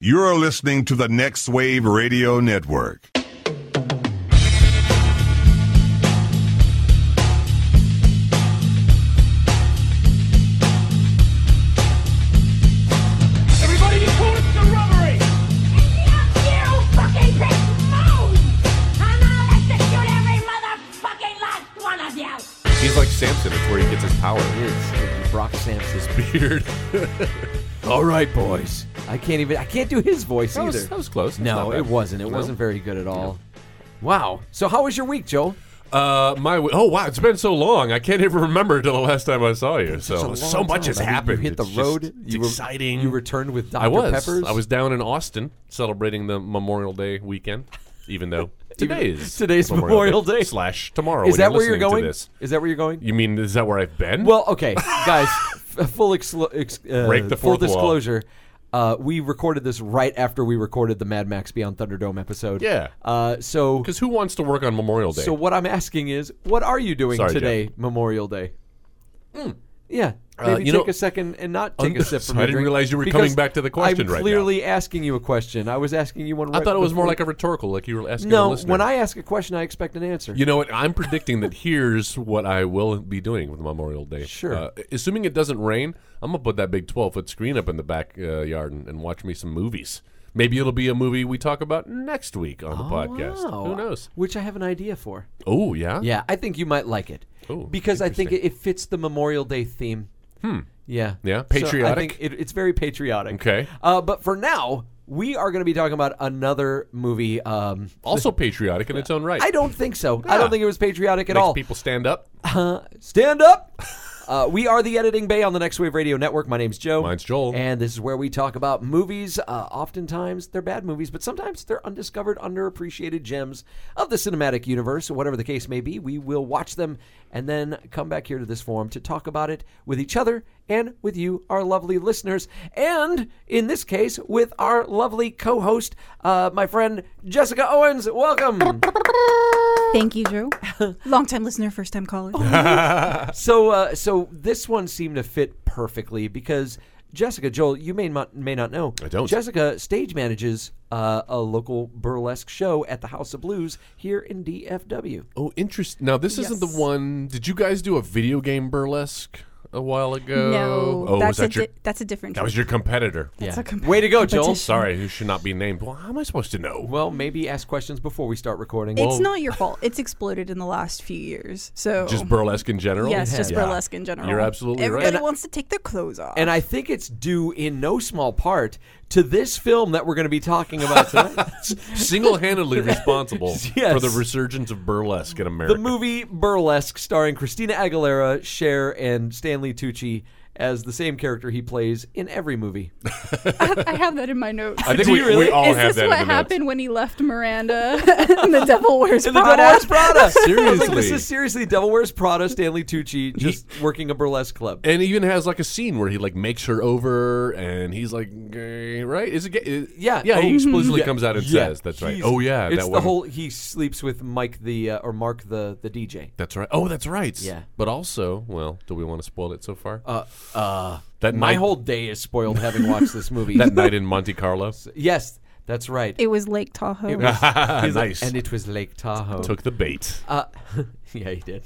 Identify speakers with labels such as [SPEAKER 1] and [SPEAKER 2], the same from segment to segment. [SPEAKER 1] You're listening to the Next Wave Radio Network.
[SPEAKER 2] Everybody, you call it the robbery!
[SPEAKER 3] He's like Samson. It's where he gets his power.
[SPEAKER 4] is Brock Sampson's beard. All right, boys. I can't even. I can't do his voice
[SPEAKER 3] That
[SPEAKER 4] either.
[SPEAKER 3] was- that was close. That's
[SPEAKER 4] No,
[SPEAKER 3] not
[SPEAKER 4] it
[SPEAKER 3] bad.
[SPEAKER 4] wasn't. It
[SPEAKER 3] No?
[SPEAKER 4] wasn't very good at all. Wow. So how was your week, Joe?
[SPEAKER 3] Uh, my oh wow, it's been so long. I can't even remember till the last time I saw you. So so much has happened.
[SPEAKER 4] You hit the
[SPEAKER 3] It's
[SPEAKER 4] road.
[SPEAKER 3] Just, it's
[SPEAKER 4] you were-
[SPEAKER 3] exciting.
[SPEAKER 4] You returned with Dr.
[SPEAKER 3] I was.
[SPEAKER 4] Peppers.
[SPEAKER 3] I was down in Austin celebrating the Memorial Day weekend, even though today is
[SPEAKER 4] today's Memorial Day.
[SPEAKER 3] slash tomorrow.
[SPEAKER 4] Is
[SPEAKER 3] when
[SPEAKER 4] that where you're
[SPEAKER 3] listening to
[SPEAKER 4] going?
[SPEAKER 3] this.
[SPEAKER 4] Is that where you're going?
[SPEAKER 3] You mean is that where I've been?
[SPEAKER 4] Well, okay, guys. f- full exclo- ex- uh,
[SPEAKER 3] Break the
[SPEAKER 4] full
[SPEAKER 3] fourth wall.
[SPEAKER 4] disclosure. Uh, we recorded this right after we recorded the Mad Max Beyond Thunderdome episode.
[SPEAKER 3] Yeah.
[SPEAKER 4] Uh, so
[SPEAKER 3] because who wants to work on Memorial Day?
[SPEAKER 4] So what I'm asking is, what are you doing
[SPEAKER 3] Sorry,
[SPEAKER 4] today, Memorial Day? Hmm. Yeah,
[SPEAKER 3] Uh,
[SPEAKER 4] maybe
[SPEAKER 3] you
[SPEAKER 4] take
[SPEAKER 3] know-
[SPEAKER 4] a second and not take
[SPEAKER 3] Un-
[SPEAKER 4] a sip from
[SPEAKER 3] I
[SPEAKER 4] your
[SPEAKER 3] didn't
[SPEAKER 4] drink,
[SPEAKER 3] realize you were
[SPEAKER 4] because
[SPEAKER 3] coming back to the question
[SPEAKER 4] I'm
[SPEAKER 3] right now.
[SPEAKER 4] clearly asking you a question. I was asking you one.
[SPEAKER 3] I
[SPEAKER 4] right
[SPEAKER 3] thought it was more
[SPEAKER 4] before-
[SPEAKER 3] like a rhetorical, like you were asking. a
[SPEAKER 4] No,
[SPEAKER 3] listener.
[SPEAKER 4] when I ask a question, I expect an answer.
[SPEAKER 3] You know what? I'm predicting that here's what I will be doing with Memorial Day.
[SPEAKER 4] Sure.
[SPEAKER 3] Uh, assuming it doesn't rain, I'm gonna put that big 12 foot screen up in the backyard uh, yard and, and watch me some movies. Maybe it'll be a movie we talk about next week on the podcast.
[SPEAKER 4] Oh, Wow.
[SPEAKER 3] Who knows?
[SPEAKER 4] Which I have an idea for.
[SPEAKER 3] Oh yeah.
[SPEAKER 4] Yeah, I think you might like it
[SPEAKER 3] Ooh,
[SPEAKER 4] because I think it, it fits the Memorial Day theme. Hmm. Yeah.
[SPEAKER 3] Yeah,
[SPEAKER 4] So I
[SPEAKER 3] patriotic?
[SPEAKER 4] think it, it's very patriotic.
[SPEAKER 3] Okay.
[SPEAKER 4] Uh, but for now, we are going to be talking about another movie. Um,
[SPEAKER 3] Also patriotic in its own right.
[SPEAKER 4] I don't think so. I
[SPEAKER 3] Yeah.
[SPEAKER 4] don't think it was patriotic at
[SPEAKER 3] Makes
[SPEAKER 4] all.
[SPEAKER 3] people stand up.
[SPEAKER 4] Stand up. Uh, we are the Editing Bay on the Next Wave Radio Network. My name's Joe.
[SPEAKER 3] Mine's Joel.
[SPEAKER 4] And this is where we talk about movies. Uh, oftentimes they're bad movies, but sometimes they're undiscovered, underappreciated gems of the cinematic universe. Whatever the case may be, we will watch them and then come back here to this forum to talk about it with each other and with you, our lovely listeners. And in this case, with our lovely co host, uh, my friend Jessica Owens. Welcome.
[SPEAKER 5] Thank you, Drew. Long time listener, first time caller.
[SPEAKER 4] So, uh, so this one seemed to fit perfectly because Jessica Joel, you may not may not know. I
[SPEAKER 3] don't.
[SPEAKER 4] Jessica stage manages uh, a local burlesque show at the House of Blues here in DFW.
[SPEAKER 3] Oh, interest. Now this isn't the one. Did you guys do a video game burlesque a while ago?
[SPEAKER 5] no,
[SPEAKER 3] Oh, was
[SPEAKER 5] that's, a
[SPEAKER 3] that your?
[SPEAKER 5] di- that's a different.
[SPEAKER 3] that was your competitor.
[SPEAKER 5] That's a comp-
[SPEAKER 4] Oh. Way to go, Joel.
[SPEAKER 5] competition.
[SPEAKER 3] Sorry, who should not be named. Well, how am I supposed to know?
[SPEAKER 4] Well, maybe ask questions before we start recording.
[SPEAKER 5] It's not your fault. It's exploded in the last few years. So
[SPEAKER 4] Oh.
[SPEAKER 3] Just burlesque in general.
[SPEAKER 5] yes, just
[SPEAKER 3] Yeah.
[SPEAKER 5] burlesque in general.
[SPEAKER 3] You're absolutely
[SPEAKER 5] Everybody
[SPEAKER 3] right.
[SPEAKER 5] wants to take their clothes off.
[SPEAKER 4] and I think it's due in no small part to this film that we're going to be talking about tonight.
[SPEAKER 3] single-handedly responsible
[SPEAKER 4] Yes.
[SPEAKER 3] for the resurgence of burlesque in America.
[SPEAKER 4] the movie Burlesque, starring Christina Aguilera, Cher, and Stanley Tucci as the same character he plays in every movie.
[SPEAKER 6] I have that in my notes.
[SPEAKER 3] I think
[SPEAKER 4] Do
[SPEAKER 3] we,
[SPEAKER 4] you really?
[SPEAKER 3] we all
[SPEAKER 6] Is
[SPEAKER 3] have
[SPEAKER 6] this
[SPEAKER 3] that
[SPEAKER 6] what
[SPEAKER 3] in the notes.
[SPEAKER 6] happened when he left Miranda and the devil wears
[SPEAKER 4] And the
[SPEAKER 6] Prada?
[SPEAKER 4] Devil Wears Prada. I was like, this
[SPEAKER 3] Seriously.
[SPEAKER 4] is seriously Devil Wears Prada. Stanley Tucci just working a burlesque club.
[SPEAKER 3] And he even has like a scene where he like makes her over, and he's like, eh, right? Is it? Gay? is-
[SPEAKER 4] Yeah.
[SPEAKER 3] yeah.
[SPEAKER 4] Oh,
[SPEAKER 3] He explicitly
[SPEAKER 4] yeah.
[SPEAKER 3] comes out and
[SPEAKER 4] Yeah.
[SPEAKER 3] says, "That's right."
[SPEAKER 4] He's-
[SPEAKER 3] Oh yeah,
[SPEAKER 4] it's
[SPEAKER 3] that
[SPEAKER 4] the
[SPEAKER 3] one.
[SPEAKER 4] whole. He sleeps with Mike the uh, or Mark the the DJ.
[SPEAKER 3] That's right. Oh, that's right.
[SPEAKER 4] Yeah.
[SPEAKER 3] But also, well, do we want to spoil it so far?
[SPEAKER 4] Uh, uh,
[SPEAKER 3] that
[SPEAKER 4] my
[SPEAKER 3] night,
[SPEAKER 4] whole day is spoiled having watched this movie.
[SPEAKER 3] that night in Monte Carlo.
[SPEAKER 4] yes, that's right.
[SPEAKER 5] it was Lake Tahoe.
[SPEAKER 4] It was-
[SPEAKER 3] Ah, Nice.
[SPEAKER 4] and it was Lake Tahoe.
[SPEAKER 3] Took the bait.
[SPEAKER 4] Uh, yeah, he did.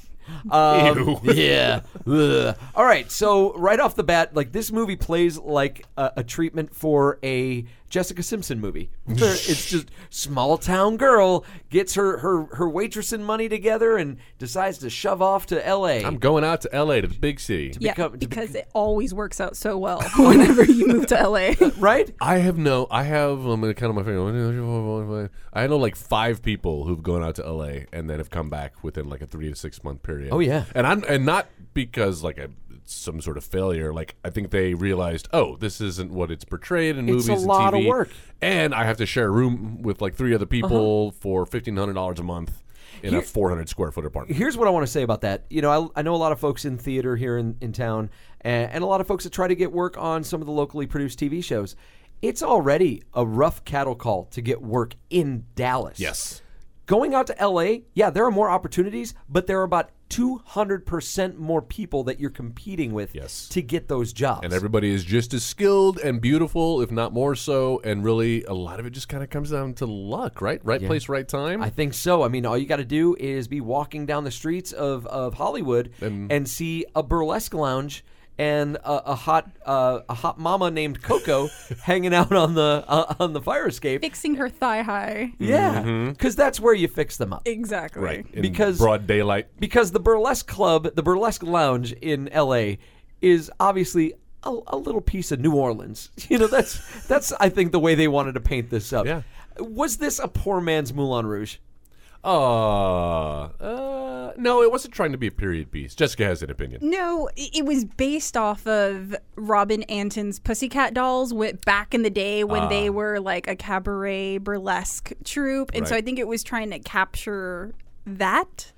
[SPEAKER 4] Um, Yeah. Ugh. All right. So right off the bat, like this movie plays like a, a treatment for a Jessica Simpson movie. Where it's just small town girl gets her her her waitressing money together and decides to shove off to L.A.
[SPEAKER 3] I'm going out to L.A. to the big city.
[SPEAKER 5] yeah,
[SPEAKER 4] become- to
[SPEAKER 5] because it always works out so well whenever you move to LA.
[SPEAKER 4] right.
[SPEAKER 3] I have no. I have. I'm gonna count on my finger. I know like five people who've gone out to L.A. and then have come back within like a three to six month period.
[SPEAKER 4] Oh, yeah.
[SPEAKER 3] and I'm and not because like a some sort of failure. Like I think they realized, oh, this isn't what it's portrayed in
[SPEAKER 4] It's
[SPEAKER 3] movies.
[SPEAKER 4] a lot of
[SPEAKER 3] and TV,
[SPEAKER 4] work.
[SPEAKER 3] and I have to share a room with like three other people
[SPEAKER 4] Uh-huh.
[SPEAKER 3] for fifteen hundred dollars a month in a four hundred square foot apartment.
[SPEAKER 4] Here's what I want to say about that. You know, I, I know a lot of folks in theater here in, in town and, and a lot of folks that try to get work on some of the locally produced TV shows. It's already a rough cattle call to get work in Dallas.
[SPEAKER 3] Yes.
[SPEAKER 4] Going out to LA, yeah, there are more opportunities, but there are about 200% more people that you're competing with
[SPEAKER 3] Yes.
[SPEAKER 4] to get those jobs.
[SPEAKER 3] And everybody is just as skilled and beautiful, if not more so. And really, a lot of it just kind of comes down to luck, right? Right place, right time.
[SPEAKER 4] I think so. I mean, all you got to do is be walking down the streets of, of Hollywood and see a burlesque lounge and a, a hot uh, a hot mama named Coco hanging out on the uh, on the fire escape.
[SPEAKER 6] Fixing her thigh high.
[SPEAKER 4] Yeah, because that's where you fix them up.
[SPEAKER 6] Exactly.
[SPEAKER 3] Mm. right. In
[SPEAKER 4] Because-
[SPEAKER 3] broad daylight.
[SPEAKER 4] Because the burlesque club, the burlesque lounge in L.A. is obviously. A, a little piece of New Orleans, you know. That's that's I think the way they wanted to paint this up.
[SPEAKER 3] Yeah.
[SPEAKER 4] Was this a poor man's Moulin Rouge?
[SPEAKER 3] Uh, uh, no, it wasn't trying to be a period piece. Jessica has an opinion.
[SPEAKER 5] No, i- it was based off of Robin Anton's Pussycat Dolls went back in the day when
[SPEAKER 4] Ah.
[SPEAKER 5] they were like a cabaret burlesque troupe. And so
[SPEAKER 3] Right.
[SPEAKER 5] I think it was trying to capture that.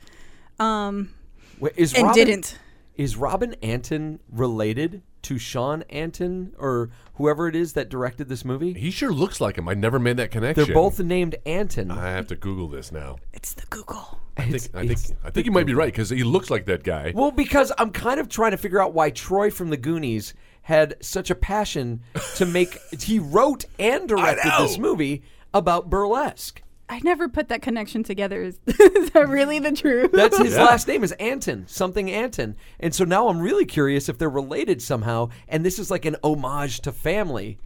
[SPEAKER 5] Um,
[SPEAKER 4] Wait, Is
[SPEAKER 5] And
[SPEAKER 4] Robin,
[SPEAKER 5] didn't.
[SPEAKER 4] Is Robin Anton related to Sean Anton or whoever it is that directed this movie?
[SPEAKER 3] He sure looks like him. I never made that connection.
[SPEAKER 4] They're both named Anton.
[SPEAKER 3] I have to Google this now.
[SPEAKER 5] it's the Google.
[SPEAKER 3] I think I think I think you might be right because he looks like that guy.
[SPEAKER 4] Well, because I'm kind of trying to figure out why Troy from the Goonies had such a passion to make. he wrote and directed
[SPEAKER 3] know.
[SPEAKER 4] this movie about burlesque.
[SPEAKER 6] I never put that connection together. Is, is that really the truth?
[SPEAKER 4] That's his
[SPEAKER 3] Yeah.
[SPEAKER 4] last name is Anton, something Anton. And so now I'm really curious if they're related somehow. And this is like an homage to family.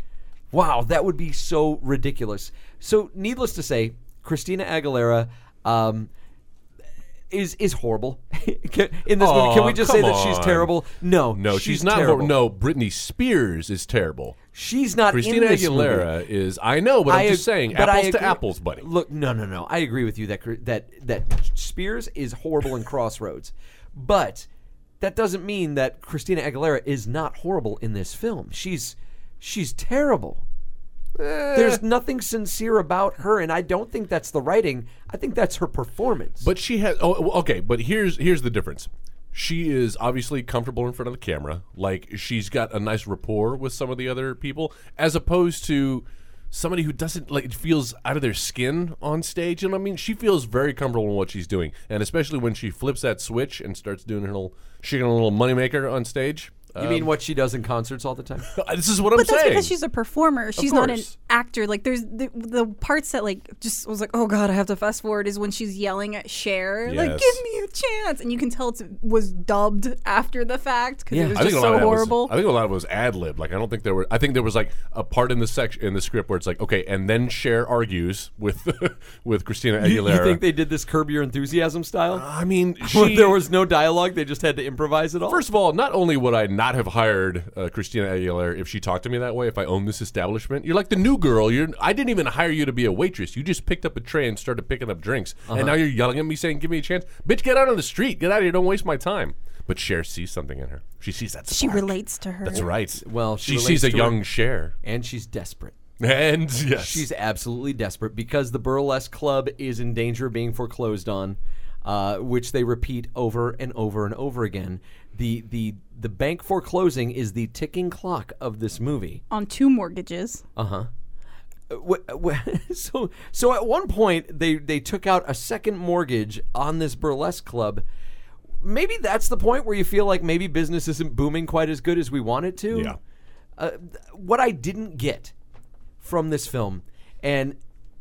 [SPEAKER 4] Wow, that would be so ridiculous. So, needless to say, Christina Aguilera um, is is horrible Can- in this movie. Can
[SPEAKER 3] Aw,
[SPEAKER 4] we just say
[SPEAKER 3] come
[SPEAKER 4] that she's
[SPEAKER 3] on.
[SPEAKER 4] terrible? No,
[SPEAKER 3] No, she's, not. hor-
[SPEAKER 4] Terrible.
[SPEAKER 3] No, Britney Spears is terrible.
[SPEAKER 4] she's not. in
[SPEAKER 3] Christina
[SPEAKER 4] this movie.
[SPEAKER 3] Aguilera is. I know, but I am
[SPEAKER 4] ag-
[SPEAKER 3] just saying,
[SPEAKER 4] but I
[SPEAKER 3] apples to
[SPEAKER 4] agree-
[SPEAKER 3] apples, buddy.
[SPEAKER 4] Look, no, no, no. I agree with you that cr- that that Spears is horrible in Crossroads, but that doesn't mean that Christina Aguilera is not horrible in this film. She's she's terrible.
[SPEAKER 3] Eh.
[SPEAKER 4] There's nothing sincere about her, and I don't think that's the writing. I think that's her performance.
[SPEAKER 3] But she has. Oh, well, okay. But here's here's the difference. She is obviously comfortable in front of the camera. Like she's got a nice rapport with some of the other people, as opposed to somebody who doesn't like feels out of their skin on stage. You know what I mean? She feels very comfortable in what she's doing, and especially when she flips that switch and starts doing her little shaking a little moneymaker on stage.
[SPEAKER 4] you
[SPEAKER 3] um,
[SPEAKER 4] mean what she does in concerts all the time?
[SPEAKER 3] Uh, this is what I'm
[SPEAKER 5] But that's
[SPEAKER 3] saying.
[SPEAKER 5] because she's a performer. She's not an
[SPEAKER 3] course.
[SPEAKER 5] actor. Like there's the, the parts that like just was like, oh god, I have to fast forward is when she's yelling at Cher, like
[SPEAKER 3] Yes.
[SPEAKER 5] give me a chance, and you can tell it was dubbed after the fact because
[SPEAKER 4] Yeah.
[SPEAKER 5] it was
[SPEAKER 3] I think
[SPEAKER 5] just
[SPEAKER 3] a lot
[SPEAKER 5] so
[SPEAKER 3] of that was-
[SPEAKER 5] horrible.
[SPEAKER 3] I think a lot of it was ad lib. Like I don't think there were. I think there was like a part in the section in the script where it's like, okay, and then Cher argues with with Christina Aguilera.
[SPEAKER 4] You, you think they did this Curb Your Enthusiasm style?
[SPEAKER 3] I mean,
[SPEAKER 4] Where
[SPEAKER 3] she,
[SPEAKER 4] there was no dialogue; they just had to improvise it all.
[SPEAKER 3] First of all, not only would I not have hired uh, Christina Aguilera if she talked to me that way, if I owned this establishment, you're like the new girl. You're I didn't even hire you to be a waitress. You just picked up a tray and started picking up drinks,
[SPEAKER 4] Uh-huh.
[SPEAKER 3] and now you're yelling at me saying, "Give me a chance, bitch! Get out on the street! Get out of here! Don't waste my time." But Cher sees something in her. She sees that.
[SPEAKER 5] she
[SPEAKER 3] spark.
[SPEAKER 5] relates to her.
[SPEAKER 3] That's right.
[SPEAKER 4] Well, she
[SPEAKER 3] she, sees
[SPEAKER 4] relates
[SPEAKER 3] a
[SPEAKER 4] to
[SPEAKER 3] young
[SPEAKER 4] her-
[SPEAKER 3] Cher.
[SPEAKER 4] and she's desperate.
[SPEAKER 3] And yes,
[SPEAKER 4] She's absolutely desperate because the burlesque club is in danger of being foreclosed on, uh, which they repeat over and over and over again. The the the bank foreclosing is the ticking clock of this movie.
[SPEAKER 5] on two mortgages.
[SPEAKER 4] Uh, wh- wh- so so at one point they they took out a second mortgage on this burlesque club. Maybe that's the point where you feel like maybe business isn't booming quite as good as we want it to
[SPEAKER 3] yeah.
[SPEAKER 4] what I didn't get from this film, and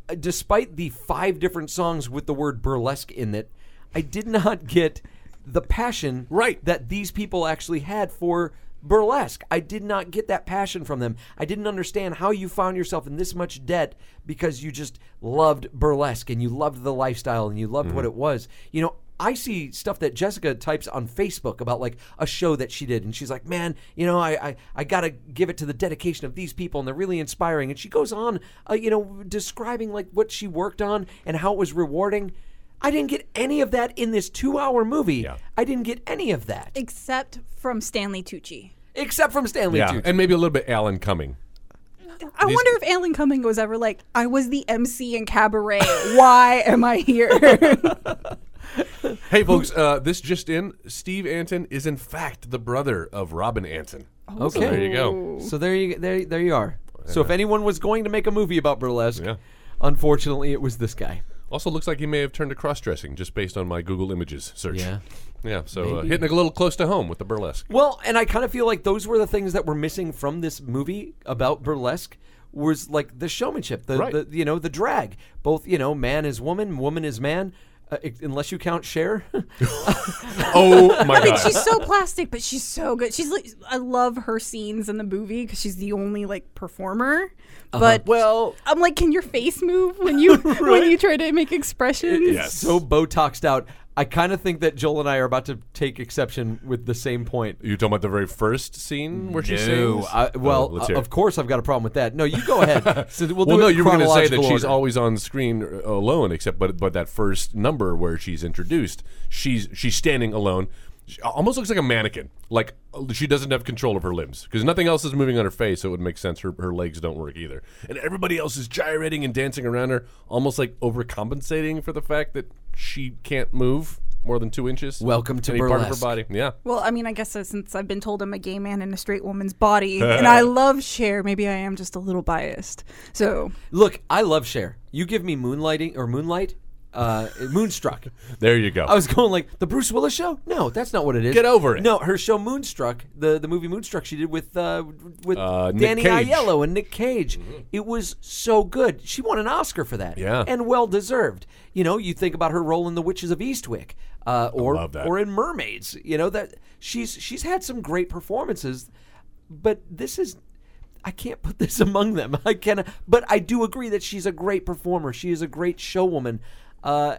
[SPEAKER 4] uh, despite the five different songs with the word burlesque in it, I did not get the passion
[SPEAKER 3] Right.
[SPEAKER 4] that these people actually had for burlesque. I did not get that passion from them. I didn't understand how you found yourself in this much debt because you just loved burlesque and you loved the lifestyle and you loved what it was. You know, I see stuff that Jessica types on Facebook about like a show that she did, and she's like, "Man, you know, I I, I gotta give it to the dedication of these people, and they're really inspiring." And she goes on, uh, you know, describing like what she worked on and how it was rewarding. I didn't get any of that in this two-hour movie.
[SPEAKER 3] Yeah.
[SPEAKER 4] I didn't get any of that
[SPEAKER 5] except from Stanley Tucci.
[SPEAKER 4] except from Stanley
[SPEAKER 3] Yeah,
[SPEAKER 4] Tucci.
[SPEAKER 3] and maybe a little bit Alan Cumming.
[SPEAKER 5] I wonder if Alan Cumming was ever like, I was the MC in Cabaret. Why am I here?
[SPEAKER 3] Hey, folks, uh, this just in: Steve Anton is in fact the brother of Robin Anton.
[SPEAKER 4] Oh. okay,
[SPEAKER 3] There you go.
[SPEAKER 4] So there you there there you are. So if anyone was going to make a movie about burlesque,
[SPEAKER 3] Yeah.
[SPEAKER 4] unfortunately, it was this guy.
[SPEAKER 3] Also, looks like he may have turned to cross dressing just based on my Google Images search.
[SPEAKER 4] Yeah.
[SPEAKER 3] Yeah, so uh,
[SPEAKER 4] Maybe.
[SPEAKER 3] hitting it a little close to home with the burlesque.
[SPEAKER 4] Well, and I kind of feel like those were the things that were missing from this movie about burlesque was like the showmanship, the,
[SPEAKER 3] Right.
[SPEAKER 4] the you know the drag. Both you know, man is woman, woman is man. Uh, ex- unless you count Cher,
[SPEAKER 3] Oh my god!
[SPEAKER 5] She's so plastic, but she's so good. She's like, I love her scenes in the movie because she's the only like performer. But
[SPEAKER 4] well,
[SPEAKER 5] I'm like, can your face move when you when you try to make expressions?
[SPEAKER 3] Yes.
[SPEAKER 4] so botoxed out. I kind of think that Joel and I are about to take exception with the same point.
[SPEAKER 3] you talking about the very first scene where she sings?
[SPEAKER 4] I, well,
[SPEAKER 3] Oh, let's
[SPEAKER 4] uh,
[SPEAKER 3] hear it.
[SPEAKER 4] of course I've got a problem with that. No, you go ahead. So we'll,
[SPEAKER 3] Well,
[SPEAKER 4] do
[SPEAKER 3] no,
[SPEAKER 4] it
[SPEAKER 3] you were going to say that
[SPEAKER 4] chronological
[SPEAKER 3] she's
[SPEAKER 4] order.
[SPEAKER 3] always on screen uh, alone, except but but that first number where she's introduced, she's she's standing alone. She almost looks like a mannequin. Like uh, she doesn't have control of her limbs because nothing else is moving on her face, so it would make sense her, her legs don't work either. And everybody else is gyrating and dancing around her, almost like overcompensating for the fact that she can't move more than two inches.
[SPEAKER 4] Welcome to
[SPEAKER 3] any part of
[SPEAKER 4] burlesque.
[SPEAKER 3] her body. Yeah.
[SPEAKER 5] Well, I mean, I guess uh, since I've been told I'm a gay man in a straight woman's body, and I love Cher, maybe I am just a little biased. So
[SPEAKER 4] Look, I love Cher. You give me moonlighting or moonlight, uh, moonstruck.
[SPEAKER 3] There you go.
[SPEAKER 4] I was going like the Bruce Willis show. No, that's not what it is.
[SPEAKER 3] Get over it.
[SPEAKER 4] No, her show Moonstruck, the the movie Moonstruck, she did with uh, with
[SPEAKER 3] Uh, Nick
[SPEAKER 4] Danny
[SPEAKER 3] Cage. Mm-hmm.
[SPEAKER 4] Aiello and Nick Cage. It was so good. She won an Oscar for that.
[SPEAKER 3] Yeah.
[SPEAKER 4] and well deserved. You know, you think about her role in The Witches of Eastwick, uh, or
[SPEAKER 3] love that.
[SPEAKER 4] or in Mermaids. You know that she's she's had some great performances, but this is. I can't put this among them. I can, but I do agree that she's a great performer. She is a great showwoman. Uh,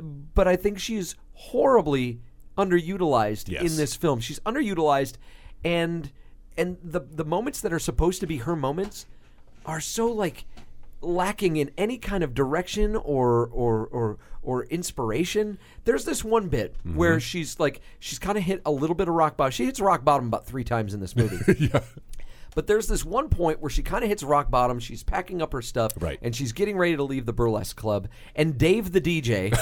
[SPEAKER 4] but I think she's horribly underutilized
[SPEAKER 3] Yes.
[SPEAKER 4] in this film. She's underutilized, and and the the moments that are supposed to be her moments are so like lacking in any kind of direction or or or or inspiration. There's this one bit where she's like she's kind of hit a little bit of rock bottom. She hits rock bottom about three times in this movie. But there's this one point where she kind of hits rock bottom. She's packing up her stuff,
[SPEAKER 3] Right.
[SPEAKER 4] and she's getting ready to leave the burlesque club. And Dave, the DJ,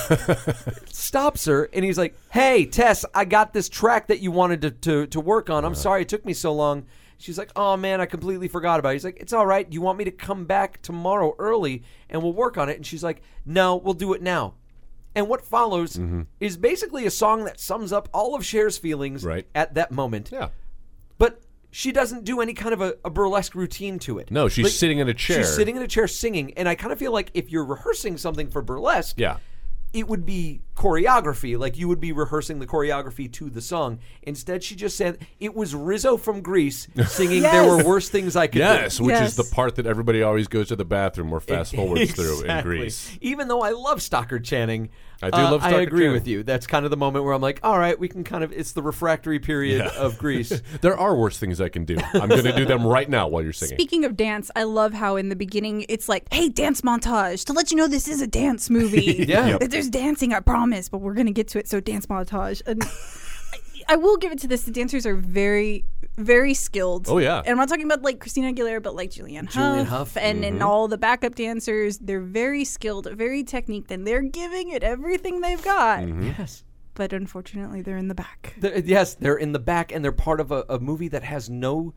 [SPEAKER 4] stops her, and he's like, "Hey, Tess, I got this track that you wanted to to, to work on. I'm
[SPEAKER 3] Uh-huh.
[SPEAKER 4] sorry it took me so long." She's like, "Oh man, I completely forgot about it." He's like, "It's all right. You want me to come back tomorrow early and we'll work on it?" And she's like, "No, we'll do it now." And what follows
[SPEAKER 3] Mm-hmm.
[SPEAKER 4] is basically a song that sums up all of Cher's feelings
[SPEAKER 3] Right.
[SPEAKER 4] at that moment
[SPEAKER 3] yeah.
[SPEAKER 4] but she doesn't do any kind of a, a burlesque routine to it.
[SPEAKER 3] No, she's sitting in a chair.
[SPEAKER 4] She's sitting in a chair singing, and I kind of feel like if you're rehearsing something for burlesque,
[SPEAKER 3] Yeah.
[SPEAKER 4] it would be choreography. Like you would be rehearsing the choreography to the song. Instead, she just said it was Rizzo from Greece singing "There Were
[SPEAKER 5] Yes.
[SPEAKER 4] Worse Things I Could
[SPEAKER 3] Yes,
[SPEAKER 4] Do."
[SPEAKER 3] which
[SPEAKER 5] Yes.
[SPEAKER 3] is the part that everybody always goes to the bathroom or fast forwards through in
[SPEAKER 4] Exactly.
[SPEAKER 3] Greece.
[SPEAKER 4] Even though I love Stockard Channing,
[SPEAKER 3] I do
[SPEAKER 4] uh,
[SPEAKER 3] love
[SPEAKER 4] I
[SPEAKER 3] Stockard
[SPEAKER 4] agree
[SPEAKER 3] Channing.
[SPEAKER 4] with you. That's kind of the moment where I'm like, all right, we can kind of. It's the refractory period of Greece.
[SPEAKER 3] There are worse things I can do. I'm going to do them right now while you're singing.
[SPEAKER 5] Speaking of dance, I love how in the beginning it's like, hey, dance montage to let you know this is a dance movie.
[SPEAKER 4] Yeah. Yep.
[SPEAKER 5] That There's dancing, I promise, but we're going to get to it. So, dance montage. And I, I will give it to this. The dancers are very, very skilled.
[SPEAKER 3] Oh, yeah.
[SPEAKER 5] And I'm not talking about like Christina Aguilera, but like Julianne Hough.
[SPEAKER 4] Julianne Hough,
[SPEAKER 5] And, and
[SPEAKER 3] Mm-hmm.
[SPEAKER 5] all the backup dancers. They're very skilled, very technique, and they're giving it everything they've got.
[SPEAKER 3] Mm-hmm.
[SPEAKER 4] yes.
[SPEAKER 5] But unfortunately, they're in the back.
[SPEAKER 4] They're- yes, they're in the back, and they're part of a, a movie that has no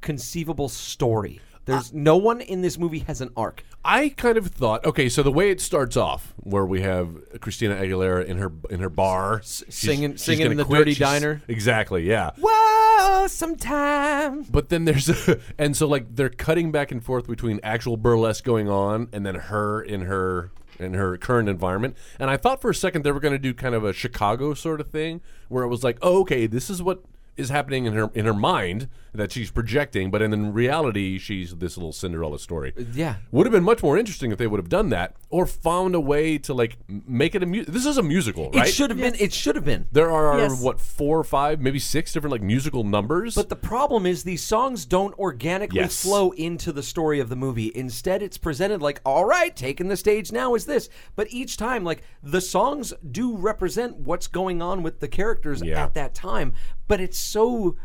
[SPEAKER 4] conceivable story. There's no one in this movie has an arc.
[SPEAKER 3] I kind of thought, okay, so the way it starts off, where we have Christina Aguilera in her in her bar, she's-
[SPEAKER 4] singing-
[SPEAKER 3] she's
[SPEAKER 4] singing
[SPEAKER 3] gonna
[SPEAKER 4] in the
[SPEAKER 3] quit.
[SPEAKER 4] dirty
[SPEAKER 3] She's-
[SPEAKER 4] diner.
[SPEAKER 3] Exactly, yeah.
[SPEAKER 4] Whoa, sometime.
[SPEAKER 3] But then there's, and so like they're cutting back and forth between actual burlesque going on, and then her in her in her current environment. And I thought for a second they were going to do kind of a Chicago sort of thing, where it was like, oh, okay, this is what is happening in her in her mind that she's projecting, but in, in reality, she's this little Cinderella story.
[SPEAKER 4] Uh, yeah.
[SPEAKER 3] would have been much more interesting if they would have done that or found a way to like m- make it a music. This is a musical, right?
[SPEAKER 4] It should have been. It should have been.
[SPEAKER 3] There are
[SPEAKER 5] Yes.
[SPEAKER 3] what four or five, maybe six different like musical numbers.
[SPEAKER 4] But the problem is these songs don't organically
[SPEAKER 3] Yes.
[SPEAKER 4] flow into the story of the movie. Instead, it's presented like, all right, taking the stage now is this. But each time, like, the songs do represent what's going on with the characters
[SPEAKER 3] Yeah.
[SPEAKER 4] at that time. But it's so,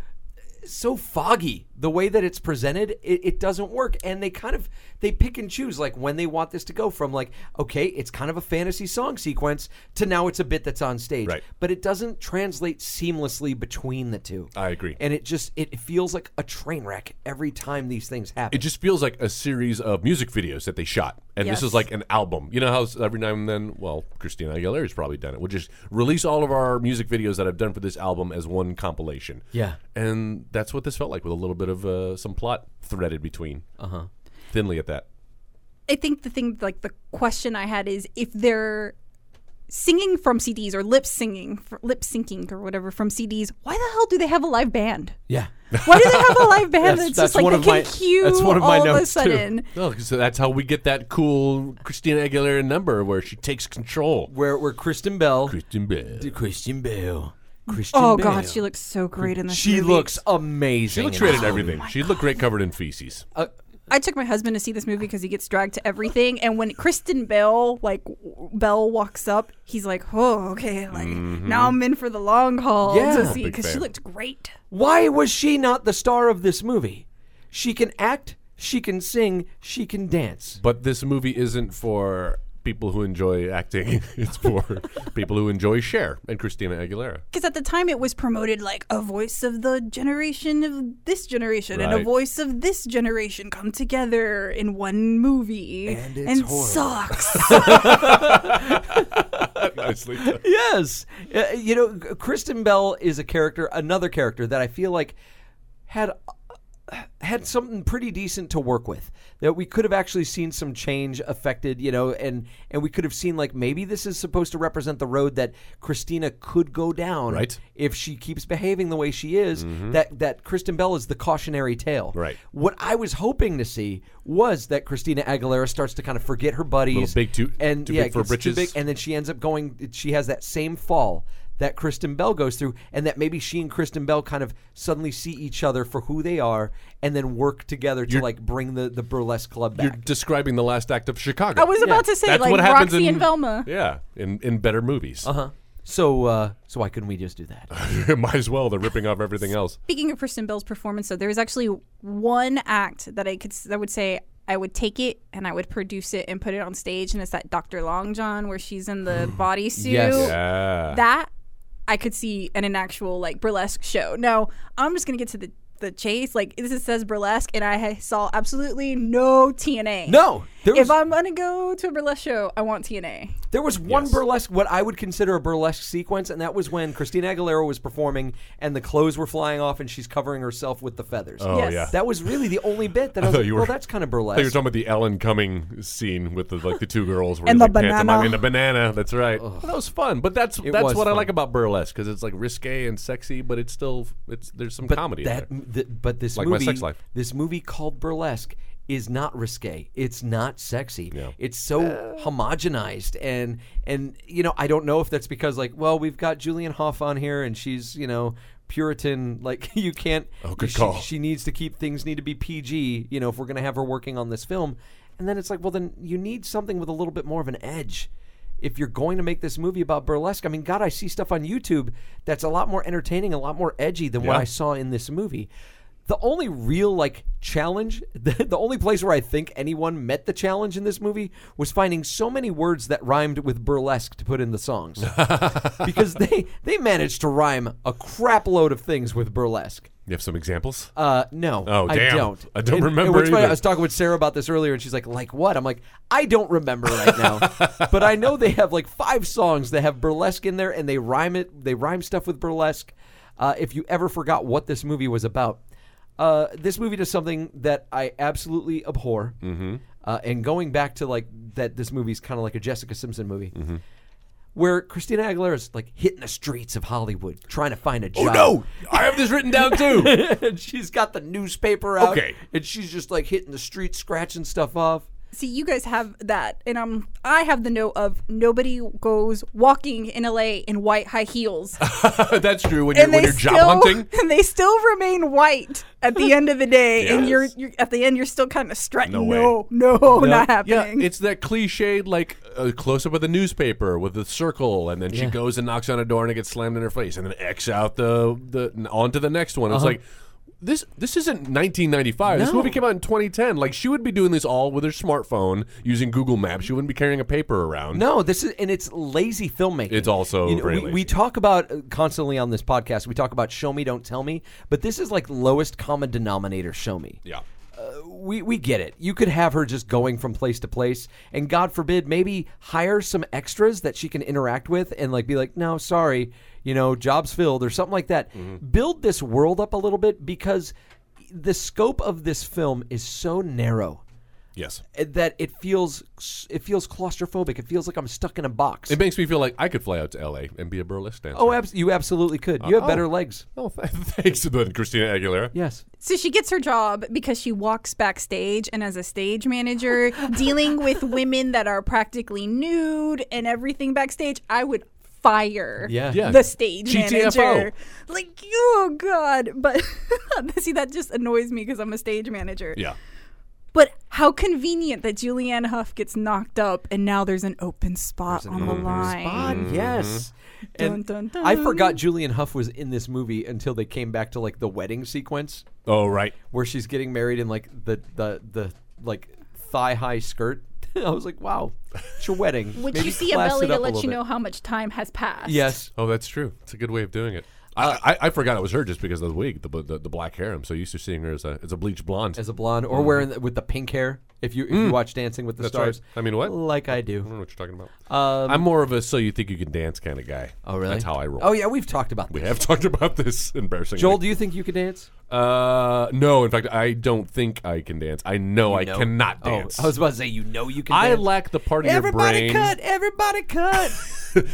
[SPEAKER 4] so foggy the way that it's presented it, it doesn't work and they kind of they pick and choose like when they want this to go from like okay it's kind of a fantasy song sequence to now it's a bit that's on stage
[SPEAKER 3] Right.
[SPEAKER 4] but it doesn't translate seamlessly between the two
[SPEAKER 3] I agree.
[SPEAKER 4] and it just it feels like a train wreck every time these things happen
[SPEAKER 3] It just feels like a series of music videos that they shot, and this
[SPEAKER 6] Yes.
[SPEAKER 3] is like an album. You know how s- every now and then, well, Christina Aguilera's probably done it. We'll just release all of our music videos that I've done for this album as one compilation.
[SPEAKER 4] Yeah.
[SPEAKER 3] and that's what this felt like with a little bit of uh, some plot threaded between. Uh huh. Thinly at that.
[SPEAKER 6] I think the thing, like the question I had is if they're singing from CDs or lip singing, fr- lip syncing or whatever from CDs, why the hell do they have a live band?
[SPEAKER 4] yeah
[SPEAKER 6] Why do they have a live band
[SPEAKER 4] That's- that's
[SPEAKER 6] that's, just like
[SPEAKER 4] one
[SPEAKER 6] they
[SPEAKER 4] of
[SPEAKER 6] can
[SPEAKER 4] my-
[SPEAKER 6] cue
[SPEAKER 4] that's one of my
[SPEAKER 6] all of a
[SPEAKER 4] notes, too.
[SPEAKER 6] sudden?
[SPEAKER 3] No, Oh, so that's how we get that cool Christina Aguilera number where she takes control.
[SPEAKER 4] where where Kristen Bell
[SPEAKER 3] Christian Bale.
[SPEAKER 4] Christian Bale Christian
[SPEAKER 6] Oh
[SPEAKER 4] Bale.
[SPEAKER 6] god, she looks so great in this.
[SPEAKER 4] she
[SPEAKER 6] movie.
[SPEAKER 4] looks amazing
[SPEAKER 3] She looked
[SPEAKER 4] in
[SPEAKER 3] great
[SPEAKER 4] this
[SPEAKER 3] in
[SPEAKER 4] movie. Uh,
[SPEAKER 3] everything. She looked great covered in feces.
[SPEAKER 6] I took my husband to see this movie because he gets dragged to everything, and when Kristen Bell like w- Bell walks up, he's like, "Oh, okay, like now I'm in for the long haul
[SPEAKER 4] Mm-hmm. Yeah.
[SPEAKER 6] to see
[SPEAKER 3] Big
[SPEAKER 6] because she
[SPEAKER 3] fan.
[SPEAKER 6] looked great."
[SPEAKER 4] Why was she not the star of this movie? She can act, she can sing, she can dance.
[SPEAKER 3] But this movie isn't for people who enjoy acting. It's for people who enjoy Cher and Christina Aguilera.
[SPEAKER 6] Because at the time it was promoted like a voice of the generation of this generation and a
[SPEAKER 3] Right.
[SPEAKER 6] voice of this generation come together in one movie,
[SPEAKER 4] And it's horrible.
[SPEAKER 6] sucks.
[SPEAKER 3] Nicely.
[SPEAKER 4] Yes. Uh, you know, G- Kristen Bell is a character, another character that I feel like had uh, had something pretty decent to work with that we could have actually seen some change affected you know and and we could have seen like maybe this is supposed to represent the road that christina could go down
[SPEAKER 3] Right. Mm-hmm.
[SPEAKER 4] if she keeps behaving the way she is that that kristen bell is the cautionary tale
[SPEAKER 3] Right.
[SPEAKER 4] what i was hoping to see was that christina aguilera starts to kind of forget her buddies
[SPEAKER 3] big too-
[SPEAKER 4] and
[SPEAKER 3] too
[SPEAKER 4] yeah
[SPEAKER 3] big for
[SPEAKER 4] gets too
[SPEAKER 3] britches.
[SPEAKER 4] big, and then she ends up going she has that same fall that Kristen Bell goes through and that maybe she and Kristen Bell kind of suddenly see each other for who they are and then work together to like bring the, the burlesque club
[SPEAKER 3] You're
[SPEAKER 4] back.
[SPEAKER 3] describing the last act of Chicago.
[SPEAKER 6] I was about to say
[SPEAKER 3] That's
[SPEAKER 6] like
[SPEAKER 3] what happens
[SPEAKER 6] Roxy
[SPEAKER 3] in-
[SPEAKER 6] and Velma.
[SPEAKER 3] Yeah, in, in better movies. Uh-huh.
[SPEAKER 4] So uh so why couldn't we just do that?
[SPEAKER 3] Might as well. They're ripping off everything else.
[SPEAKER 6] Speaking of Kristen Bell's performance, though, there was actually one act that I could that would say I would take it and I would produce it and put it on stage, and it's that Dr. Long John where she's in the
[SPEAKER 4] Mm.
[SPEAKER 6] bodysuit.
[SPEAKER 4] Yes.
[SPEAKER 3] Yeah.
[SPEAKER 6] That I could see in an actual like burlesque show. Now I'm just gonna get to the the chase. Like this is- says burlesque, and I ha- saw absolutely no TNA.
[SPEAKER 4] No. There was
[SPEAKER 6] If I'm gonna go to a burlesque show, I want TNA.
[SPEAKER 4] there was one burlesque what I would consider a burlesque sequence and that was when Christina Aguilera was performing and the clothes were flying off and she's covering herself with the feathers.
[SPEAKER 3] Oh,
[SPEAKER 6] Yes.
[SPEAKER 3] yeah.
[SPEAKER 4] That was really the only bit that I, was
[SPEAKER 3] thought
[SPEAKER 4] like,
[SPEAKER 3] you were-
[SPEAKER 4] well that's kind of burlesque.
[SPEAKER 3] I thought you were talking about the Ellen Cumming scene with the, like the two girls where
[SPEAKER 6] And
[SPEAKER 3] he's,
[SPEAKER 6] the
[SPEAKER 3] like, pantomiming
[SPEAKER 6] banana.
[SPEAKER 3] the banana. That's right. Well, that was fun, but that's that's
[SPEAKER 4] was
[SPEAKER 3] what I
[SPEAKER 4] fun.
[SPEAKER 3] like about burlesque because it's like risque and sexy, but it's still it's there's some comedy. in
[SPEAKER 4] That,
[SPEAKER 3] there.
[SPEAKER 4] th- but this
[SPEAKER 3] Like my
[SPEAKER 4] movie,
[SPEAKER 3] sex life.
[SPEAKER 4] this movie called Burlesque, is not risque. It's not sexy. It's so homogenized, and and you know I don't know if that's because like well we've got Julian Hoff on here and she's you know Puritan like you can't. Oh,
[SPEAKER 3] good
[SPEAKER 4] she,
[SPEAKER 3] call.
[SPEAKER 4] She needs to keep things need to be PG. You know if we're gonna have her working on this film, and then it's like well then you need something with a little bit more of an edge if you're going to make this movie about burlesque, I mean, God, I see stuff on YouTube that's a lot more entertaining, a lot more edgy than what
[SPEAKER 3] Yeah.
[SPEAKER 4] I saw in this movie. The only real like challenge, the, the only place where I think anyone met the challenge in this movie was finding so many words that rhymed with burlesque to put in the songs, because they they managed to rhyme a crap load of things with burlesque.
[SPEAKER 3] You have some examples?
[SPEAKER 4] Uh, no.
[SPEAKER 3] Oh,
[SPEAKER 4] I
[SPEAKER 3] damn.
[SPEAKER 4] don't.
[SPEAKER 3] I don't
[SPEAKER 4] And- and
[SPEAKER 3] remember
[SPEAKER 4] what's funny, I
[SPEAKER 3] either.
[SPEAKER 4] was talking with Sarah about this earlier, and she's like, "Like what?" I'm like, "I don't remember right now, but I know they have like five songs that have burlesque in there, and they rhyme it. They rhyme stuff with burlesque. Uh, if you ever forgot what this movie was about, uh, this movie does something that I absolutely abhor. Mm-hmm. Uh, and going back to like that, this movie's kind of like a Jessica Simpson movie.
[SPEAKER 3] Mm-hmm.
[SPEAKER 4] Where Christina Aguilera's like hitting the streets of Hollywood trying to find a
[SPEAKER 3] Oh,
[SPEAKER 6] Oh,
[SPEAKER 4] job.
[SPEAKER 3] I have this written down too.
[SPEAKER 4] and she's got the newspaper out.
[SPEAKER 3] Okay.
[SPEAKER 4] And she's just like hitting the street, scratching stuff off.
[SPEAKER 6] See, you guys have that, and um, I have the note of nobody goes walking in LA in white high heels,
[SPEAKER 3] That's true. When you're
[SPEAKER 6] and
[SPEAKER 3] when
[SPEAKER 6] they
[SPEAKER 3] you're
[SPEAKER 6] still
[SPEAKER 3] job hunting,
[SPEAKER 6] and they still remain white at the end of the day, and you're,
[SPEAKER 3] Yes.
[SPEAKER 6] you're at the end you're still kind of strutting.
[SPEAKER 3] No way.
[SPEAKER 6] No, no, not
[SPEAKER 3] yeah,
[SPEAKER 6] happening.
[SPEAKER 3] it's that cliched like a close up of the newspaper with the circle, and then she goes and knocks on a door and it gets slammed in her face, and then X out the the onto the next one. It's like this this isn't 1995. This
[SPEAKER 4] No.
[SPEAKER 3] movie came out in 2010. Like she would be doing this all with her smartphone using Google Maps. She wouldn't be carrying a paper around.
[SPEAKER 4] No, this is and it's lazy filmmaking.
[SPEAKER 3] It's also very
[SPEAKER 4] we,
[SPEAKER 3] lazy.
[SPEAKER 4] we talk about uh, constantly on this podcast. We talk about show me, don't tell me, but this is like lowest common denominator. Show me.
[SPEAKER 3] Yeah.
[SPEAKER 4] We we get it. You could have her just going from place to place, and God forbid, maybe hire some extras that she can interact with, and like be like, no, sorry, you know, jobs filled or something like that.
[SPEAKER 3] Mm-hmm.
[SPEAKER 4] Build this world up a little bit because the scope of this film is so narrow eh,
[SPEAKER 3] Yes.
[SPEAKER 4] that it feels it feels claustrophobic. It feels like I'm stuck in a box.
[SPEAKER 3] It makes me feel like I could fly out to L.A. and be a burlesque dancer.
[SPEAKER 4] Oh, abs- you absolutely could. You have
[SPEAKER 3] oh.
[SPEAKER 4] better legs.
[SPEAKER 3] Oh, th- thanks to the Christina Aguilera.
[SPEAKER 4] Yes.
[SPEAKER 5] So she gets her job because she walks backstage and as a stage manager, dealing with women that are practically nude and everything backstage, I would fire
[SPEAKER 4] Yeah.
[SPEAKER 3] Yeah.
[SPEAKER 5] the stage
[SPEAKER 3] GTFO.
[SPEAKER 5] manager. Like, oh God. But see, that just annoys me because I'm a stage manager.
[SPEAKER 3] Yeah.
[SPEAKER 5] But how convenient that Julianne Hough gets knocked up and now there's an open spot on the line.
[SPEAKER 3] Mm-hmm.
[SPEAKER 4] God, yes. And
[SPEAKER 5] Dun, dun,
[SPEAKER 4] I
[SPEAKER 5] dun.
[SPEAKER 4] forgot Julian Huff was in this movie until they came back to like the wedding sequence
[SPEAKER 3] Oh, right.
[SPEAKER 4] where she's getting married in like the the the like thigh high skirt. I was like, wow, it's your wedding.
[SPEAKER 5] Which
[SPEAKER 4] Maybe
[SPEAKER 5] you see a
[SPEAKER 4] class
[SPEAKER 5] belly
[SPEAKER 4] it
[SPEAKER 5] to
[SPEAKER 4] up
[SPEAKER 5] let you
[SPEAKER 4] little
[SPEAKER 5] know
[SPEAKER 4] bit.
[SPEAKER 5] how much time has passed.
[SPEAKER 4] Yes.
[SPEAKER 3] Oh, that's true. It's a good way of doing it. I, I, I forgot it was her just because of the wig, the, the, the black hair. I'm so used to seeing her as a, as a bleached blonde.
[SPEAKER 4] As a blonde, or wearing the, with the pink hair. If you if you watch Dancing with the
[SPEAKER 3] Mm. That's right.
[SPEAKER 4] Stars,
[SPEAKER 3] I mean, what? Mm.
[SPEAKER 4] Like I do.
[SPEAKER 3] I don't know what you're talking about.
[SPEAKER 4] Um,
[SPEAKER 3] I'm more of a so you think you can dance kind of guy.
[SPEAKER 4] oh, really?
[SPEAKER 3] That's how I roll.
[SPEAKER 4] Oh yeah, we've talked about
[SPEAKER 3] We
[SPEAKER 4] that.
[SPEAKER 3] have talked about this embarrassingly.
[SPEAKER 4] Joel, do you think you could dance?
[SPEAKER 3] Uh, no. In fact, I don't think I can dance. I know I
[SPEAKER 4] No.
[SPEAKER 3] cannot
[SPEAKER 4] Oh,
[SPEAKER 3] dance.
[SPEAKER 4] I was about to say, you know, you can.
[SPEAKER 3] I
[SPEAKER 4] dance.
[SPEAKER 3] lack the part of
[SPEAKER 4] Everybody
[SPEAKER 3] your brain.
[SPEAKER 4] cut! Everybody cut!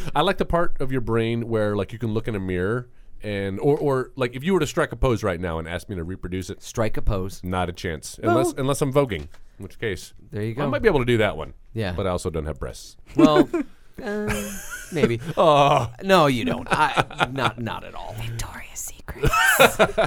[SPEAKER 3] I like the part of your brain where like you can look in a mirror and or or like if you were to strike a pose right now and ask me to reproduce it,
[SPEAKER 4] Strike a pose.
[SPEAKER 3] not a chance. Unless unless I'm voguing, in which case
[SPEAKER 4] There you go.
[SPEAKER 3] I might be able to do that one.
[SPEAKER 4] Yeah.
[SPEAKER 3] but I also don't have breasts.
[SPEAKER 4] Well, uh, maybe. Oh no, you don't. I, not not at all.
[SPEAKER 5] Victoria's Secret.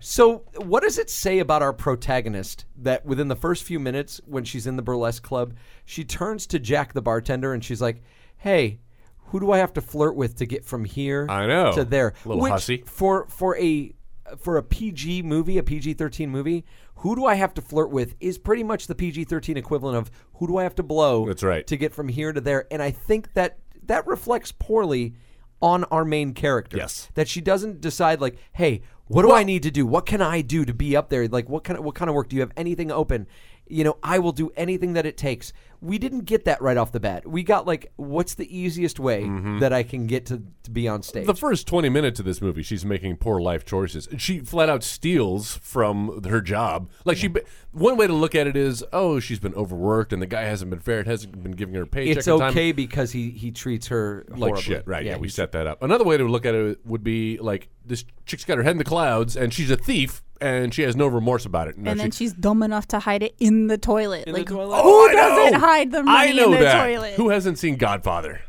[SPEAKER 4] So, what does it say about our protagonist that within the first few minutes, when she's in the burlesque club, she turns to Jack the bartender and she's like, "Hey." Who do I have to flirt with to get from here
[SPEAKER 3] I know.
[SPEAKER 4] to there?
[SPEAKER 3] Little
[SPEAKER 4] Which,
[SPEAKER 3] hussy.
[SPEAKER 4] For for a for a PG movie, a PG thirteen movie, who do I have to flirt with is pretty much the PG thirteen equivalent of who do I have to blow
[SPEAKER 3] That's right.
[SPEAKER 4] to get from here to there. And I think that that reflects poorly on our main character.
[SPEAKER 3] Yes.
[SPEAKER 4] That she doesn't decide like, hey, what do I need to do? What can I do to be up there? Like what kind of what kind of work do you have anything open? You know, I will do anything that it takes. We didn't get that right off the bat. We got like, what's the easiest way that I can get to, to be on stage?
[SPEAKER 3] Mm-hmm. The first 20 minutes of this movie, she's making poor life choices. She flat out steals from her job. Like she, one way to look at it is, oh, she's been overworked, and the guy hasn't been fair. It hasn't been giving her a paycheck.
[SPEAKER 4] it's
[SPEAKER 3] in time.
[SPEAKER 4] okay because he he treats her
[SPEAKER 3] like
[SPEAKER 4] horribly.
[SPEAKER 3] shit, right? Yeah, we
[SPEAKER 4] he's-
[SPEAKER 3] set that up. Another way to look at it would be like this chick's got her head in the clouds, and she's a thief, and she has no remorse about it.
[SPEAKER 5] and
[SPEAKER 3] she-
[SPEAKER 5] then she's dumb enough to hide it in the toilet. like,
[SPEAKER 3] Oh, I
[SPEAKER 5] doesn't
[SPEAKER 3] know!
[SPEAKER 5] hide the money
[SPEAKER 3] I know
[SPEAKER 5] in the
[SPEAKER 3] that.
[SPEAKER 5] toilet?
[SPEAKER 3] Who hasn't seen Godfather?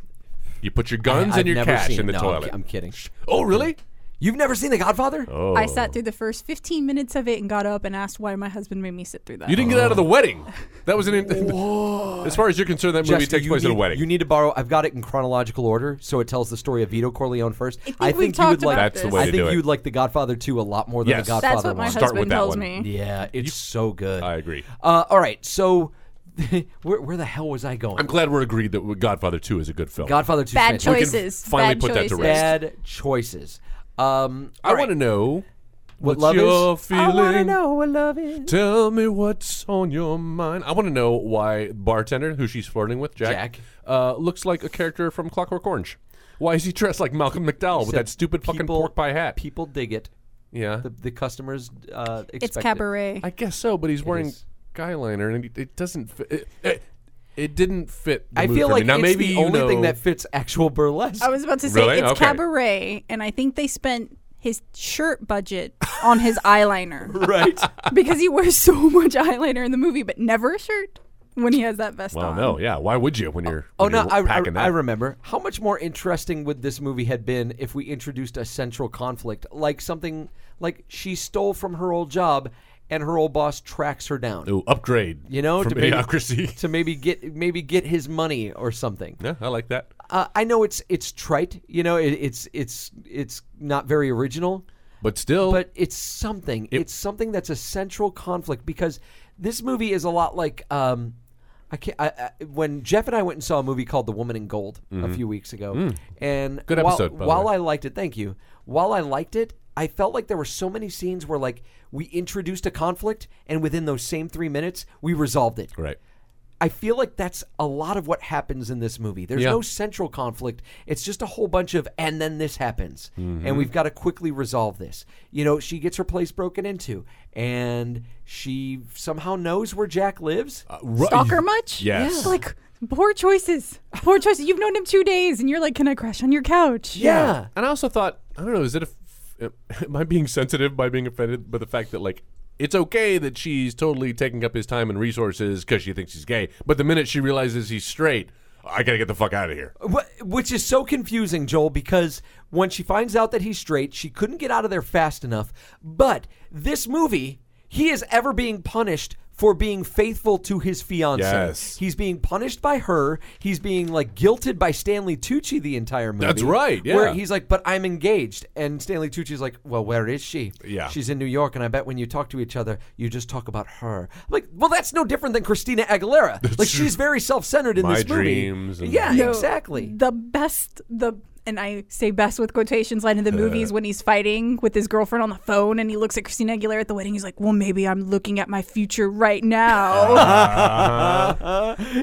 [SPEAKER 3] You put your guns
[SPEAKER 4] I've
[SPEAKER 3] and your
[SPEAKER 4] never
[SPEAKER 3] cash
[SPEAKER 4] seen-
[SPEAKER 3] in the
[SPEAKER 4] no, I'm
[SPEAKER 3] toilet.
[SPEAKER 4] ki- I'm kidding.
[SPEAKER 3] Oh, really?
[SPEAKER 4] You've never seen The Godfather?
[SPEAKER 5] I sat
[SPEAKER 3] Oh.
[SPEAKER 5] through the first 15 minutes of it and got up and asked why my husband made me sit through that.
[SPEAKER 3] You didn't get out of the wedding. That was an. as far as you're concerned, that movie
[SPEAKER 4] Jessica,
[SPEAKER 3] takes
[SPEAKER 4] you
[SPEAKER 3] place
[SPEAKER 4] need,
[SPEAKER 3] at a wedding.
[SPEAKER 4] You need to borrow. I've got it in chronological order, so it tells the story of Vito Corleone first. I
[SPEAKER 5] we've
[SPEAKER 4] think, you would
[SPEAKER 5] talked
[SPEAKER 4] like.
[SPEAKER 5] about That's the this.
[SPEAKER 3] way
[SPEAKER 4] I
[SPEAKER 3] to
[SPEAKER 4] think
[SPEAKER 3] do it.
[SPEAKER 4] you'd like The Godfather 2 a lot more than
[SPEAKER 3] Yes.
[SPEAKER 4] The Godfather
[SPEAKER 5] That's what my
[SPEAKER 4] one.
[SPEAKER 3] Start
[SPEAKER 5] husband
[SPEAKER 3] with that
[SPEAKER 5] tells
[SPEAKER 3] one.
[SPEAKER 5] me.
[SPEAKER 4] yeah, it's so good.
[SPEAKER 3] I agree.
[SPEAKER 4] Uh, all right, so where, where the hell was I going?
[SPEAKER 3] I'm glad we're agreed that Godfather Two is a good film.
[SPEAKER 4] Godfather 2. 's
[SPEAKER 5] Bad
[SPEAKER 4] fantastic.
[SPEAKER 3] can
[SPEAKER 5] choices.
[SPEAKER 3] finally
[SPEAKER 5] bad
[SPEAKER 3] put that
[SPEAKER 5] choices.
[SPEAKER 3] to rest.
[SPEAKER 4] Bad choices. Um,
[SPEAKER 3] I want to know
[SPEAKER 4] What
[SPEAKER 3] what's
[SPEAKER 4] love
[SPEAKER 3] your
[SPEAKER 4] is?
[SPEAKER 3] feeling.
[SPEAKER 4] I want to know what love is.
[SPEAKER 3] Tell me what's on your mind. I want to know why bartender, who she's flirting with, Jack,
[SPEAKER 4] Jack.
[SPEAKER 3] Uh, looks like a character from Clockwork Orange. Why is he dressed like Malcolm McDowell with that stupid fucking
[SPEAKER 4] People-
[SPEAKER 3] pork pie hat?
[SPEAKER 4] People dig it.
[SPEAKER 3] yeah,
[SPEAKER 4] The, the customers uh, expect
[SPEAKER 5] It's
[SPEAKER 4] it.
[SPEAKER 5] cabaret.
[SPEAKER 3] I guess so. But he's wearing
[SPEAKER 4] is.
[SPEAKER 3] guyliner, and it, it doesn't. Fit, it, it, it didn't fit. The
[SPEAKER 4] I
[SPEAKER 3] mood
[SPEAKER 4] feel
[SPEAKER 3] for
[SPEAKER 4] like
[SPEAKER 3] me. now
[SPEAKER 4] it's
[SPEAKER 3] maybe
[SPEAKER 4] the
[SPEAKER 3] you
[SPEAKER 4] only
[SPEAKER 3] know,
[SPEAKER 4] thing that fits actual burlesque.
[SPEAKER 5] I was about to say
[SPEAKER 3] Really?
[SPEAKER 5] it's
[SPEAKER 3] Okay.
[SPEAKER 5] cabaret, and I think they spent his shirt budget on his eyeliner
[SPEAKER 4] right.
[SPEAKER 5] because he wears so much eyeliner in the movie, but never a shirt when he has that vest
[SPEAKER 3] Well,
[SPEAKER 5] on.
[SPEAKER 3] no, yeah. Why would you when you're?
[SPEAKER 4] Oh
[SPEAKER 3] when
[SPEAKER 4] no,
[SPEAKER 3] you're
[SPEAKER 4] I, I,
[SPEAKER 3] packing that?
[SPEAKER 4] I remember. How much more interesting would this movie had been if we introduced a central conflict, like something like she stole from her old job, and her old boss tracks her down.
[SPEAKER 3] Ooh, upgrade.
[SPEAKER 4] You know,
[SPEAKER 3] from
[SPEAKER 4] to maybe-
[SPEAKER 3] idiocracy.
[SPEAKER 4] To maybe get maybe get his money or something.
[SPEAKER 3] yeah, I like that.
[SPEAKER 4] Uh, I know it's it's trite. You know, it, it's it's it's not very original.
[SPEAKER 3] But still,
[SPEAKER 4] but it's something. it's something that's a central conflict because this movie is a lot like um, I can't. I, I, when Jeff and I went and saw a movie called The Woman in Gold a few weeks ago, and
[SPEAKER 3] Mm-hmm. Mm. Good
[SPEAKER 4] while,
[SPEAKER 3] episode, by the
[SPEAKER 4] while
[SPEAKER 3] way.
[SPEAKER 4] I liked it, thank you. While I liked it, I felt like there were so many scenes where like we introduced a conflict, and within those same three minutes, we resolved it.
[SPEAKER 3] right.
[SPEAKER 4] I feel like that's a lot of what happens in this movie. There's
[SPEAKER 3] Yeah.
[SPEAKER 4] no central conflict. It's just a whole bunch of and then this happens and we've got to quickly resolve this. You know, she gets her place broken into and she somehow knows where Jack lives.
[SPEAKER 3] Ru-
[SPEAKER 6] Stalker much?
[SPEAKER 3] Yes.
[SPEAKER 6] Yeah. Like poor choices. Poor choices. You've known him two days, and you're like, "Can I crash on your couch?"
[SPEAKER 4] yeah.
[SPEAKER 3] And I also thought, I don't know, is it a, f- am I being sensitive by being offended by the fact that like it's okay that she's totally taking up his time and resources because she thinks he's gay, but the minute she realizes he's straight, I gotta get the fuck out of here.
[SPEAKER 4] Wh- Which is so confusing, Joel, because when she finds out that he's straight, she couldn't get out of there fast enough. But this movie, he is ever being punished for being faithful to his fiance.
[SPEAKER 3] Yes.
[SPEAKER 4] He's being punished by her. He's being like guilted by Stanley Tucci the entire movie.
[SPEAKER 3] That's right, yeah.
[SPEAKER 4] Where he's like, "But I'm engaged," and Stanley Tucci's like, "Well, where is she?
[SPEAKER 3] Yeah.
[SPEAKER 4] she's in New York, and I bet when you talk to each other, you just talk about her." I'm like, well, that's no different than Christina Aguilera. like, she's very self-centered in
[SPEAKER 3] My
[SPEAKER 4] this movie.
[SPEAKER 3] dreams and-
[SPEAKER 4] yeah,
[SPEAKER 6] No,
[SPEAKER 4] exactly.
[SPEAKER 6] The best, the and I say best with quotations line in the movies when he's fighting with his girlfriend on the phone and he looks at Christina Aguilera at the wedding. He's like, "Well, maybe I'm looking at my future right now."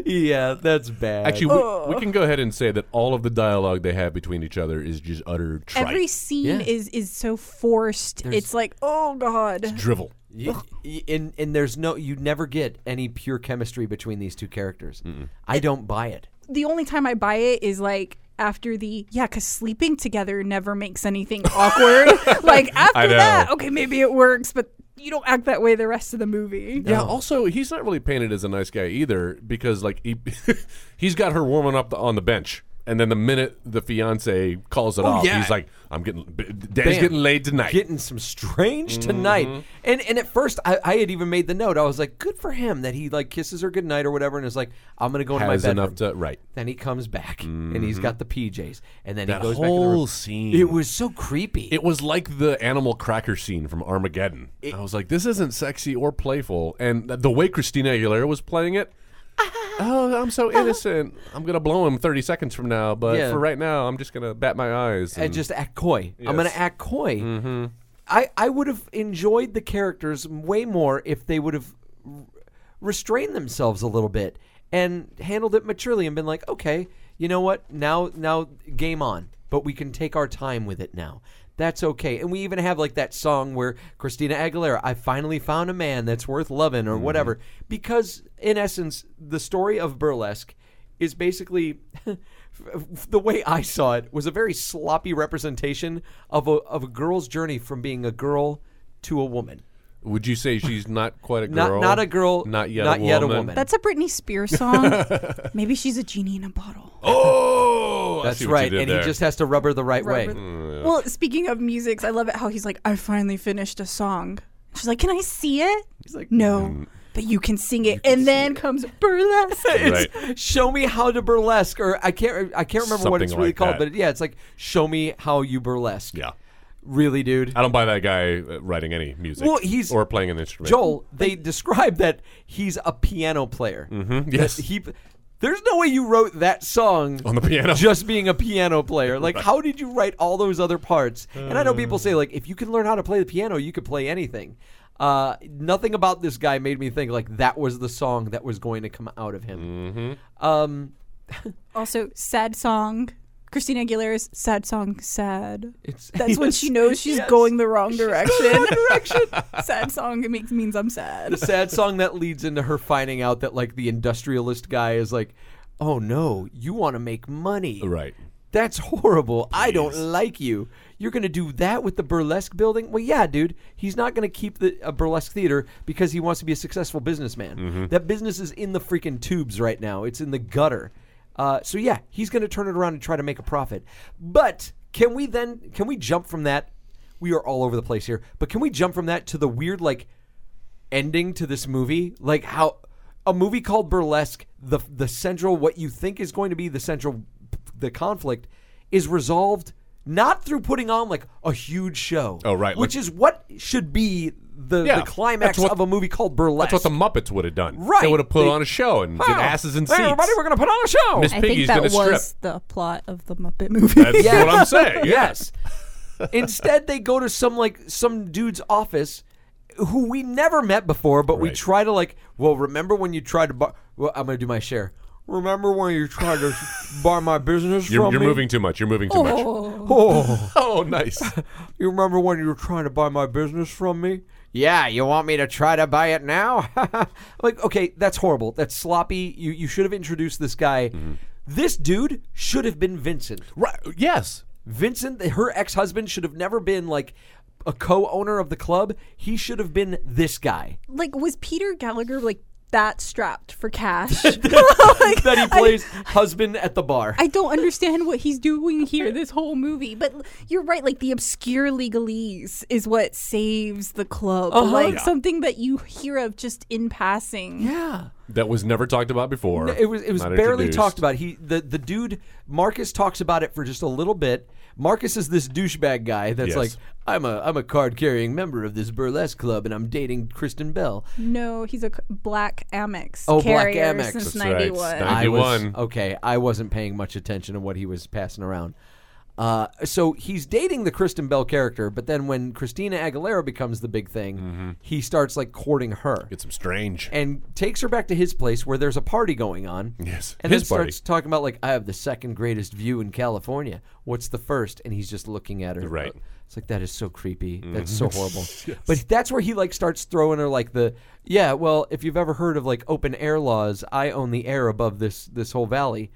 [SPEAKER 4] yeah, that's bad.
[SPEAKER 3] Uh-huh. Actually, we,
[SPEAKER 4] Oh.
[SPEAKER 3] we can go ahead and say that all of the dialogue they have between each other is just utter trite
[SPEAKER 6] Every scene
[SPEAKER 4] Yeah.
[SPEAKER 6] is is so forced. it's like, oh god.
[SPEAKER 3] drivel.
[SPEAKER 4] Y- y- and and there's no you never get any pure chemistry between these two characters. I don't buy it.
[SPEAKER 6] The only time I buy it is like after the yeah, because sleeping together never makes anything awkward. like
[SPEAKER 3] I
[SPEAKER 6] after
[SPEAKER 3] know.
[SPEAKER 6] that, okay, maybe it works, but you don't act that way the rest of the movie.
[SPEAKER 3] Yeah. Also, he's not really painted as a nice guy either because like he he's got her warming up the, on the bench, and then the minute the fiance calls it off,
[SPEAKER 4] Oh, yeah.
[SPEAKER 3] he's like, "I'm getting, b- daddy's
[SPEAKER 4] Bam.
[SPEAKER 3] getting laid tonight."
[SPEAKER 4] Getting some strange
[SPEAKER 3] Mm-hmm.
[SPEAKER 4] tonight, and and at first I, I had even made the note. I was like, good for him that he like kisses her goodnight or whatever, and is like, I'm gonna go into my
[SPEAKER 3] has
[SPEAKER 4] bedroom.
[SPEAKER 3] enough to right.
[SPEAKER 4] then he comes back and he's got the PJs, and then
[SPEAKER 3] That
[SPEAKER 4] he goes
[SPEAKER 3] whole
[SPEAKER 4] back. To the room.
[SPEAKER 3] scene.
[SPEAKER 4] It was so creepy.
[SPEAKER 3] It was like the animal cracker scene from Armageddon. I was like, this isn't sexy or playful. And th- the way Christina Aguilera was playing it, oh, I'm so innocent. I'm going to blow him 30 seconds from now. But
[SPEAKER 4] Yeah.
[SPEAKER 3] for right now, I'm just going to bat my eyes.
[SPEAKER 4] and just act coy. I'm going to act coy. I, I would have enjoyed the characters way more if they would have r- restrained themselves a little bit and handled it maturely and been like, okay, you know what? Now now game on, but we can take our time with it now. That's okay. And we even have like that song where Christina Aguilera, I finally found a man that's worth loving
[SPEAKER 3] Mm-hmm.
[SPEAKER 4] or whatever. Because in essence, the story of burlesque is basically the way I saw it was a very sloppy representation of a of a girl's journey from being a girl to a woman.
[SPEAKER 3] Would you say she's not quite a
[SPEAKER 4] Not-
[SPEAKER 3] girl?
[SPEAKER 4] not a girl,
[SPEAKER 3] Not yet,
[SPEAKER 4] not
[SPEAKER 3] a, woman.
[SPEAKER 4] yet a woman.
[SPEAKER 6] That's a Britney Spears song. maybe she's a genie in a bottle.
[SPEAKER 3] Oh, I
[SPEAKER 4] That's
[SPEAKER 3] see what you
[SPEAKER 4] right,
[SPEAKER 3] did
[SPEAKER 4] and
[SPEAKER 3] there.
[SPEAKER 4] he just has to rub her the right way.
[SPEAKER 6] Well, speaking of musics, I love it how he's like, I finally finished a song. She's like, Can I see it? He's like, No, but you can sing it. and then comes burlesque.
[SPEAKER 3] Right.
[SPEAKER 4] Show me how to burlesque, or I can't I can't remember what
[SPEAKER 3] Something
[SPEAKER 4] it's really
[SPEAKER 3] like
[SPEAKER 4] called,
[SPEAKER 3] that.
[SPEAKER 4] but yeah, it's like show me how you burlesque.
[SPEAKER 3] Yeah.
[SPEAKER 4] really, dude.
[SPEAKER 3] I don't buy that guy uh, writing any music
[SPEAKER 4] Well, he's-
[SPEAKER 3] or playing an instrument.
[SPEAKER 4] Joel, they describe that he's a piano player. Mm-hmm.
[SPEAKER 3] yes.
[SPEAKER 4] He, there's no way you wrote that song
[SPEAKER 3] On the piano.
[SPEAKER 4] just being a piano player. Like, how did you write all those other parts? And I know
[SPEAKER 3] Uh.
[SPEAKER 4] people say like, if you can learn how to play the piano, you could play anything. Uh, nothing about this guy made me think like that was the song that was going to come out of
[SPEAKER 3] Mm.
[SPEAKER 4] him. Um,
[SPEAKER 6] also, sad song. Christina Aguilera's sad song, sad.
[SPEAKER 4] it's
[SPEAKER 6] That's when she
[SPEAKER 4] Yes.
[SPEAKER 6] knows she's
[SPEAKER 4] Yes.
[SPEAKER 6] going the wrong direction. direction. sad song it makes, means I'm
[SPEAKER 4] the
[SPEAKER 6] sad.
[SPEAKER 4] sad song that leads into her finding out that like the industrialist guy is like, oh no, you want to make money,
[SPEAKER 3] Right.
[SPEAKER 4] That's horrible. I don't like you. You're going to do that with the burlesque building? Well, yeah, dude. He's not going to keep the a burlesque theater because he wants to be a successful businessman. That business is in the freaking tubes right now. It's in the gutter. Uh, so yeah, he's going to turn it around and try to make a profit. But can we then can we jump from that? We are all over the place here. But can we jump from that to the weird like ending to this movie like how a movie called burlesque the the central what you think is going to be the central the conflict is resolved not through putting on like a huge show.
[SPEAKER 3] Oh, right,
[SPEAKER 4] which
[SPEAKER 3] like-
[SPEAKER 4] is what should be the,
[SPEAKER 3] Yeah,
[SPEAKER 4] the climax
[SPEAKER 3] that's what-
[SPEAKER 4] of a movie called Burlesque.
[SPEAKER 3] That's what the Muppets would have done.
[SPEAKER 4] Right.
[SPEAKER 3] They would have put
[SPEAKER 4] They-
[SPEAKER 3] on a show and
[SPEAKER 4] Wow.
[SPEAKER 3] get asses in
[SPEAKER 4] Hey,
[SPEAKER 3] seats.
[SPEAKER 4] everybody, we're gonna put on a show.
[SPEAKER 3] Miss
[SPEAKER 6] I
[SPEAKER 3] Piggy's
[SPEAKER 6] think
[SPEAKER 3] going
[SPEAKER 6] that
[SPEAKER 3] to
[SPEAKER 6] was
[SPEAKER 3] strip.
[SPEAKER 6] the plot of the Muppet movie.
[SPEAKER 3] That's
[SPEAKER 4] Yeah.
[SPEAKER 3] what I'm saying. Yes.
[SPEAKER 4] yes. Instead, they go to some like some dude's office who we never met before, but we
[SPEAKER 3] Right.
[SPEAKER 4] try to like. Well, remember when you tried to? Bar- well, I'm gonna do my share. Remember when you tried to buy my business
[SPEAKER 3] You're,
[SPEAKER 4] from
[SPEAKER 3] you're
[SPEAKER 4] me?
[SPEAKER 3] moving too much. You're moving too much.
[SPEAKER 4] Oh,
[SPEAKER 3] Oh, nice.
[SPEAKER 4] you remember when you were trying to buy my business from me? Yeah, you want me to try to buy it now? like, okay, that's horrible. That's sloppy. You you should have introduced this guy.
[SPEAKER 3] Mm-hmm.
[SPEAKER 4] This dude should have been Vincent.
[SPEAKER 3] right. Yes.
[SPEAKER 4] Vincent, her ex husband, should have never been like a co owner of the club. He should have been this guy
[SPEAKER 5] Like, was Peter Gallagher like that strapped for cash?
[SPEAKER 4] that he plays husband at the bar.
[SPEAKER 5] I don't understand what he's doing here this whole movie. But l- you're right, like the obscure legalese is what saves the club.
[SPEAKER 6] Uh-huh.
[SPEAKER 5] Like something that you hear of just in passing.
[SPEAKER 4] yeah.
[SPEAKER 3] That was never talked about before.
[SPEAKER 4] It was it was
[SPEAKER 3] Not
[SPEAKER 4] barely
[SPEAKER 3] introduced.
[SPEAKER 4] talked about. He the, the dude Marcus talks about it for just a little bit. Marcus is this douchebag guy that's
[SPEAKER 3] Yes.
[SPEAKER 4] like I'm a I'm a card carrying member of this burlesque club and I'm dating Kristen Bell.
[SPEAKER 5] No, he's a c- black Amex
[SPEAKER 4] Oh, black
[SPEAKER 5] carrier
[SPEAKER 4] Amex.
[SPEAKER 5] since
[SPEAKER 4] That's
[SPEAKER 3] right.
[SPEAKER 5] 91.
[SPEAKER 3] It's
[SPEAKER 4] I was,
[SPEAKER 3] 91.
[SPEAKER 4] okay, I wasn't paying much attention to what he was passing around. Uh, so he's dating the Kristen Bell character, but then when Christina Aguilera becomes the big thing,
[SPEAKER 3] Mm-hmm.
[SPEAKER 4] he starts like courting her
[SPEAKER 3] Get some strange.
[SPEAKER 4] and takes her back to his place where there's a party going on.
[SPEAKER 3] Yes,
[SPEAKER 4] and
[SPEAKER 3] his
[SPEAKER 4] then
[SPEAKER 3] party.
[SPEAKER 4] starts talking about like I have the second greatest view in California. What's the first? And he's just looking at her.
[SPEAKER 3] Right.
[SPEAKER 4] It's like that is so creepy. That's so horrible. But that's where he like starts throwing her like the yeah. Well, if you've ever heard of like open air laws, I own the air above this this whole valley,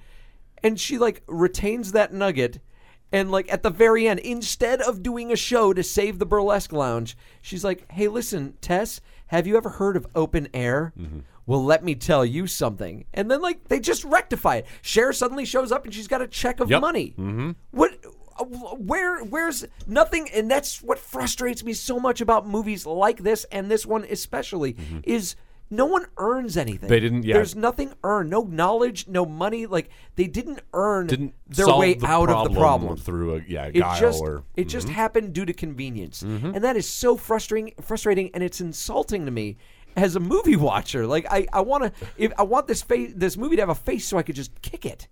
[SPEAKER 4] and she like retains that nugget. And like at the very end, instead of doing a show to save the burlesque lounge, she's like, "Hey, listen, Tess, have you ever heard of open air? Well, let me tell you something." And then like they just rectify it. Cher suddenly shows up and she's got a check of
[SPEAKER 3] Yep.
[SPEAKER 4] money. Mm-hmm. What? where where's nothing and that's what frustrates me so much about movies like this and this one especially is no one earns anything
[SPEAKER 3] Mm-hmm. They didn't- yeah.
[SPEAKER 4] there's nothing earned no knowledge no money like they didn't earn
[SPEAKER 3] Didn't
[SPEAKER 4] their
[SPEAKER 3] solve
[SPEAKER 4] way
[SPEAKER 3] the
[SPEAKER 4] out of the problem
[SPEAKER 3] through a yeah
[SPEAKER 4] it
[SPEAKER 3] guile
[SPEAKER 4] just
[SPEAKER 3] or mm-hmm.
[SPEAKER 4] it just happened due to convenience and that is so frustrating frustrating and it's insulting to me as a movie watcher like i i want to if i want this face this movie to have a face so i could just kick it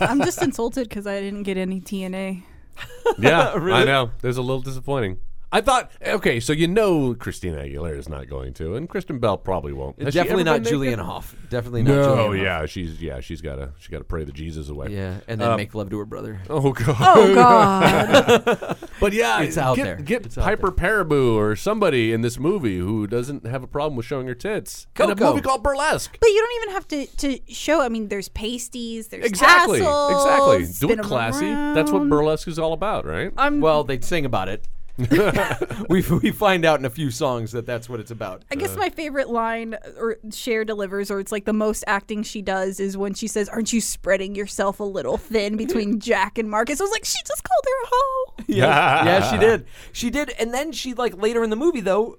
[SPEAKER 6] I'm just insulted because I didn't get any TNA.
[SPEAKER 3] yeah. I know. There's a little disappointing. I thought okay, so you know Christina Aguilera is not going to, and Kristen Bell probably won't. Has she
[SPEAKER 4] definitely
[SPEAKER 3] ever
[SPEAKER 4] not
[SPEAKER 3] been naked?
[SPEAKER 4] julian hoff definitely not
[SPEAKER 3] No, Oh,
[SPEAKER 4] julian Hough.
[SPEAKER 3] yeah, she's yeah, she's gotta she gotta pray the Jesus away.
[SPEAKER 4] Yeah, and then make love to her brother.
[SPEAKER 3] Oh god.
[SPEAKER 6] Oh God!
[SPEAKER 3] But yeah,
[SPEAKER 4] It's out
[SPEAKER 3] get,
[SPEAKER 4] there.
[SPEAKER 3] Get
[SPEAKER 4] It's out
[SPEAKER 3] Piper Paraboo or somebody in this movie who doesn't have a problem with showing her tits. In
[SPEAKER 4] Coco.
[SPEAKER 3] a movie called Burlesque.
[SPEAKER 5] But you don't even have to, to show. I mean, there's pasties, there's
[SPEAKER 3] Exactly.
[SPEAKER 5] tassels,
[SPEAKER 3] exactly. Do
[SPEAKER 5] spin
[SPEAKER 3] it
[SPEAKER 5] 'em
[SPEAKER 3] classy.
[SPEAKER 5] around.
[SPEAKER 3] That's what burlesque is all about, right?
[SPEAKER 6] Um,
[SPEAKER 4] well, they sing about it. we we find out in a few songs that that's what it's about.
[SPEAKER 6] I
[SPEAKER 3] Uh.
[SPEAKER 6] guess my favorite line or Cher delivers, or it's like the most acting she does, is when she says, "Aren't you spreading yourself a little thin between Jack and Marcus?" I was like, she just called her a hoe.
[SPEAKER 4] Yeah, yeah, she did. She did, and then she like later in the movie though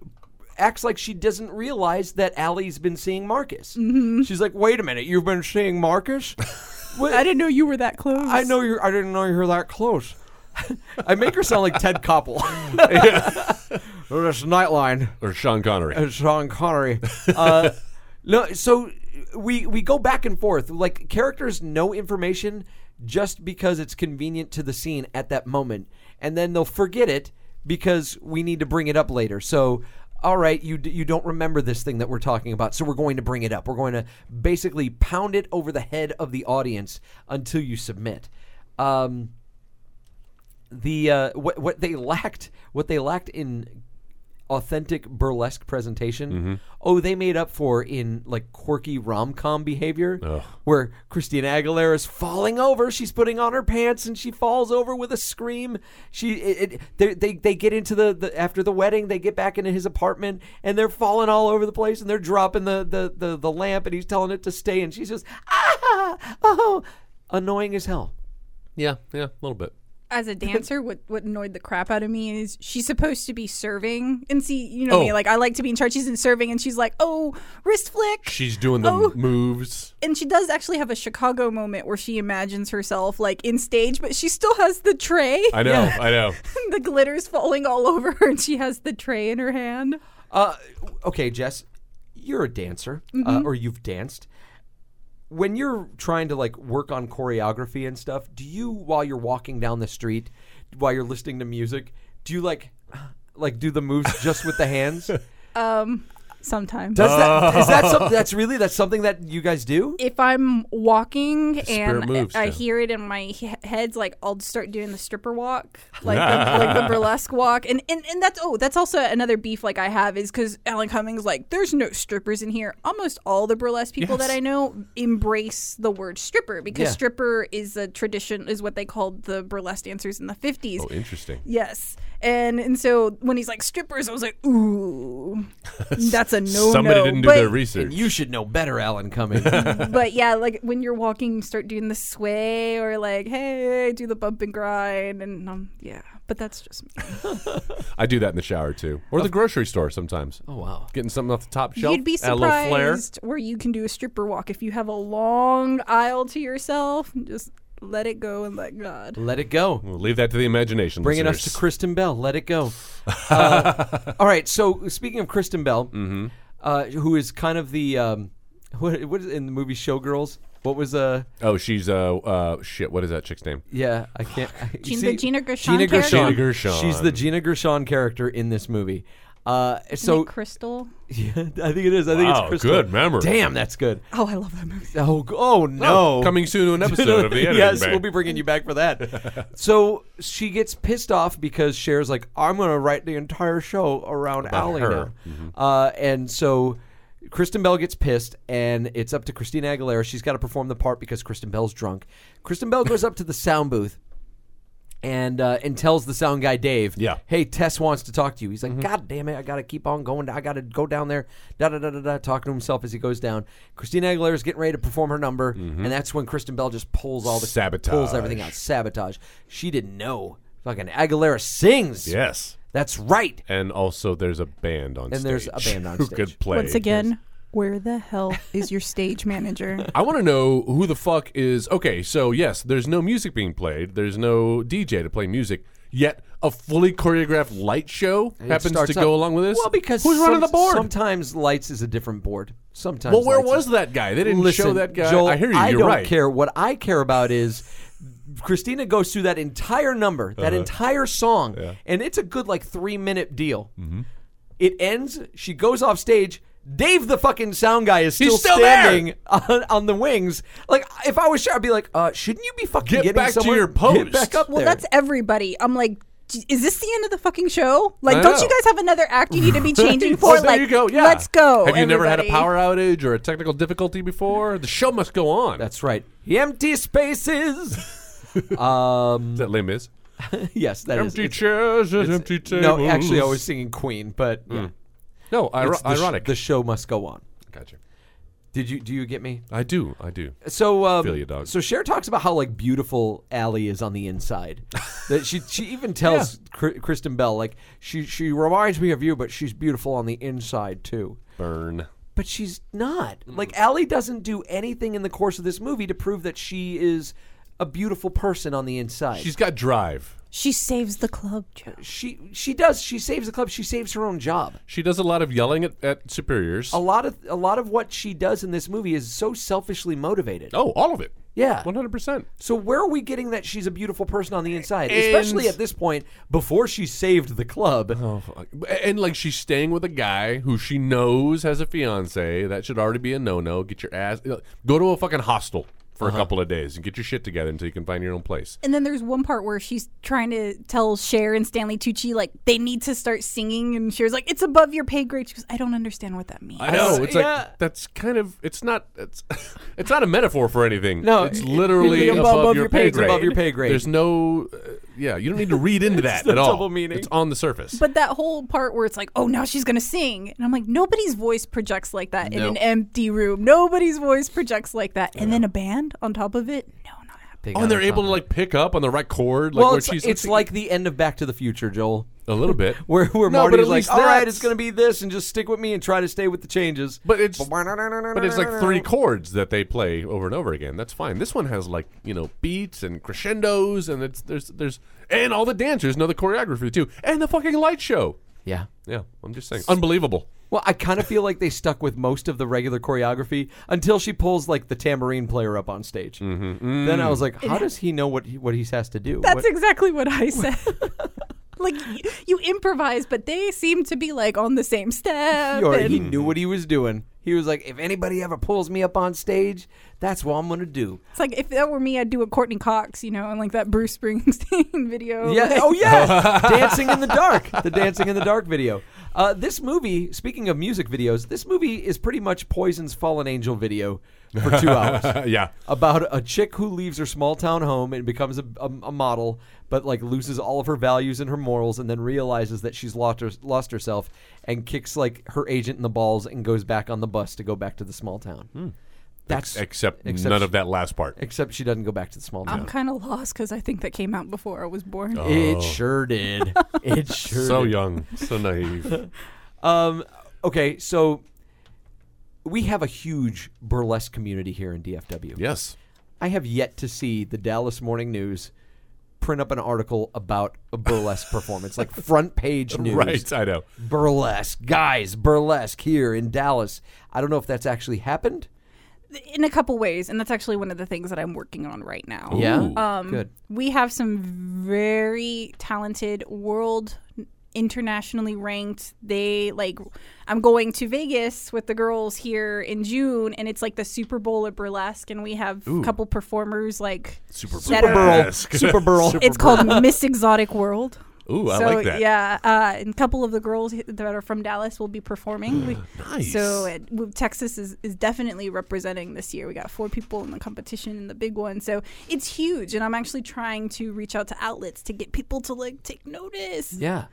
[SPEAKER 4] acts like she doesn't realize that Allie's been seeing Marcus.
[SPEAKER 6] Mm-hmm.
[SPEAKER 4] She's like, "Wait a minute, you've been seeing Marcus? What-
[SPEAKER 6] I didn't know you were that close.
[SPEAKER 4] I know you. I didn't know you were that close." I make her sound like Ted Koppel. There's Nightline.
[SPEAKER 3] Or Sean Connery.
[SPEAKER 4] Uh, Sean Connery. Uh, no, so we we go back and forth. Like characters know information just because it's convenient to the scene at that moment, and then they'll forget it because we need to bring it up later. So. All right, you d- you don't remember this thing that we're talking about, so we're going to bring it up. We're going to basically pound it over the head of the audience until you submit. Um, the uh, what what they lacked what they lacked in authentic burlesque presentation oh they made up for in like quirky rom-com behavior where christina aguilera is falling over she's putting on her pants and she falls over with a scream she it, it, they, they they get into the, the after the wedding they get back into his apartment and they're falling all over the place and they're dropping the the the, the lamp and he's telling it to stay and she's just ah oh annoying as hell
[SPEAKER 3] Yeah, yeah, a little bit.
[SPEAKER 6] as a dancer, what what annoyed the crap out of me is she's supposed to be serving and see, you know me,
[SPEAKER 3] Oh.
[SPEAKER 6] like I like to be in charge. She's in serving, and she's like, oh, wrist flick.
[SPEAKER 3] She's doing the
[SPEAKER 6] Oh.
[SPEAKER 3] moves.
[SPEAKER 6] and she does actually have a Chicago moment where she imagines herself like in stage, but she still has the tray.
[SPEAKER 3] I know, I know.
[SPEAKER 6] the glitter's falling all over her, and she has the tray in her hand.
[SPEAKER 4] Uh, okay, Jess, you're a dancer, uh, or you've danced. When you're trying to like work on choreography and stuff, do you, while you're walking down the street, while you're listening to music, do you like, like do the moves just with the hands? Does
[SPEAKER 6] Sometimes,
[SPEAKER 4] that, is that something that's really that's something that you guys do?
[SPEAKER 6] if I'm walking
[SPEAKER 3] Spirit
[SPEAKER 6] and
[SPEAKER 3] moves,
[SPEAKER 6] I, I
[SPEAKER 3] yeah.
[SPEAKER 6] hear it in my he- head's like I'll start doing the stripper walk, like the, like the burlesque walk, and, and and that's oh that's also another beef like I have is because Alan Cummings like there's no strippers in here. Almost all the burlesque people that I know embrace the word stripper because
[SPEAKER 4] Yeah.
[SPEAKER 6] stripper is a tradition is what they called the burlesque dancers in the fifties.
[SPEAKER 3] Oh, interesting.
[SPEAKER 6] Yes, and and so when he's like strippers, I was like, ooh, that's a no.
[SPEAKER 3] Somebody didn't do their research.
[SPEAKER 4] And you should know better, Alan Cummings.
[SPEAKER 6] but yeah, like when you're walking, you start doing the sway or like, hey, do the bump and grind, and um, yeah. But that's just me.
[SPEAKER 3] I do that in the shower too, or the grocery store sometimes. Oh
[SPEAKER 4] wow.
[SPEAKER 3] getting something off the top shelf.
[SPEAKER 6] You'd be
[SPEAKER 3] add a little flair.
[SPEAKER 6] surprised where you can do a stripper walk if you have a long aisle to yourself. and Just let it go and let God.
[SPEAKER 4] Let it go.
[SPEAKER 3] We'll leave that to the imagination.
[SPEAKER 4] Bringing us to
[SPEAKER 3] listeners.
[SPEAKER 4] Kristen Bell. Let it go. Uh, all right. So speaking of Kristen Bell,
[SPEAKER 3] Mm-hmm.
[SPEAKER 4] uh, who is kind of the um, what, what is it in the movie Showgirls? What was uh
[SPEAKER 3] Oh, she's uh, uh shit. What is that chick's name?
[SPEAKER 4] yeah I can't I,
[SPEAKER 6] Gina- the Gina Gershon
[SPEAKER 4] Gina
[SPEAKER 6] character?
[SPEAKER 4] Gershon.
[SPEAKER 3] Gina Gershon.
[SPEAKER 4] She's the Gina Gershon character in this movie. Uh, so
[SPEAKER 6] Crystal.
[SPEAKER 4] yeah, I think it is. I think
[SPEAKER 3] Wow,
[SPEAKER 4] it's Crystal.
[SPEAKER 3] Oh, good memory.
[SPEAKER 4] Damn, that's good.
[SPEAKER 6] Oh, I love that movie.
[SPEAKER 4] Oh, g- oh no.
[SPEAKER 3] Coming soon to an episode of the editing
[SPEAKER 4] yes,
[SPEAKER 3] Bay.
[SPEAKER 4] we'll be bringing you back for that. so she gets pissed off because Cher's like, I'm going to write the entire show around Allie
[SPEAKER 3] her. Mm-hmm.
[SPEAKER 4] now. Uh, and so Kristen Bell gets pissed, and it's up to Christina Aguilera. She's got to perform the part because Kristen Bell's drunk. Kristen Bell goes up to the sound booth. And uh, and tells the sound guy Dave,
[SPEAKER 3] Yeah. Mm-hmm.
[SPEAKER 4] hey, Tess wants to talk to you. He's like, God damn it, I gotta keep on going. I gotta go down there, da da da da da, talking to himself as he goes down. Christina Aguilera's getting ready to perform her number, and that's when Kristen Bell just pulls all the pulls
[SPEAKER 3] Mm-hmm. Sabotage.
[SPEAKER 4] everything out. Sabotage. She didn't know. Fucking Aguilera sings.
[SPEAKER 3] yes.
[SPEAKER 4] that's right.
[SPEAKER 3] And also, there's a band on stage.
[SPEAKER 4] And there's a band on
[SPEAKER 3] who
[SPEAKER 4] stage.
[SPEAKER 3] could play.
[SPEAKER 7] Once again, where the hell is your stage manager?
[SPEAKER 6] Uh,
[SPEAKER 3] I want to know who the fuck is. Okay, so yes, there's no music being played. There's no DJ to play music. Yet a fully choreographed light show
[SPEAKER 4] It
[SPEAKER 3] happens to
[SPEAKER 4] starts up-
[SPEAKER 3] go along with this.
[SPEAKER 4] Well, because
[SPEAKER 3] who's running
[SPEAKER 4] some-
[SPEAKER 3] the board?
[SPEAKER 4] Sometimes lights is a different board. Sometimes.
[SPEAKER 3] well, where
[SPEAKER 4] lights
[SPEAKER 3] was
[SPEAKER 4] is-
[SPEAKER 3] that guy? They didn't
[SPEAKER 4] Listen,
[SPEAKER 3] show that guy.
[SPEAKER 4] Joel,
[SPEAKER 3] I hear you. you're
[SPEAKER 4] don't
[SPEAKER 3] right.
[SPEAKER 4] care. What I care about is Christina goes through that entire number, that
[SPEAKER 3] Uh-huh.
[SPEAKER 4] entire song, and it's a good like three minute deal.
[SPEAKER 3] Mm-hmm.
[SPEAKER 4] It ends. She goes off stage. Dave, the fucking sound guy, is still,
[SPEAKER 3] He's still there!
[SPEAKER 4] standing on, on the wings. Like, if I was sure, I'd be like, uh, "Shouldn't you be fucking
[SPEAKER 3] Get
[SPEAKER 4] getting
[SPEAKER 3] back to
[SPEAKER 4] somewhere?
[SPEAKER 3] your
[SPEAKER 4] Get
[SPEAKER 3] post."
[SPEAKER 4] back up
[SPEAKER 6] Well,
[SPEAKER 4] there."
[SPEAKER 6] that's everybody. I'm like. "G- Is this the end of the fucking show? Like,
[SPEAKER 3] I
[SPEAKER 6] don't
[SPEAKER 3] know.
[SPEAKER 6] you guys have another act you need to be changing
[SPEAKER 3] So
[SPEAKER 6] for?
[SPEAKER 3] there
[SPEAKER 6] like,
[SPEAKER 3] you go. Yeah.
[SPEAKER 6] let's go.
[SPEAKER 3] Have you never had a
[SPEAKER 6] everybody.
[SPEAKER 3] power outage or a technical difficulty before? The show must go on.
[SPEAKER 4] That's right. Empty spaces.
[SPEAKER 3] Is that lame is.
[SPEAKER 4] yes, that is.
[SPEAKER 3] Empty
[SPEAKER 4] it's-
[SPEAKER 3] chairs and
[SPEAKER 4] it's-
[SPEAKER 3] empty tables.
[SPEAKER 4] No, actually, I was singing Queen, but yeah,
[SPEAKER 3] no. iro-
[SPEAKER 4] It's the sh-
[SPEAKER 3] ironic.
[SPEAKER 4] the show must go on.
[SPEAKER 3] gotcha.
[SPEAKER 4] Did you do you get me?
[SPEAKER 3] I do. I do.
[SPEAKER 4] So um,
[SPEAKER 3] Feel you, dog.
[SPEAKER 4] so Cher talks about how like beautiful Allie is on the inside. that she she even tells Kr- Kristen Bell like she she reminds me of you, but she's beautiful on the inside too.
[SPEAKER 3] Burn.
[SPEAKER 4] But she's not.
[SPEAKER 3] Mm.
[SPEAKER 4] Like Allie doesn't do anything in the course of this movie to prove that she is a beautiful person on the inside.
[SPEAKER 3] She's got drive.
[SPEAKER 6] She saves the club, Joe.
[SPEAKER 4] she she does. She saves the club. She saves her own job.
[SPEAKER 3] She does a lot of yelling at, at superiors.
[SPEAKER 4] A lot of a lot of what she does in this movie is so selfishly motivated.
[SPEAKER 3] Oh, all of it.
[SPEAKER 4] Yeah.
[SPEAKER 3] One hundred percent.
[SPEAKER 4] So where are we getting that she's a beautiful person on the inside,
[SPEAKER 3] And-
[SPEAKER 4] especially at this point before she saved the club?
[SPEAKER 3] And Oh, like she's staying with a guy who she knows has a fiance. That should already be a no no. Get your ass go to a fucking hostel for a couple of days and get your shit together until you can find your own place.
[SPEAKER 6] And then there's one part where she's trying to tell Cher and Stanley Tucci like they need to start singing, and Cher's like, "It's above your pay grade." She goes, "I don't understand what that means."
[SPEAKER 3] I know. It's
[SPEAKER 4] yeah.
[SPEAKER 3] like that's kind of it's not it's it's not a metaphor for anything.
[SPEAKER 4] No,
[SPEAKER 3] it's
[SPEAKER 4] it-
[SPEAKER 3] literally
[SPEAKER 4] it's
[SPEAKER 3] above, your, pay
[SPEAKER 4] it's
[SPEAKER 3] grade.
[SPEAKER 4] above your pay grade.
[SPEAKER 3] There's no uh, yeah, you don't need to read into that
[SPEAKER 4] the
[SPEAKER 3] at all.
[SPEAKER 4] double meaning.
[SPEAKER 3] It's on the surface.
[SPEAKER 6] but that whole part where it's like, "Oh, now she's gonna sing," and I'm like, nobody's voice projects like that in
[SPEAKER 3] No.
[SPEAKER 6] an empty room. Nobody's voice projects like that, and then a band on top of it. No, not happening.
[SPEAKER 4] They
[SPEAKER 3] Oh, and they're
[SPEAKER 4] gotta
[SPEAKER 3] able
[SPEAKER 4] come-
[SPEAKER 3] to like pick up on the right chord, like
[SPEAKER 4] well,
[SPEAKER 3] where
[SPEAKER 4] it's,
[SPEAKER 3] she's
[SPEAKER 4] it's like the end of Back to the Future, Joel.
[SPEAKER 3] a little bit.
[SPEAKER 4] Where, where
[SPEAKER 3] No, but
[SPEAKER 4] Marty's
[SPEAKER 3] at
[SPEAKER 4] like,
[SPEAKER 3] least
[SPEAKER 4] all right,
[SPEAKER 3] that's-
[SPEAKER 4] it's going to be this, and just stick with me and try to stay with the changes.
[SPEAKER 3] But it's but it's like three chords that they play over and over again. That's fine. This one has like you know beats and crescendos, and it's there's there's and all the dancers know the choreography too, and the fucking light show.
[SPEAKER 4] Yeah.
[SPEAKER 3] Yeah, I'm just saying, unbelievable.
[SPEAKER 4] Well, I kind of feel like they stuck with most of the regular choreography until she pulls like the tambourine player up on stage.
[SPEAKER 3] Mm-hmm.
[SPEAKER 4] Then
[SPEAKER 3] Mm.
[SPEAKER 4] I was like, how does he know what he, what he has to do?
[SPEAKER 6] That's
[SPEAKER 4] What-
[SPEAKER 6] exactly what I said. like y- you improvise, but they seem to be like on the same step.
[SPEAKER 4] he, already-
[SPEAKER 6] and-
[SPEAKER 4] he knew what he was doing. He was like, if anybody ever pulls me up on stage, that's what I'm going to do.
[SPEAKER 6] it's like if that were me, I'd do a Courtney Cox, you know, and like that Bruce Springsteen video.
[SPEAKER 4] Yeah.
[SPEAKER 6] like-
[SPEAKER 4] Oh yeah. Dancing in the dark. The Dancing in the Dark video. Uh, this movie. Speaking of music videos, this movie is pretty much Poison's Fallen Angel video for two hours.
[SPEAKER 3] Uh, yeah,
[SPEAKER 4] About a chick who leaves her small town home and becomes a, a, a model, but like loses all of her values and her morals, and then realizes that she's lost, her, lost herself and kicks like her agent in the balls and goes back on the bus to go back to the small town. That's
[SPEAKER 3] Hmm. except,
[SPEAKER 4] except
[SPEAKER 3] none
[SPEAKER 4] she-
[SPEAKER 3] of that last part.
[SPEAKER 4] Except she doesn't go back to the small town.
[SPEAKER 6] I'm kind of lost because I think that came out before I was born.
[SPEAKER 4] It sure did. it sure
[SPEAKER 3] So
[SPEAKER 4] did.
[SPEAKER 3] young, so naive.
[SPEAKER 4] Um, okay, so we have a huge burlesque community here in DFW.
[SPEAKER 3] yes,
[SPEAKER 4] I have yet to see the Dallas Morning News print up an article about a burlesque performance, like front page news.
[SPEAKER 3] right. I know.
[SPEAKER 4] Burlesque, guys, burlesque here in Dallas. I don't know if that's actually happened.
[SPEAKER 6] In a couple ways, and that's actually one of the things that I'm working on right now.
[SPEAKER 3] Ooh.
[SPEAKER 4] Um, good.
[SPEAKER 6] We have some very talented world internationally ranked they like I'm going to Vegas with the girls here in June and it's like the Super Bowl of burlesque and we have a couple performers like
[SPEAKER 3] Super
[SPEAKER 6] that are-
[SPEAKER 4] Burl,
[SPEAKER 3] burlesque.
[SPEAKER 4] super burl.
[SPEAKER 6] it's called Miss Exotic World.
[SPEAKER 3] Ooh, I
[SPEAKER 6] so
[SPEAKER 3] like that.
[SPEAKER 6] yeah, uh, and a couple of the girls h- that are from Dallas will be performing. We,
[SPEAKER 3] Nice.
[SPEAKER 6] So it, w- Texas is, is definitely representing this year. We got four people in the competition in the big one, so it's huge. And I'm actually trying to reach out to outlets to get people to like take notice.
[SPEAKER 4] Yeah.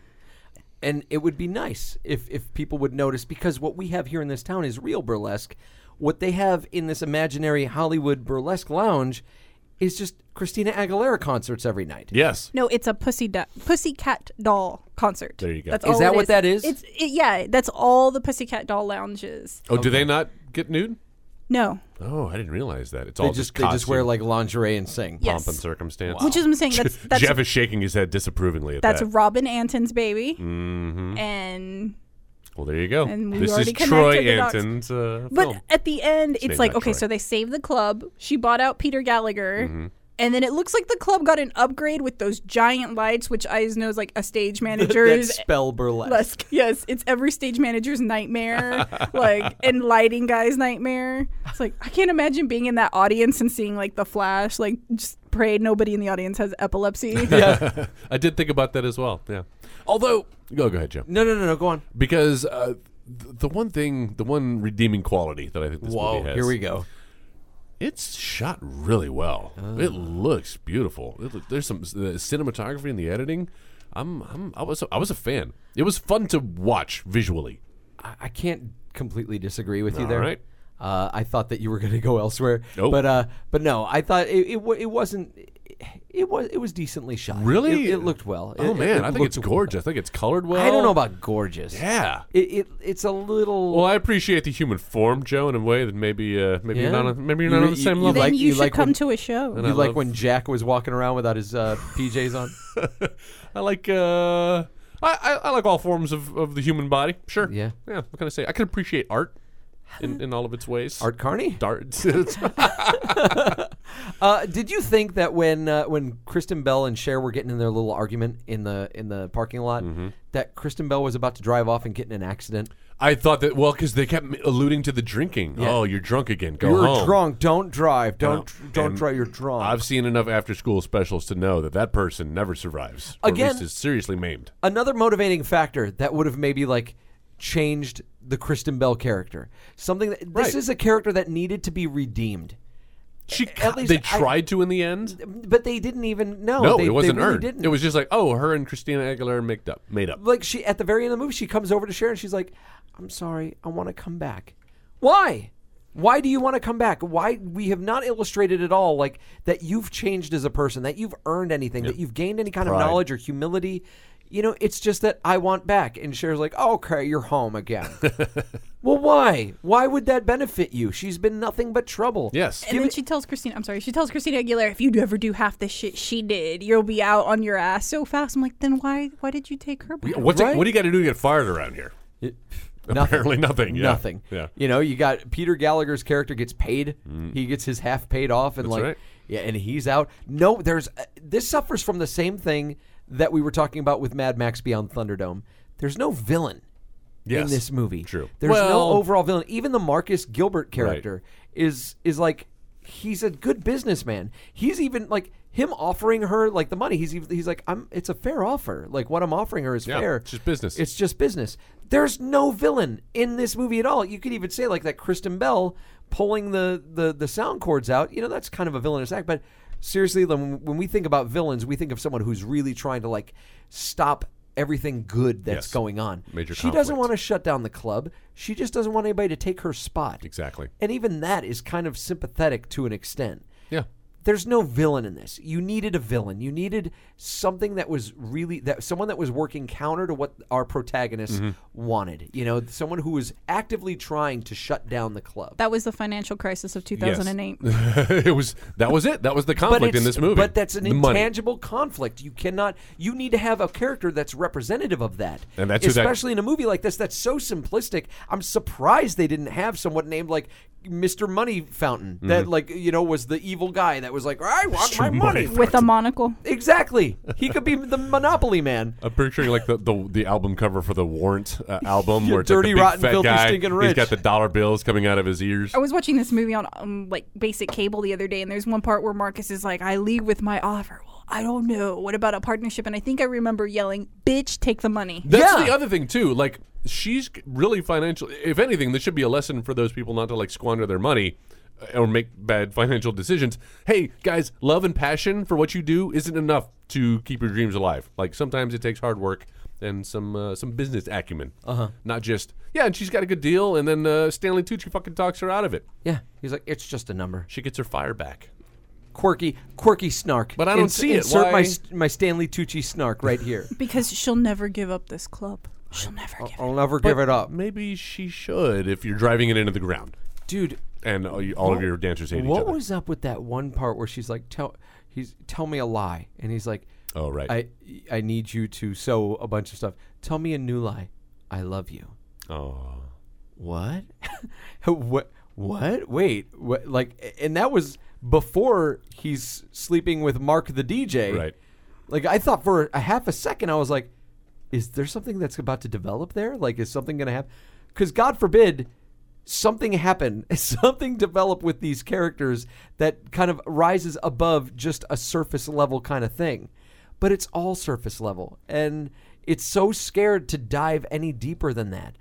[SPEAKER 4] And it would be nice if, if people would notice because what we have here in this town is real burlesque. What they have in this imaginary Hollywood burlesque lounge is just Christina Aguilera concerts every night.
[SPEAKER 3] Yes.
[SPEAKER 6] No, it's a pussy da- pussycat doll concert.
[SPEAKER 3] There you go.
[SPEAKER 6] That's
[SPEAKER 3] Is
[SPEAKER 6] all
[SPEAKER 4] that
[SPEAKER 6] it
[SPEAKER 4] what that is?
[SPEAKER 6] It's it, yeah. That's all the pussycat doll lounges.
[SPEAKER 3] Oh, do they not get nude?
[SPEAKER 6] No,
[SPEAKER 3] Oh, I didn't realize that. It's
[SPEAKER 4] They
[SPEAKER 3] all just
[SPEAKER 4] just they just wear
[SPEAKER 3] costume,
[SPEAKER 4] like lingerie and sing.
[SPEAKER 6] Yeah.
[SPEAKER 3] pomp and
[SPEAKER 6] Yes.
[SPEAKER 3] circumstance.
[SPEAKER 6] which is what I'm saying. That's that's
[SPEAKER 3] Jeff is shaking his head disapprovingly at
[SPEAKER 6] that's
[SPEAKER 3] that. Mm-hmm.
[SPEAKER 6] Robin Anton's baby, and
[SPEAKER 3] Well, there you go.
[SPEAKER 6] And we
[SPEAKER 3] this
[SPEAKER 6] already
[SPEAKER 3] is Troy
[SPEAKER 6] connected the dots.
[SPEAKER 3] Anton's uh,
[SPEAKER 6] But
[SPEAKER 3] film.
[SPEAKER 6] at the end, it's
[SPEAKER 3] name's
[SPEAKER 6] like
[SPEAKER 3] not
[SPEAKER 6] okay,
[SPEAKER 3] Troy.
[SPEAKER 6] so they saved the club. She bought out Peter Gallagher, and then it looks like the club got an upgrade with those giant lights, which I know is like a stage
[SPEAKER 4] That
[SPEAKER 6] manager's.
[SPEAKER 4] spell burlesque.
[SPEAKER 6] Lesk. Yes, it's every stage manager's nightmare, like and lighting guy's nightmare. It's like I can't imagine being in that audience and seeing like the flash. Like just pray nobody in the audience has epilepsy.
[SPEAKER 3] I did think about that as well. Yeah. Although, go go ahead, Joe.
[SPEAKER 4] No, no, no, no. Go on.
[SPEAKER 3] Because uh, th- the one thing, the one redeeming quality that I think this
[SPEAKER 4] Whoa,
[SPEAKER 3] movie has,
[SPEAKER 4] here we go.
[SPEAKER 3] It's shot really well.
[SPEAKER 4] Uh.
[SPEAKER 3] It looks beautiful. It look, there's some the cinematography and the editing. I'm, I'm I was a, I was a fan. It was fun to watch visually.
[SPEAKER 4] I, I can't completely disagree with you there.
[SPEAKER 3] right.
[SPEAKER 4] Uh, I thought that you were going to go elsewhere,
[SPEAKER 3] Nope.
[SPEAKER 4] but uh, but no, I thought it it, wa- it wasn't. It was it was decently shot.
[SPEAKER 3] Really,
[SPEAKER 4] it, it looked well.
[SPEAKER 3] Oh
[SPEAKER 4] It-
[SPEAKER 3] man,
[SPEAKER 4] it
[SPEAKER 3] I think
[SPEAKER 4] looked
[SPEAKER 3] it's gorgeous. I think it's colored well.
[SPEAKER 4] I don't know about gorgeous.
[SPEAKER 3] Yeah.
[SPEAKER 4] It, it it's a little.
[SPEAKER 3] Well, I appreciate the human form, Joe, in a way that maybe uh, maybe
[SPEAKER 4] Yeah.
[SPEAKER 3] you're not on, maybe you're
[SPEAKER 4] You-
[SPEAKER 3] not on
[SPEAKER 4] you-
[SPEAKER 3] the same
[SPEAKER 4] you
[SPEAKER 3] level.
[SPEAKER 6] then
[SPEAKER 4] like-
[SPEAKER 6] you should
[SPEAKER 4] like
[SPEAKER 6] come
[SPEAKER 4] when-
[SPEAKER 6] to a show.
[SPEAKER 3] And
[SPEAKER 4] you
[SPEAKER 3] I
[SPEAKER 4] like
[SPEAKER 3] love-
[SPEAKER 4] when Jack was walking around without his uh, PJs on?
[SPEAKER 3] I like uh, I, I, I like all forms of, of the human body. Sure.
[SPEAKER 4] Yeah.
[SPEAKER 3] Yeah. What can I say? I can appreciate art in, in all of its ways.
[SPEAKER 4] Art Carney.
[SPEAKER 3] darts.
[SPEAKER 4] Uh, did you think that when uh, when Kristen Bell and Cher were getting in their little argument in the in the parking lot, that Kristen Bell was about to drive off and get in an accident?
[SPEAKER 3] I thought that well because they kept alluding to the drinking. Oh, you're drunk again. Go
[SPEAKER 4] You're
[SPEAKER 3] home.
[SPEAKER 4] drunk. Don't drive. Don't
[SPEAKER 3] No.
[SPEAKER 4] don't
[SPEAKER 3] And
[SPEAKER 4] drive. You're drunk.
[SPEAKER 3] I've seen enough after school specials to know that that person never survives. or at
[SPEAKER 4] Again-
[SPEAKER 3] least is seriously maimed.
[SPEAKER 4] another motivating factor that would have maybe like changed the Kristen Bell character. Something that this
[SPEAKER 3] Right.
[SPEAKER 4] is a character that needed to be redeemed,
[SPEAKER 3] She
[SPEAKER 4] at least
[SPEAKER 3] they
[SPEAKER 4] I-
[SPEAKER 3] tried to in the end.
[SPEAKER 4] but they didn't even know.
[SPEAKER 3] No,
[SPEAKER 4] they,
[SPEAKER 3] it wasn't
[SPEAKER 4] they really
[SPEAKER 3] earned.
[SPEAKER 4] Didn't.
[SPEAKER 3] It was just like oh, her and Christina Aguilera made up. Made up.
[SPEAKER 4] like she at the very end of the movie she comes over to Sharon. She's like, "I'm sorry, I want to come back." Why? Why do you want to come back? Why we have not illustrated at all like that you've changed as a person, that you've earned anything, that you've gained any kind
[SPEAKER 8] Pride.
[SPEAKER 4] of knowledge or humility. You know, it's just that I want back. And Cher's like, oh, okay, you're home again. well, why? Why would that benefit you? She's been nothing but trouble.
[SPEAKER 3] Yes.
[SPEAKER 6] And then she tells Christina, I'm sorry, she tells Christina Aguilera, if you ever do half the shit she did, you'll be out on your ass so fast. I'm like, then why why did you take her back?
[SPEAKER 3] What's
[SPEAKER 4] Right?
[SPEAKER 3] it, what do you got to do to get fired around here? Apparently nothing. Yeah.
[SPEAKER 4] Nothing.
[SPEAKER 3] Yeah. Mm.
[SPEAKER 4] You know, you got Peter Gallagher's character gets paid. He gets his half paid off, and like,
[SPEAKER 3] right.
[SPEAKER 4] yeah, and he's out. No, there's uh, this suffers from the same thing that we were talking about with Mad Max Beyond Thunderdome. There's no villain
[SPEAKER 3] Yes.
[SPEAKER 4] in this movie.
[SPEAKER 3] True.
[SPEAKER 4] There's
[SPEAKER 3] Well-
[SPEAKER 4] no overall villain. Even the Marcus Gilbert character is is like he's a good businessman. He's even like him offering her like the money. He's even, he's like I'm. It's a fair offer. Like what I'm offering her is
[SPEAKER 3] Yeah,
[SPEAKER 4] fair.
[SPEAKER 3] it's just business.
[SPEAKER 4] It's just business. There's no villain in this movie at all. You could even say like that Kristen Bell pulling the the the sound cords out. You know that's kind of a villainous act, but. Seriously, when when we think about villains, we think of someone who's really trying to like stop everything good that's
[SPEAKER 3] Yes.
[SPEAKER 4] going on.
[SPEAKER 3] Major
[SPEAKER 4] she doesn't
[SPEAKER 3] conflict.
[SPEAKER 4] want to shut down the club. She just doesn't want anybody to take her spot.
[SPEAKER 3] Exactly.
[SPEAKER 4] And even that is kind of sympathetic to an extent.
[SPEAKER 3] Yeah.
[SPEAKER 4] There's no villain in this. You needed a villain. You needed something that was really that someone that was working counter to what our protagonist
[SPEAKER 3] Mm-hmm.
[SPEAKER 4] wanted. You know, someone who was actively trying to shut down the club.
[SPEAKER 6] That was the financial crisis of 2008.
[SPEAKER 3] it was that was it. That was the
[SPEAKER 4] but
[SPEAKER 3] conflict in
[SPEAKER 4] it's-
[SPEAKER 3] this movie.
[SPEAKER 4] But that's an
[SPEAKER 3] the money.
[SPEAKER 4] intangible conflict. You cannot. You need to have a character that's representative of that.
[SPEAKER 3] And that's who that-
[SPEAKER 4] especially in a movie like this that's so simplistic. I'm surprised they didn't have someone named like Mr. Money Fountain
[SPEAKER 3] Mm-hmm.
[SPEAKER 4] that like you know was the evil guy that was like I want my money.
[SPEAKER 6] With a monocle.
[SPEAKER 4] Exactly. He could be the Monopoly Man.
[SPEAKER 3] I'm picturing like the, the the album cover for the Warrant uh, album,
[SPEAKER 4] Your
[SPEAKER 3] where it's like, the
[SPEAKER 4] dirty,
[SPEAKER 3] big
[SPEAKER 4] rotten,
[SPEAKER 3] fat
[SPEAKER 4] filthy,
[SPEAKER 3] guy.
[SPEAKER 4] stinking
[SPEAKER 3] He's
[SPEAKER 4] rich.
[SPEAKER 3] got the dollar bills coming out of his ears.
[SPEAKER 6] I was watching this movie on um, like basic cable the other day, and there's one part where Marcus is like, "I leave with my offer." Well, I don't know. What about a partnership? And I think I remember yelling, "Bitch, take the money."
[SPEAKER 3] That's
[SPEAKER 4] Yeah.
[SPEAKER 3] the other thing too. Like she's really financial. If anything, this should be a lesson for those people not to like squander their money uh, or make bad financial decisions. Hey guys, love and passion for what you do isn't enough to keep your dreams alive. Like sometimes it takes hard work and some uh, some business acumen. Uh-huh. Not just yeah, and she's got a good deal, and then uh, Stanley Tucci fucking talks her out of it.
[SPEAKER 4] Yeah. He's like it's just a number.
[SPEAKER 3] She gets her fire back.
[SPEAKER 4] Quirky, quirky snark.
[SPEAKER 3] But I don't see it.
[SPEAKER 4] Insert my
[SPEAKER 3] Why-
[SPEAKER 4] st- my Stanley Tucci snark right here.
[SPEAKER 6] Because she'll never give up this club. She'll never
[SPEAKER 3] Uh,
[SPEAKER 6] give
[SPEAKER 3] oh.
[SPEAKER 6] up.
[SPEAKER 4] I'll never give it up,
[SPEAKER 3] Maybe she should if you're driving it into the ground
[SPEAKER 4] dude.
[SPEAKER 3] and all, you, all of your dancers hate each
[SPEAKER 4] What
[SPEAKER 3] other.
[SPEAKER 4] was up with that one part where she's like, "Tell he's tell me a lie," and he's like,
[SPEAKER 3] Oh, right.
[SPEAKER 4] I I need you to sew a bunch of stuff. Tell me a new lie. I love you."
[SPEAKER 3] oh.
[SPEAKER 4] What? what? What? Wait, what? Like, and that was before he's sleeping with Mark the DJ.
[SPEAKER 3] Right.
[SPEAKER 4] Like, I thought for a half a second, I was like, "Is there something that's about to develop there? Like, is something going to happen?" Because God forbid something happen, something develop with these characters that kind of rises above just a surface level kind of thing. But it's all surface level, and it's so scared to dive any deeper than that.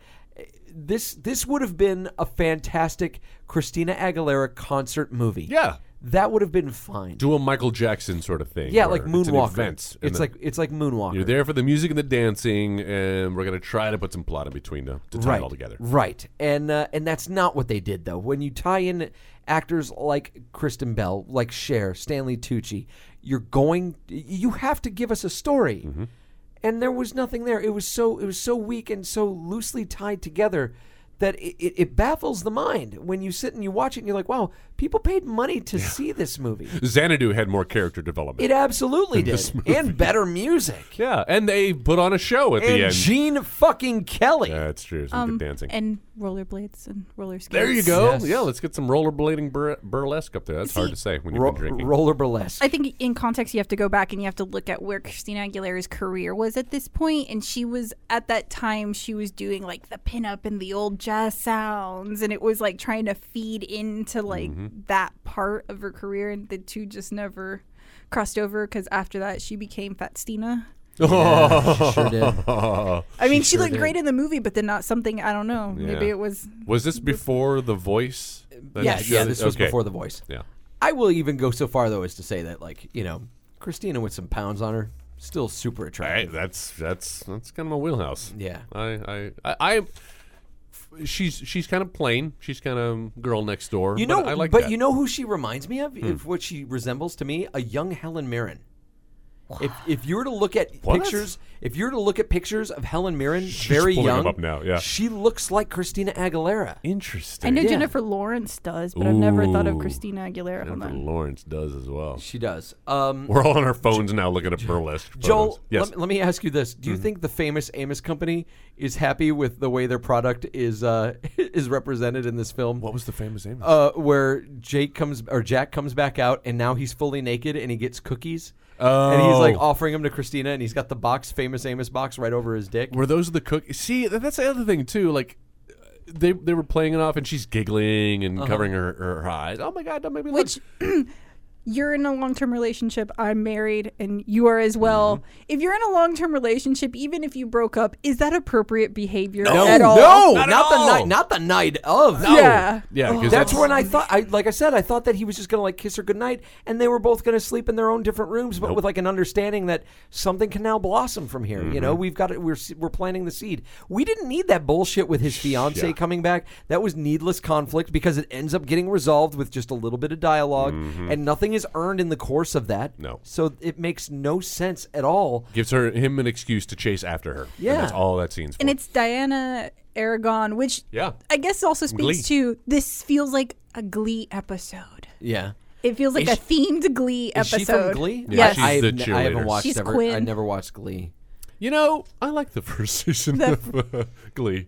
[SPEAKER 4] This this would have been a fantastic Christina Aguilera concert movie.
[SPEAKER 3] Yeah.
[SPEAKER 4] that would have been fine.
[SPEAKER 3] do a Michael Jackson sort of thing.
[SPEAKER 4] yeah,
[SPEAKER 3] where
[SPEAKER 4] like
[SPEAKER 3] It's, an
[SPEAKER 4] Moonwalker.
[SPEAKER 3] event, and
[SPEAKER 4] It's
[SPEAKER 3] then
[SPEAKER 4] like it's like Moonwalker.
[SPEAKER 3] you're there for the music and the dancing, and we're gonna try to put some plot in between to, to tie
[SPEAKER 4] right,
[SPEAKER 3] it all together.
[SPEAKER 4] Right, and uh, and that's not what they did though. When you tie in actors like Kristen Bell, like Cher, Stanley Tucci, you're going. You have to give us a story,
[SPEAKER 3] Mm-hmm.
[SPEAKER 4] and there was nothing there. It was so it was so weak and so loosely tied together that it, it, it baffles the mind when you sit and you watch it and you're like, wow, people paid money to see this movie.
[SPEAKER 3] Xanadu had more character development.
[SPEAKER 4] It absolutely did, and better music.
[SPEAKER 3] yeah, and they put on a show at the
[SPEAKER 4] And
[SPEAKER 3] end.
[SPEAKER 4] Gene fucking Kelly.
[SPEAKER 3] Yeah, That's true. Some good dancing.
[SPEAKER 6] And rollerblades and roller skates.
[SPEAKER 3] there you go.
[SPEAKER 4] Yes.
[SPEAKER 3] Yeah, let's get some rollerblading bur- burlesque up there. That's hard to say when you've
[SPEAKER 4] Ro-
[SPEAKER 3] been drinking.
[SPEAKER 4] roller burlesque.
[SPEAKER 6] I think in context, you have to go back and you have to look at where Christina Aguilera's career was at this point, and she was at that time she was doing like the pinup and the old jazz sounds, and it was like trying to feed into like that part of her career, and the two just never crossed over because after that she became Fat Stina.
[SPEAKER 3] Oh.
[SPEAKER 4] Sure did.
[SPEAKER 6] I mean, she, looked great in the movie, but then not something I don't know. Maybe
[SPEAKER 3] Yeah.
[SPEAKER 6] it was
[SPEAKER 3] was this before The Voice? That
[SPEAKER 4] Yes,
[SPEAKER 3] show
[SPEAKER 4] yeah,
[SPEAKER 3] that-
[SPEAKER 4] this was
[SPEAKER 3] okay.
[SPEAKER 4] before the voice.
[SPEAKER 3] Yeah.
[SPEAKER 4] I will even go so far though as to say that, like, you know, Christina with some pounds on her, still super
[SPEAKER 3] Hey,
[SPEAKER 4] attractive.
[SPEAKER 3] that's that's that's kind of my wheelhouse.
[SPEAKER 4] Yeah.
[SPEAKER 3] I I I, I she's she's kind of plain. She's kind of girl next door.
[SPEAKER 4] You know,
[SPEAKER 3] but I like that. Hmm.
[SPEAKER 4] you know who she reminds me of? If what she resembles to me, a young Helen Mirren. If, if you were to look at
[SPEAKER 3] What?
[SPEAKER 4] pictures, if you were to look at pictures of Helen Mirren,
[SPEAKER 3] She's
[SPEAKER 4] very
[SPEAKER 3] pulling them
[SPEAKER 4] young,
[SPEAKER 3] up now, yeah.
[SPEAKER 4] she looks like Christina Aguilera.
[SPEAKER 3] interesting.
[SPEAKER 6] I know
[SPEAKER 4] Yeah.
[SPEAKER 6] Jennifer Lawrence does, but I've never thought of
[SPEAKER 3] Ooh.
[SPEAKER 6] Christina Aguilera on
[SPEAKER 3] Jennifer
[SPEAKER 6] that.
[SPEAKER 3] Lawrence does as well.
[SPEAKER 4] She does. Um,
[SPEAKER 3] We're all on our phones now, looking at burlesque. Photos.
[SPEAKER 4] Joel,
[SPEAKER 3] yes, Hmm.
[SPEAKER 4] let, let me ask you this: Do you think the famous Amos company is happy with the way their product is uh, is represented in this film?
[SPEAKER 3] what was the famous name?
[SPEAKER 4] uh, where Jake comes or Jack comes back out, and now he's fully naked, and he gets cookies, and he's like
[SPEAKER 3] Oh.
[SPEAKER 4] offering them to Christina, and he's got the box, famous Amos box, right over his dick.
[SPEAKER 3] Were those the cook? See, th- that's the other thing too. Like they they were playing it off, and she's giggling
[SPEAKER 4] Uh-huh.
[SPEAKER 3] and covering her, her eyes. Oh my god, that made me
[SPEAKER 6] Which you're in a long term relationship. I'm married, and you are as well. If you're in a long term relationship, even if you broke up, is that appropriate behavior
[SPEAKER 3] No.
[SPEAKER 6] at all?
[SPEAKER 4] No,
[SPEAKER 3] Not
[SPEAKER 4] not,
[SPEAKER 3] at all.
[SPEAKER 4] the night, not the night of.
[SPEAKER 6] Yeah.
[SPEAKER 3] yeah, 'cause
[SPEAKER 4] Oh, That's when I thought, I like I said, I thought that he was just gonna like kiss her goodnight, and they were both gonna sleep in their own different rooms, but with like an understanding that something can now blossom from here. You
[SPEAKER 3] Mm-hmm.
[SPEAKER 4] know, we've got it. We're s- we're planting the seed. We didn't need that bullshit with his fiance coming back. That was needless conflict because it ends up getting resolved with just a little bit of dialog and nothing is earned in the course of that.
[SPEAKER 3] Mm-hmm. No.
[SPEAKER 4] so it makes no sense at all.
[SPEAKER 3] gives her him an excuse to chase after her.
[SPEAKER 4] Yeah.
[SPEAKER 3] and that's all that scene's for.
[SPEAKER 6] And it's Diana Aragon, which
[SPEAKER 3] Yeah.
[SPEAKER 6] I guess also speaks
[SPEAKER 3] Glee.
[SPEAKER 6] to this feels like a Glee episode.
[SPEAKER 4] Yeah.
[SPEAKER 6] It feels like
[SPEAKER 4] Is
[SPEAKER 6] a themed Glee
[SPEAKER 4] Is
[SPEAKER 6] episode.
[SPEAKER 4] she from Glee?
[SPEAKER 3] Yeah,
[SPEAKER 6] Yes.
[SPEAKER 3] she's
[SPEAKER 4] I,
[SPEAKER 3] the
[SPEAKER 4] I've n- I haven't
[SPEAKER 3] cheerleader.
[SPEAKER 4] watched.
[SPEAKER 6] She's
[SPEAKER 4] ever, I
[SPEAKER 6] Quinn.
[SPEAKER 4] never watched Glee.
[SPEAKER 3] you know I like the first season of uh, Glee.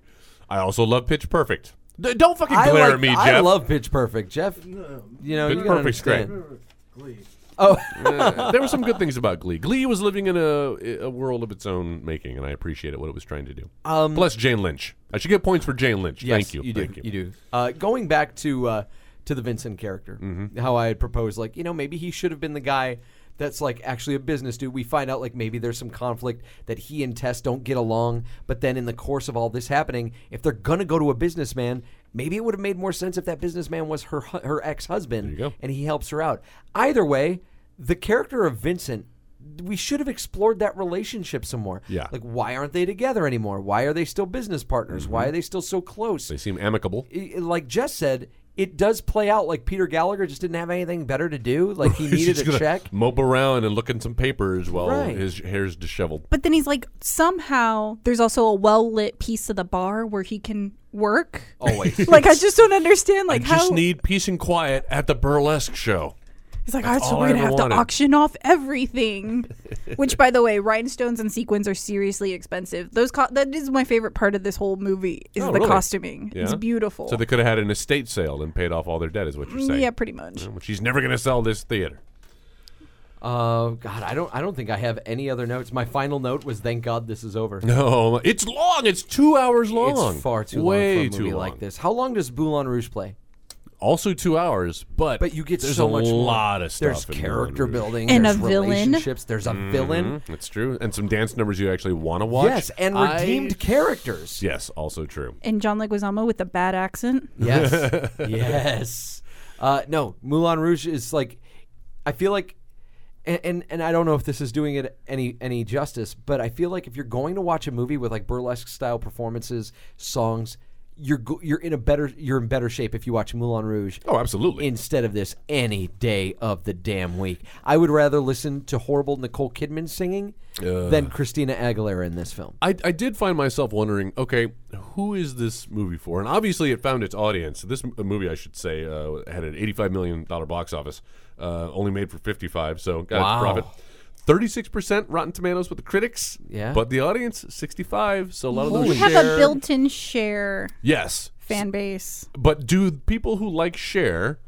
[SPEAKER 3] I also love Pitch Perfect. D- don't fucking
[SPEAKER 4] I
[SPEAKER 3] glare
[SPEAKER 4] like-
[SPEAKER 3] at me, Jeff.
[SPEAKER 4] I love Pitch Perfect, Jeff. You know,
[SPEAKER 3] Pitch
[SPEAKER 4] you gotta
[SPEAKER 3] Perfect's
[SPEAKER 4] understand.
[SPEAKER 3] great.
[SPEAKER 8] Glee.
[SPEAKER 4] Oh,
[SPEAKER 3] there were some good things about Glee. Glee was living in a, a world of its own making, and I appreciated what it was trying to do.
[SPEAKER 4] Um,
[SPEAKER 3] Plus Jane Lynch. I should get points for Jane Lynch.
[SPEAKER 4] yes,
[SPEAKER 3] Thank you.
[SPEAKER 4] do.
[SPEAKER 3] Thank you.
[SPEAKER 4] do. Uh, going back to uh, to the Vincent character,
[SPEAKER 3] Mm-hmm.
[SPEAKER 4] how I had proposed, like you know, maybe he should have been the guy that's like actually a business dude. We find out like maybe there's some conflict that he and Tess don't get along, but then in the course of all this happening, if they're gonna go to a businessman. Maybe it would have made more sense if that businessman was her hu- her ex husband,
[SPEAKER 3] go.
[SPEAKER 4] and he helps her out. Either way, the character of Vincent, we should have explored that relationship some more.
[SPEAKER 3] Yeah.
[SPEAKER 4] like why aren't they together anymore? Why are they still business partners? Why are they still so close?
[SPEAKER 3] Mm-hmm. They seem amicable.
[SPEAKER 4] I- I- like Jess said, it does play out like Peter Gallagher just didn't have anything better to do. Like he needed
[SPEAKER 3] He's
[SPEAKER 4] a
[SPEAKER 3] gonna
[SPEAKER 4] check.
[SPEAKER 3] Mope around and look in some papers while
[SPEAKER 4] Right.
[SPEAKER 3] his hair's disheveled.
[SPEAKER 6] But then he's like, somehow there's also a well lit piece of the bar where he can work.
[SPEAKER 4] Always.
[SPEAKER 6] Like I just don't understand. Like
[SPEAKER 3] I
[SPEAKER 6] how
[SPEAKER 3] just need peace and quiet at the burlesque show.
[SPEAKER 6] he's like, all right, so
[SPEAKER 3] all
[SPEAKER 6] we're
[SPEAKER 3] I
[SPEAKER 6] gonna
[SPEAKER 3] ever
[SPEAKER 6] have
[SPEAKER 3] wanted."
[SPEAKER 6] to auction off everything. Which, by the way, rhinestones and sequins are seriously expensive. Those co- that is my favorite part of this whole movie is
[SPEAKER 3] Oh,
[SPEAKER 6] the
[SPEAKER 3] really?
[SPEAKER 6] costuming. It's
[SPEAKER 3] Yeah?
[SPEAKER 6] beautiful.
[SPEAKER 4] Oh.
[SPEAKER 6] Mm,
[SPEAKER 3] So they could have had an estate sale and paid off all their debt, is what you're saying.
[SPEAKER 6] yeah, pretty much.
[SPEAKER 3] Which he's never going to sell this theater.
[SPEAKER 4] Uh, God, I don't. I don't think I have any other notes. My final note was, "Thank God this is over."
[SPEAKER 3] No, it's long. It's two hours long.
[SPEAKER 4] It's far too
[SPEAKER 3] Way
[SPEAKER 4] long for a
[SPEAKER 3] too
[SPEAKER 4] movie
[SPEAKER 3] long.
[SPEAKER 4] like this. How long does Boulin Rouge play?
[SPEAKER 3] Also two hours, but
[SPEAKER 4] But you get
[SPEAKER 3] there's
[SPEAKER 4] so
[SPEAKER 3] a
[SPEAKER 4] much more.
[SPEAKER 3] lot of stuff.
[SPEAKER 4] There's
[SPEAKER 3] in Moulin
[SPEAKER 4] character
[SPEAKER 3] Rouge.
[SPEAKER 4] building
[SPEAKER 6] And a
[SPEAKER 4] there's
[SPEAKER 6] villain.
[SPEAKER 4] Relationships. There's a villain.
[SPEAKER 3] That's true, and some dance numbers you actually want to watch.
[SPEAKER 4] Yes, and
[SPEAKER 3] I-
[SPEAKER 4] redeemed characters.
[SPEAKER 3] Yes, also true.
[SPEAKER 6] And John Leguizamo with a bad accent.
[SPEAKER 3] Mm-hmm.
[SPEAKER 4] Yes. yes. Uh, no, Moulin Rouge is like, I feel like, and, and and I don't know if this is doing it any any justice, but I feel like if you're going to watch a movie with like burlesque style performances, songs, you're go- you're in a better you're in better shape if you watch Moulin Rouge.
[SPEAKER 3] Oh, absolutely.
[SPEAKER 4] Instead of this, any day of the damn week, I would rather listen to horrible Nicole Kidman singing than Christina Aguilera in this film.
[SPEAKER 3] I, I did find myself wondering, okay, who is this movie for? And obviously, it found its audience. This m- movie, I should say, uh, had an eighty-five million dollar box office, uh, only made for fifty-five, so got
[SPEAKER 4] Wow.
[SPEAKER 3] its profit. Thirty-six percent Rotten Tomatoes with the critics,
[SPEAKER 4] Yeah.
[SPEAKER 3] but the audience sixty-five. So a lot of
[SPEAKER 6] You
[SPEAKER 3] those
[SPEAKER 6] have
[SPEAKER 3] share.
[SPEAKER 6] a built-in share
[SPEAKER 3] yes,
[SPEAKER 6] fan base.
[SPEAKER 3] but do people who like Cher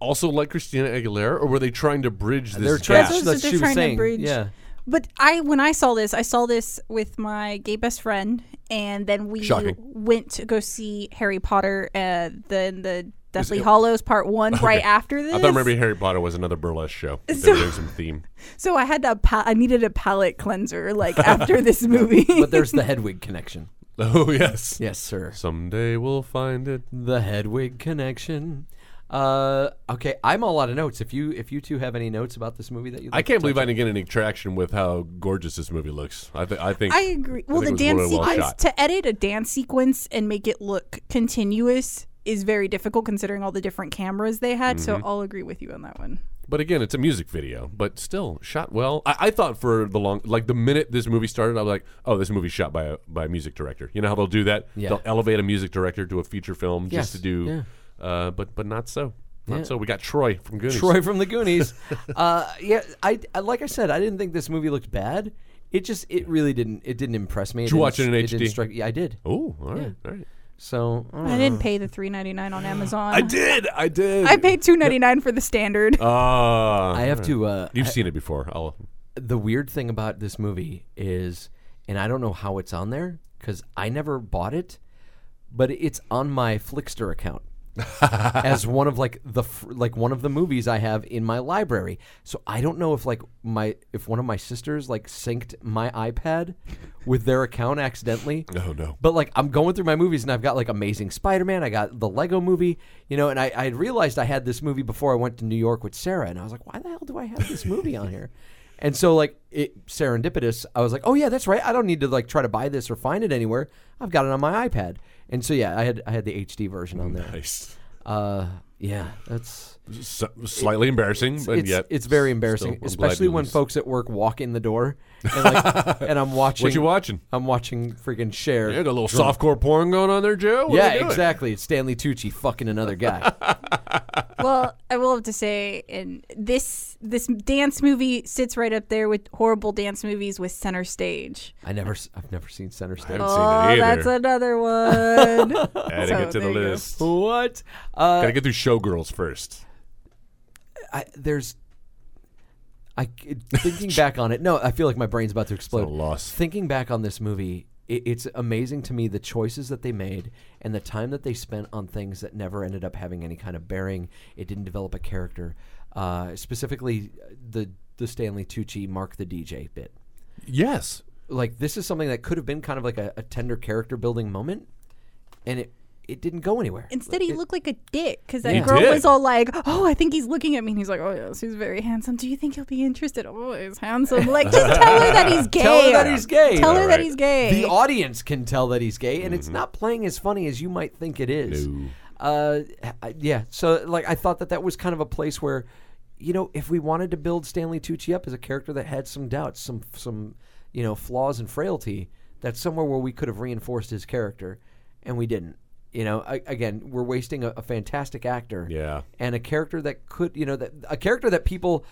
[SPEAKER 3] also like Christina Aguilera, or were they trying to bridge this?
[SPEAKER 4] They're
[SPEAKER 3] gap?
[SPEAKER 4] trash.
[SPEAKER 6] That's what
[SPEAKER 4] That's
[SPEAKER 6] they're
[SPEAKER 4] she was
[SPEAKER 6] trying to
[SPEAKER 4] saying.
[SPEAKER 6] bridge.
[SPEAKER 4] Yeah.
[SPEAKER 6] But I, when I saw this, I saw this with my gay best friend, and then we
[SPEAKER 3] Shocking.
[SPEAKER 6] went to go see Harry Potter, uh, then the Deathly Hollows Part One right after this.
[SPEAKER 3] I thought maybe Harry Potter was another burlesque show. that they were doing some theme.
[SPEAKER 6] So I had a, pa- I needed a palate cleanser like after this movie.
[SPEAKER 4] But there's the Hedwig connection.
[SPEAKER 3] Oh yes.
[SPEAKER 4] Yes, sir.
[SPEAKER 3] Someday we'll find it.
[SPEAKER 4] The Hedwig Connection. Uh, okay, I'm all out of notes. If you if you two have any notes about this movie that you,
[SPEAKER 3] I can't believe I didn't get any traction with how gorgeous this movie looks. I, th- I think
[SPEAKER 6] I agree. Well,
[SPEAKER 3] think
[SPEAKER 6] the
[SPEAKER 3] it was really
[SPEAKER 6] dance
[SPEAKER 3] well
[SPEAKER 6] sequence
[SPEAKER 3] shot.
[SPEAKER 6] to edit a dance sequence and make it look continuous is very difficult considering all the different cameras they had. So
[SPEAKER 3] Mm-hmm.
[SPEAKER 6] I'll agree with you on that one.
[SPEAKER 3] But again, it's a music video, but still shot well. I, I thought for the long, like the minute this movie started, I was like, "Oh, this movie's shot by a by a music director." You know how they'll do that?
[SPEAKER 4] Yeah.
[SPEAKER 3] They'll elevate a music director to a feature film
[SPEAKER 4] Yes,
[SPEAKER 3] just to do, uh, but but not so, not
[SPEAKER 4] Yeah.
[SPEAKER 3] so. We got Troy from Goonies.
[SPEAKER 4] Troy from the Goonies. uh, yeah, I, I like I said, I didn't think this movie looked bad. It just it really didn't it didn't impress me. Did
[SPEAKER 3] you watch it in HD?
[SPEAKER 4] didn't strike, yeah, I did.
[SPEAKER 3] Oh, all right, all right.
[SPEAKER 4] So
[SPEAKER 3] Oh,
[SPEAKER 4] I don't
[SPEAKER 6] I
[SPEAKER 4] know.
[SPEAKER 6] didn't pay the three ninety nine on Amazon.
[SPEAKER 3] I did, I did.
[SPEAKER 6] I paid two ninety nine for the standard.
[SPEAKER 3] Ah,
[SPEAKER 4] I have to. Uh,
[SPEAKER 3] You've seen it before. I'll.
[SPEAKER 4] the weird thing about this movie is, and I don't know how it's on there because I never bought it, but it's on my Flickster account as one of like the f- like one of the movies I have in my library. So I don't know if like my if one of my sisters like synced my iPad with their account accidentally.
[SPEAKER 3] Oh no.
[SPEAKER 4] But like I'm going through my movies and I've got like Amazing Spider-Man, I got the Lego Movie, you know, and I, I had realized I had this movie before I went to New York with Sarah, and I was like, why the hell do I have this movie on here? And so like it serendipitous, I was like, oh yeah, that's right. I don't need to like try to buy this or find it anywhere. I've got it on my iPad. And so yeah, I had I had the HD version on there.
[SPEAKER 3] Nice.
[SPEAKER 4] Uh, yeah, that's
[SPEAKER 3] S- slightly embarrassing, but
[SPEAKER 4] it's,
[SPEAKER 3] yet
[SPEAKER 4] it's very
[SPEAKER 3] still,
[SPEAKER 4] embarrassing,
[SPEAKER 3] I'm glad
[SPEAKER 4] especially
[SPEAKER 3] you
[SPEAKER 4] when
[SPEAKER 3] at least-
[SPEAKER 4] folks at work walk in the door and, like, and I'm watching.
[SPEAKER 3] What you watching?
[SPEAKER 4] I'm watching freaking share.
[SPEAKER 3] Yeah, got a little softcore porn going on there, Joe. What are
[SPEAKER 4] Yeah,
[SPEAKER 3] they doing?
[SPEAKER 4] exactly. It's Stanley Tucci fucking another guy.
[SPEAKER 6] well, I will have to say, and this this dance movie sits right up there with horrible dance movies with Center Stage.
[SPEAKER 4] I never, s- I've never seen Center
[SPEAKER 3] I
[SPEAKER 4] Stage.
[SPEAKER 3] haven't
[SPEAKER 6] Oh,
[SPEAKER 3] seen it either.
[SPEAKER 6] that's another one.
[SPEAKER 3] Adding
[SPEAKER 6] So,
[SPEAKER 3] it to the
[SPEAKER 6] there you go.
[SPEAKER 3] list.
[SPEAKER 4] What? Uh,
[SPEAKER 3] Gotta get through Showgirls first.
[SPEAKER 4] I, there's. I thinking back on it. No, I feel like my brain's about to explode.
[SPEAKER 3] loss.
[SPEAKER 4] Thinking back on this movie, it, it's amazing to me the choices that they made and the time that they spent on things that never ended up having any kind of bearing. It didn't develop a character. Uh, specifically, the the Stanley Tucci Mark the DJ bit.
[SPEAKER 3] Yes.
[SPEAKER 4] like this is something that could have been kind of like a, a tender character building moment, and it it didn't go anywhere.
[SPEAKER 6] Instead, he looked like a dick because that
[SPEAKER 3] He
[SPEAKER 6] girl
[SPEAKER 3] did.
[SPEAKER 6] was all like, "Oh, I think he's looking at me," and he's like, "Oh yes, he's very handsome. Do you think he'll be interested? Oh, he's handsome. Like, just tell her that he's gay.
[SPEAKER 4] Tell her that he's gay.
[SPEAKER 6] Tell her
[SPEAKER 3] Yeah,
[SPEAKER 6] that
[SPEAKER 3] right.
[SPEAKER 6] he's gay.
[SPEAKER 4] the audience can tell that he's gay, and it's not playing as funny as you might think it is.
[SPEAKER 3] Mm-hmm. No.
[SPEAKER 4] Uh, I- yeah. So like I thought that that was kind of a place where, you know, if we wanted to build Stanley Tucci up as a character that had some doubts, some some you know flaws and frailty, that's somewhere where we could have reinforced his character, and we didn't. You know, I, again, we're wasting a, a fantastic actor.
[SPEAKER 3] Yeah.
[SPEAKER 4] and a character that could, you know, that a character that people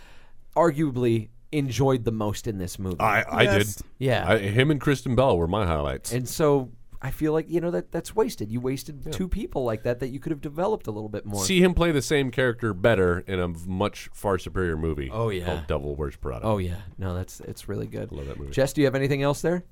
[SPEAKER 4] arguably enjoyed the most in this movie.
[SPEAKER 3] I, I
[SPEAKER 6] Yes.
[SPEAKER 3] did.
[SPEAKER 4] Yeah.
[SPEAKER 3] I, him and Kristen Bell were my highlights.
[SPEAKER 4] and so I feel like you know that that's wasted. You wasted two people like that that you could have developed a little bit more.
[SPEAKER 3] See him play the same character better in a much far superior movie.
[SPEAKER 4] Oh, yeah.
[SPEAKER 3] Called Devil Wears Prada.
[SPEAKER 4] oh yeah, no, that's it's really good.
[SPEAKER 3] Love that movie.
[SPEAKER 4] Jess, do you have anything else there?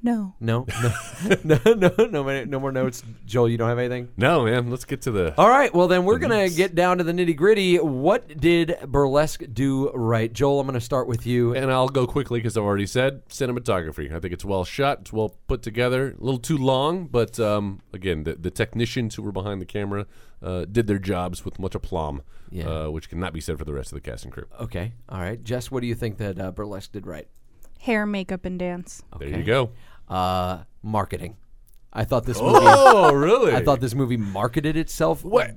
[SPEAKER 6] no,
[SPEAKER 4] No, no, no, no, no, more- no more notes. Joel, you don't have anything.
[SPEAKER 3] No, man. Let's get to the.
[SPEAKER 4] All right, well then we're gonna
[SPEAKER 3] notes.
[SPEAKER 4] get down to the nitty gritty. What did burlesque do right, Joel? I'm gonna start with you.
[SPEAKER 3] And I'll go quickly because I've already said cinematography. I think it's well shot, it's well put together, a little too long, but um, again, the, the technicians who were behind the camera uh, did their jobs with much aplomb,
[SPEAKER 4] Yeah.
[SPEAKER 3] uh, which cannot be said for the rest of the cast and crew.
[SPEAKER 4] Okay, all right, Jess, what do you think that uh, burlesque did right?
[SPEAKER 6] hair, makeup, and dance.
[SPEAKER 3] There you go.
[SPEAKER 4] Uh, marketing. I thought this movie.
[SPEAKER 3] Oh, really?
[SPEAKER 4] I thought this movie marketed itself
[SPEAKER 3] What?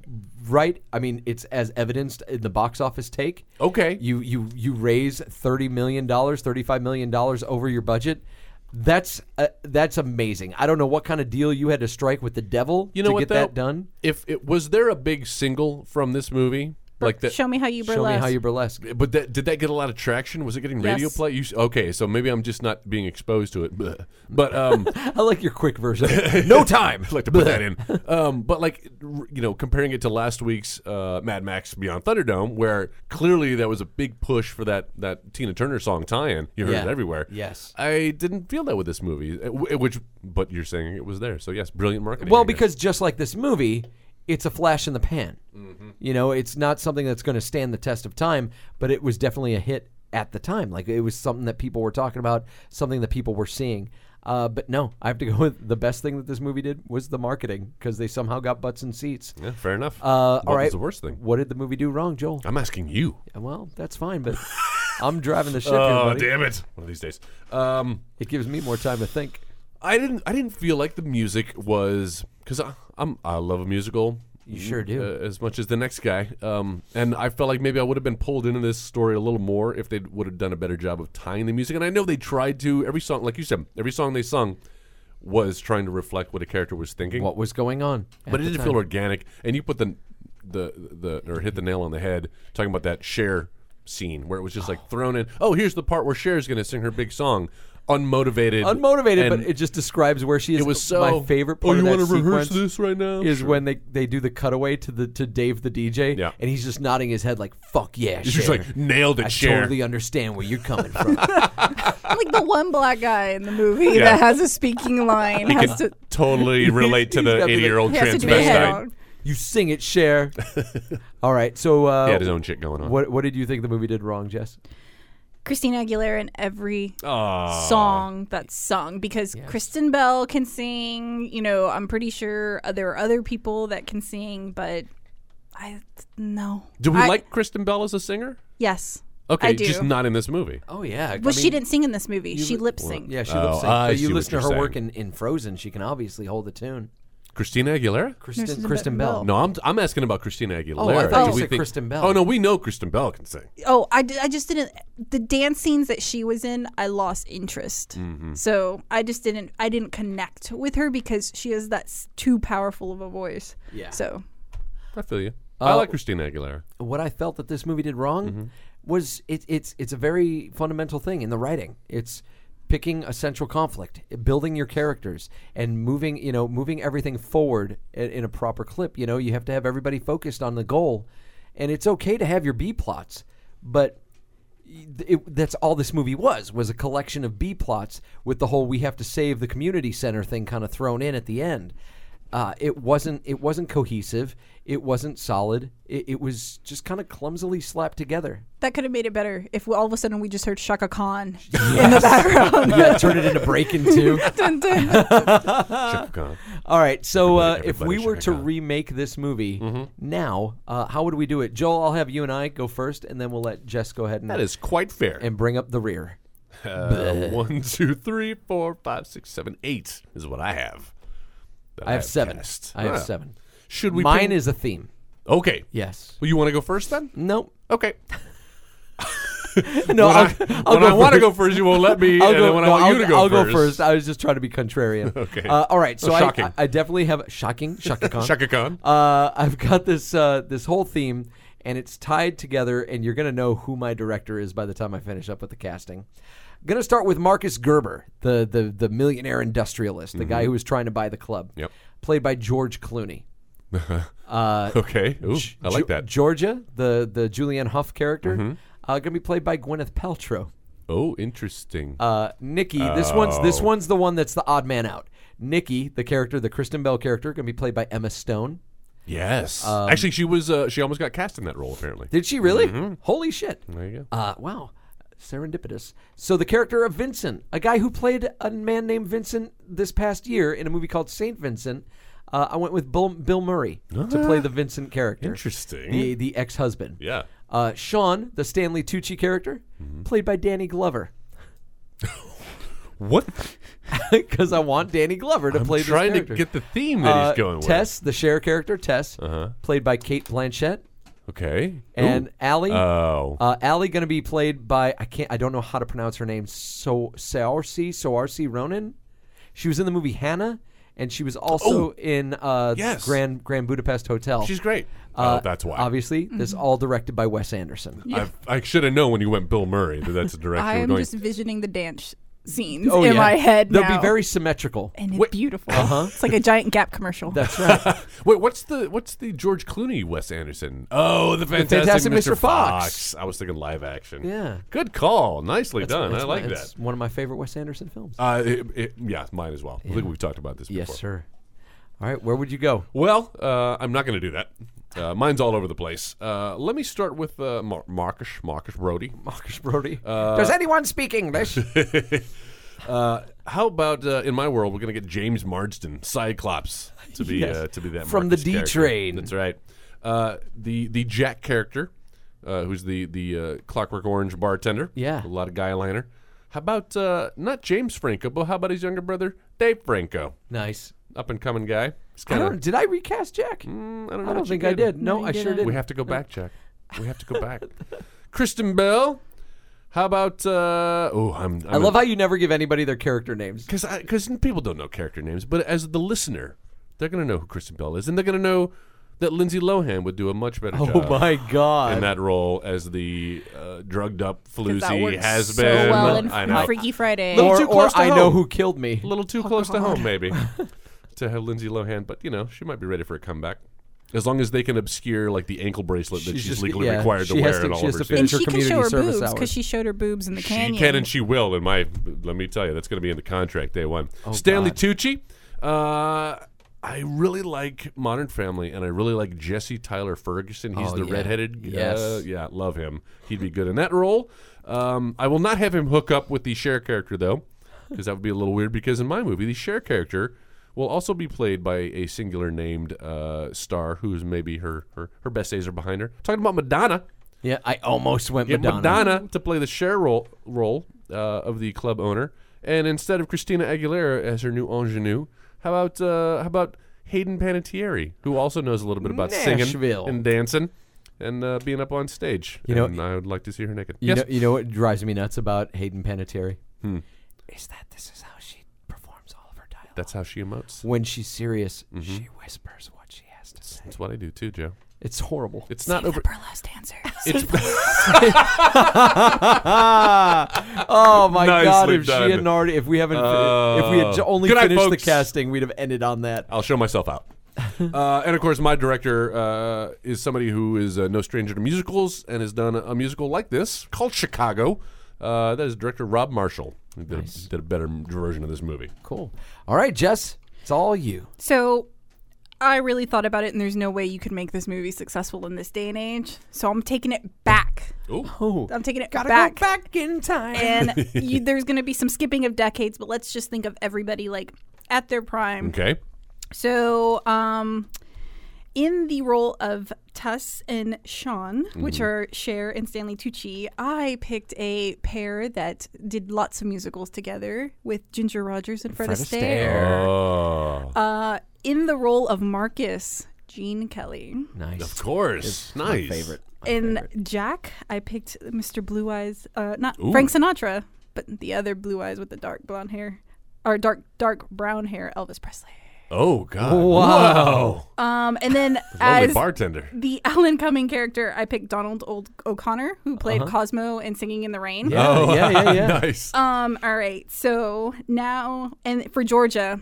[SPEAKER 4] right. I mean, it's as evidenced in the box office take.
[SPEAKER 3] Okay.
[SPEAKER 4] you you you raise thirty million dollars, thirty five million dollars over your budget. That's uh, that's amazing. I don't know what kind of deal you had to strike with the devil
[SPEAKER 3] you know
[SPEAKER 4] to
[SPEAKER 3] what
[SPEAKER 4] get
[SPEAKER 3] though?
[SPEAKER 4] that done.
[SPEAKER 3] If it was there a big single from this movie like that,
[SPEAKER 6] Show me how you
[SPEAKER 4] Show
[SPEAKER 6] burlesque.
[SPEAKER 4] me how you burlesque.
[SPEAKER 3] but that, did that get a lot of traction? Was it getting radio
[SPEAKER 6] Yes.
[SPEAKER 3] play? You, s- okay, so maybe I'm just not being exposed to it. Bleh. But um,
[SPEAKER 4] I like your quick version. no time.
[SPEAKER 3] I'd like to put that in. Um, but like r- you know, comparing it to last week's uh, Mad Max Beyond Thunderdome, where clearly there was a big push for that that Tina Turner song tie-in. You heard
[SPEAKER 4] Yeah.
[SPEAKER 3] it everywhere.
[SPEAKER 4] Yes.
[SPEAKER 3] I didn't feel that with this movie, uh, w- which but you're saying it was there. So yes, brilliant marketing. I
[SPEAKER 4] Well,
[SPEAKER 3] guess.
[SPEAKER 4] because just like this movie, it's a flash in the pan.
[SPEAKER 3] Mm-hmm.
[SPEAKER 4] You know, it's not something that's going to stand the test of time, but it was definitely a hit at the time. Like it was something that people were talking about, something that people were seeing. Uh, but no, I have to go with the best thing that this movie did was the marketing because they somehow got butts and seats.
[SPEAKER 3] Yeah, fair enough.
[SPEAKER 4] Uh,
[SPEAKER 3] what
[SPEAKER 4] all right.
[SPEAKER 3] was the worst thing?
[SPEAKER 4] What did the movie do wrong, Joel?
[SPEAKER 3] I'm asking you.
[SPEAKER 4] Well, that's fine, but I'm driving the ship here,
[SPEAKER 3] Oh,
[SPEAKER 4] buddy.
[SPEAKER 3] damn it! One of these days. Um,
[SPEAKER 4] It gives me more time to think.
[SPEAKER 3] I didn't. I didn't feel like the music was because I'm. I love a musical. You
[SPEAKER 4] sure do.
[SPEAKER 3] uh, as much as the next guy. Um, and I felt like maybe I would have been pulled into this story a little more if they would have done a better job of tying the music. And I know they tried to. Every song, like you said, every song they sung was trying to reflect what a character was thinking.
[SPEAKER 4] What was going on? at
[SPEAKER 3] but it
[SPEAKER 4] the
[SPEAKER 3] didn't
[SPEAKER 4] time.
[SPEAKER 3] feel organic. And you put the the the or hit the nail on the head talking about that share scene where it was just like thrown in. Oh, here's the part where Cher's going to sing her big song, unmotivated,
[SPEAKER 4] unmotivated, but
[SPEAKER 3] and
[SPEAKER 4] it just describes where she is.
[SPEAKER 3] it was so.
[SPEAKER 4] my favorite
[SPEAKER 3] Oh,
[SPEAKER 4] part.
[SPEAKER 3] you
[SPEAKER 4] of that
[SPEAKER 3] wanna rehearse
[SPEAKER 4] sequence
[SPEAKER 3] this right now?
[SPEAKER 4] Is
[SPEAKER 3] Sure.
[SPEAKER 4] when they, they do the cutaway to the to Dave the DJ,
[SPEAKER 3] Yeah.
[SPEAKER 4] and he's just nodding his head like "fuck yeah."
[SPEAKER 3] It's just
[SPEAKER 4] Cher.
[SPEAKER 3] like nailed
[SPEAKER 4] I
[SPEAKER 3] it, Cher.
[SPEAKER 4] totally understand where you're coming from.
[SPEAKER 5] like the one black guy in the movie
[SPEAKER 3] Yeah.
[SPEAKER 5] that has a speaking line
[SPEAKER 3] He
[SPEAKER 5] has
[SPEAKER 3] could
[SPEAKER 5] to,
[SPEAKER 3] totally relate to
[SPEAKER 4] He's
[SPEAKER 3] the
[SPEAKER 4] gotta be like-
[SPEAKER 3] eighty-year-old
[SPEAKER 5] he has to do it head
[SPEAKER 3] transvestite.
[SPEAKER 5] on.
[SPEAKER 4] you sing it, Cher. All right, so uh,
[SPEAKER 3] He had his own shit going on.
[SPEAKER 4] What what did you think the movie did wrong, Jess?
[SPEAKER 6] Christina Aguilera in every
[SPEAKER 3] Aw.
[SPEAKER 6] song that's sung because Kristen Bell can sing. You know, I'm pretty sure there are other people that can sing, but I no.
[SPEAKER 3] Do we
[SPEAKER 6] I-
[SPEAKER 3] like Kristen Bell as a singer?
[SPEAKER 6] Yes.
[SPEAKER 3] Okay,
[SPEAKER 6] I do.
[SPEAKER 3] just not in this movie.
[SPEAKER 4] Oh yeah,
[SPEAKER 6] But she didn't sing in this movie. She lip synced.
[SPEAKER 4] Yeah, she
[SPEAKER 3] Oh,
[SPEAKER 4] looks.
[SPEAKER 3] I
[SPEAKER 4] But
[SPEAKER 3] see
[SPEAKER 4] you
[SPEAKER 3] what
[SPEAKER 4] listen to her
[SPEAKER 3] you're
[SPEAKER 4] work in,
[SPEAKER 3] saying.
[SPEAKER 4] in Frozen. She can obviously hold the tune.
[SPEAKER 3] Christina Aguilera?
[SPEAKER 4] Kristen,
[SPEAKER 6] Kristen
[SPEAKER 4] Kristen Bell.
[SPEAKER 6] Bell.
[SPEAKER 3] No, I'm I'm asking about Christina Aguilera.
[SPEAKER 4] I thought you
[SPEAKER 3] Do we
[SPEAKER 4] said
[SPEAKER 3] think-
[SPEAKER 4] Kristen Bell.
[SPEAKER 3] Oh no, we know Kristen Bell can sing.
[SPEAKER 6] Oh, I, d- I just didn't. The dance scenes that she was in, I lost interest.
[SPEAKER 3] Mm-hmm.
[SPEAKER 6] So I just didn't. I didn't connect with her because she has that s- too powerful of a voice.
[SPEAKER 4] Yeah.
[SPEAKER 6] So
[SPEAKER 3] I feel you. I like Christina Aguilera.
[SPEAKER 4] what I felt that this movie did wrong was it, it's it's a very fundamental thing in the writing. It's picking a central conflict, building your characters, and moving you know moving everything forward in, in a proper clip. You know you have to have everybody focused on the goal, and it's okay to have your B plots, but it, that's all this movie was was a collection of B plots with the whole we have to save the community center thing kind of thrown in at the end. Uh, it wasn't it wasn't cohesive. It wasn't solid. It, it was just kind of clumsily slapped together.
[SPEAKER 6] that could have made it better if we, all of a sudden we just heard Shaka Khan in the background.
[SPEAKER 4] Yeah, turn it into break in two.
[SPEAKER 6] Dun, dun.
[SPEAKER 3] Shaka Khan.
[SPEAKER 4] All right, so uh,
[SPEAKER 3] Everybody-
[SPEAKER 4] if we
[SPEAKER 3] everybody
[SPEAKER 4] were
[SPEAKER 3] should
[SPEAKER 4] to
[SPEAKER 3] have gone. Mm-hmm.
[SPEAKER 4] remake this movie now, uh, how would we do it? Joel, I'll have you and I go first, and then we'll let Jess go ahead and
[SPEAKER 3] That is quite fair.
[SPEAKER 4] and bring up the rear.
[SPEAKER 3] Uh, one, two, three, four, five, six, seven, eight is what I have. that
[SPEAKER 4] I have seven.
[SPEAKER 3] cast.
[SPEAKER 4] I have
[SPEAKER 3] Ah.
[SPEAKER 4] seven.
[SPEAKER 3] Should we?
[SPEAKER 4] Mine
[SPEAKER 3] pin-
[SPEAKER 4] is Mm. a theme.
[SPEAKER 3] okay.
[SPEAKER 4] Yes.
[SPEAKER 3] Well, you want to go first then?
[SPEAKER 4] Nope.
[SPEAKER 3] Okay.
[SPEAKER 4] No,
[SPEAKER 3] when
[SPEAKER 4] I'll,
[SPEAKER 3] I,
[SPEAKER 4] I'll
[SPEAKER 3] when I want to
[SPEAKER 4] first.
[SPEAKER 3] go first, you won't let me.
[SPEAKER 4] I'll
[SPEAKER 3] and
[SPEAKER 4] go,
[SPEAKER 3] then when I
[SPEAKER 4] no,
[SPEAKER 3] want
[SPEAKER 4] I'll,
[SPEAKER 3] you to go
[SPEAKER 4] I'll
[SPEAKER 3] first,
[SPEAKER 4] I was just trying to be contrarian.
[SPEAKER 3] Okay.
[SPEAKER 4] Uh, all right. So,
[SPEAKER 3] So
[SPEAKER 4] I,
[SPEAKER 3] shocking.
[SPEAKER 4] I, I definitely have shocking Shaka Khan.
[SPEAKER 3] Shaka Khan.
[SPEAKER 4] Uh, I've got this uh, this whole theme, and it's tied together, and you're gonna know who my director is by the time I finish up with the casting. Gonna start with Marcus Gerber, the the the millionaire industrialist, the guy who was trying to buy the club.
[SPEAKER 3] Mm-hmm. Yep.
[SPEAKER 4] Played by George Clooney.
[SPEAKER 3] okay. Ooh, I like
[SPEAKER 4] Ge-
[SPEAKER 3] that. Mm-hmm.
[SPEAKER 4] Georgia, the the Julianne Hough character, uh, gonna be played by Gwyneth Paltrow.
[SPEAKER 3] oh, interesting.
[SPEAKER 4] uh, Nikki. This one's this
[SPEAKER 3] Oh.
[SPEAKER 4] one's the one that's the odd man out. Nikki, the character, the Kristen Bell character, going to be played by Emma Stone.
[SPEAKER 3] yes. Actually, she was. Uh, she almost got cast in that role. Apparently.
[SPEAKER 4] um, Did she really?
[SPEAKER 3] Mm-hmm.
[SPEAKER 4] Holy shit!
[SPEAKER 3] There you go.
[SPEAKER 4] Uh, wow, serendipitous. So the character of Vincent, a guy who played a man named Vincent this past year in a movie called Saint Vincent. Uh, I went with Bill, Bill Murray to play the Vincent character.
[SPEAKER 3] Ah, Interesting.
[SPEAKER 4] The the ex husband.
[SPEAKER 3] yeah. Mm-hmm.
[SPEAKER 4] Uh, Sean, the Stanley Tucci character, played by Danny Glover.
[SPEAKER 3] What?
[SPEAKER 4] Because I want Danny Glover to
[SPEAKER 3] I'm
[SPEAKER 4] play this
[SPEAKER 3] trying to
[SPEAKER 4] character.
[SPEAKER 3] get the theme that
[SPEAKER 4] Uh,
[SPEAKER 3] he's going
[SPEAKER 4] Tess, the share character, Tess, played by Kate Blanchett,
[SPEAKER 3] with. Okay.
[SPEAKER 4] and
[SPEAKER 3] Ooh.
[SPEAKER 4] Allie.
[SPEAKER 3] Oh.
[SPEAKER 4] uh, Allie going to be played by I can't I don't know how to pronounce her name. So Saoirse Saoirse Ronan. She was in the movie Hannah, and she was also in uh,
[SPEAKER 3] Oh. Yes.
[SPEAKER 4] Grand Grand Budapest Hotel.
[SPEAKER 3] She's great.
[SPEAKER 4] Uh,
[SPEAKER 3] oh, that's why.
[SPEAKER 4] Obviously,
[SPEAKER 6] Mm-hmm.
[SPEAKER 4] this all directed by Wes Anderson.
[SPEAKER 3] I, I should have known when you went Bill Murray that that's the direction
[SPEAKER 6] I
[SPEAKER 3] we're
[SPEAKER 6] am
[SPEAKER 3] going.
[SPEAKER 6] just visioning the dance scenes
[SPEAKER 4] Oh,
[SPEAKER 6] in
[SPEAKER 4] yeah.
[SPEAKER 6] my head
[SPEAKER 4] They'll
[SPEAKER 6] now.
[SPEAKER 4] be very uh-huh. symmetrical.
[SPEAKER 6] and it's beautiful. It's like a giant Gap commercial.
[SPEAKER 4] That's right.
[SPEAKER 3] Wait, what's the what's the George Clooney Wes Anderson? Oh, the Fantastic,
[SPEAKER 4] Fantastic Mr. Fox.
[SPEAKER 3] Fox. I was thinking live action.
[SPEAKER 4] Yeah.
[SPEAKER 3] Good call. Nicely done.
[SPEAKER 4] It's
[SPEAKER 3] I
[SPEAKER 4] my-
[SPEAKER 3] like
[SPEAKER 4] it's
[SPEAKER 3] that.
[SPEAKER 4] One of my favorite Wes Anderson films.
[SPEAKER 3] Uh, it, it, yeah, mine as well. I think we've talked about this before.
[SPEAKER 4] yes, sir. All right, where would you go?
[SPEAKER 3] Well, uh, I'm not going to do that. Uh, mine's all over the place. Uh, let me start with uh, Mar- Marcus Marcus Brody.
[SPEAKER 4] Uh, Marcus Brody. Does anyone speak English?
[SPEAKER 3] Uh, how about uh, in my world, we're going to get James Marsden, Cyclops, to be
[SPEAKER 4] Yes.
[SPEAKER 3] uh, to be that
[SPEAKER 4] From the
[SPEAKER 3] Marcus
[SPEAKER 4] D
[SPEAKER 3] character.
[SPEAKER 4] Train.
[SPEAKER 3] That's right. Uh, the the Jack character, uh, who's the the uh, Clockwork Orange bartender.
[SPEAKER 4] Yeah.
[SPEAKER 3] a lot of guy liner. How about uh, not James Franco, but how about his younger brother Dave Franco,
[SPEAKER 4] Nice.
[SPEAKER 3] up and coming guy. He's
[SPEAKER 4] I
[SPEAKER 3] kind
[SPEAKER 4] don't,
[SPEAKER 3] of.
[SPEAKER 4] did I recast Jack?
[SPEAKER 3] I don't, know
[SPEAKER 4] I don't
[SPEAKER 3] that you
[SPEAKER 4] think I did. No, I sure did.
[SPEAKER 3] we have to go back, Jack. We have to go back. Kristen Bell. How about? Uh, oh, I'm. I'm
[SPEAKER 4] I love how you never give anybody their character names.
[SPEAKER 3] because because people don't know character names, but as the listener, they're gonna know who Kristen Bell is, and they're gonna know that Lindsay Lohan would do a much better
[SPEAKER 4] Oh
[SPEAKER 3] job
[SPEAKER 4] my
[SPEAKER 3] in
[SPEAKER 4] god!
[SPEAKER 3] that role as the uh, drugged up
[SPEAKER 5] that
[SPEAKER 3] floozy
[SPEAKER 5] works
[SPEAKER 3] has
[SPEAKER 5] so
[SPEAKER 3] been.
[SPEAKER 5] well in
[SPEAKER 3] I know,
[SPEAKER 6] Freaky Friday.
[SPEAKER 3] Little
[SPEAKER 4] or
[SPEAKER 3] too
[SPEAKER 4] or
[SPEAKER 3] close to
[SPEAKER 4] I know
[SPEAKER 3] home.
[SPEAKER 4] who killed me.
[SPEAKER 3] a little too close to home, maybe, to have Lindsay Lohan, but you know she might be ready for a comeback. As long as they can obscure like the ankle bracelet that
[SPEAKER 4] She's
[SPEAKER 3] she's,
[SPEAKER 4] just-
[SPEAKER 3] legally
[SPEAKER 4] yeah,
[SPEAKER 3] required to
[SPEAKER 4] she
[SPEAKER 3] wear
[SPEAKER 4] has to-
[SPEAKER 3] in all
[SPEAKER 4] she
[SPEAKER 3] of her
[SPEAKER 4] has to
[SPEAKER 3] scenes.
[SPEAKER 4] finish
[SPEAKER 6] and
[SPEAKER 4] her
[SPEAKER 6] she can
[SPEAKER 4] community
[SPEAKER 6] show her
[SPEAKER 4] service
[SPEAKER 6] boobs because
[SPEAKER 4] hours.
[SPEAKER 6] she showed her boobs in the
[SPEAKER 3] She
[SPEAKER 6] canyon.
[SPEAKER 3] can and she will. In my, let me tell you, that's going to be in the contract day one. Stanley
[SPEAKER 4] Oh, God.
[SPEAKER 3] Tucci. Uh, I really like Modern Family, and I really like Jesse Tyler Ferguson. He's
[SPEAKER 4] Oh,
[SPEAKER 3] the
[SPEAKER 4] yeah.
[SPEAKER 3] redheaded. Uh,
[SPEAKER 4] Yes.
[SPEAKER 3] yeah, love him. He'd be good in that role. Um, I will not have him hook up with the Cher character though, because that would be a little weird. Because in my movie, the Cher character will also be played by a singular named uh, star, who's maybe her, her her best days are behind her. Talking about Madonna.
[SPEAKER 4] Yeah, I almost went
[SPEAKER 3] Get
[SPEAKER 4] Madonna.
[SPEAKER 3] Madonna, to play the share role, role uh, of the club owner, and instead of Christina Aguilera as her new ingenue, how about uh, how about Hayden Panettiere, who also knows a little bit about
[SPEAKER 4] Nashville.
[SPEAKER 3] singing and dancing and uh, being up on stage.
[SPEAKER 4] You know-
[SPEAKER 3] and I would like to see her naked.
[SPEAKER 4] You
[SPEAKER 3] yes,
[SPEAKER 4] know, you know what drives me nuts about Hayden Panettiere is that this is how she performs all of her dialogue.
[SPEAKER 3] that's how she emotes.
[SPEAKER 4] when she's serious, she whispers what she has to say.
[SPEAKER 3] That's what I do too, Joe.
[SPEAKER 4] It's horrible.
[SPEAKER 3] It's not over.
[SPEAKER 6] burlesque dancer.
[SPEAKER 3] It's
[SPEAKER 4] oh my
[SPEAKER 3] Nicely
[SPEAKER 4] god! If
[SPEAKER 3] done.
[SPEAKER 4] she hadn't already, if we haven't, if we had j-
[SPEAKER 3] Uh,
[SPEAKER 4] only
[SPEAKER 3] good night,
[SPEAKER 4] finished the
[SPEAKER 3] folks.
[SPEAKER 4] casting, we'd have ended on that.
[SPEAKER 3] I'll show myself out. uh, and of course, my director uh, is somebody who is uh, no stranger to musicals and has done a musical like this called Chicago. Uh, that is director Rob Marshall. He did, a, did a better m- version of this movie.
[SPEAKER 4] Cool. All right, Jess, it's all you.
[SPEAKER 6] So I really thought about it, and there's no way you could make this movie successful in this day and age. So I'm taking it back.
[SPEAKER 4] Oh,
[SPEAKER 6] I'm taking it
[SPEAKER 4] gotta
[SPEAKER 6] back.
[SPEAKER 4] go back in time.
[SPEAKER 6] And you, there's going to be some skipping of decades, but let's just think of everybody like at their prime.
[SPEAKER 3] Okay.
[SPEAKER 6] So, um, in the role of Tuss and Sean, which are Cher and Stanley Tucci, I picked a pair that did lots of musicals together with Ginger Rogers and Fred,
[SPEAKER 4] Fred
[SPEAKER 6] Astaire.
[SPEAKER 3] Oh,
[SPEAKER 6] Uh, in the role of Marcus, Gene Kelly.
[SPEAKER 4] nice.
[SPEAKER 3] of course. nice. favorite.
[SPEAKER 6] in Jack, I picked Mr. Blue Eyes, uh, not Frank Sinatra, but the other Blue Eyes with the dark blonde hair, or dark dark brown hair, Elvis Presley.
[SPEAKER 3] Oh God! Wow.
[SPEAKER 6] Um, and then
[SPEAKER 3] Lovely
[SPEAKER 6] as
[SPEAKER 3] bartender.
[SPEAKER 6] the Alan Cumming character, I picked Donald Old O'Connor, who played
[SPEAKER 4] Uh-huh.
[SPEAKER 6] Cosmo in Singing in the Rain.
[SPEAKER 4] Yeah,
[SPEAKER 3] Oh,
[SPEAKER 4] yeah, yeah, yeah.
[SPEAKER 3] nice.
[SPEAKER 6] Um, all right, so now and for Georgia,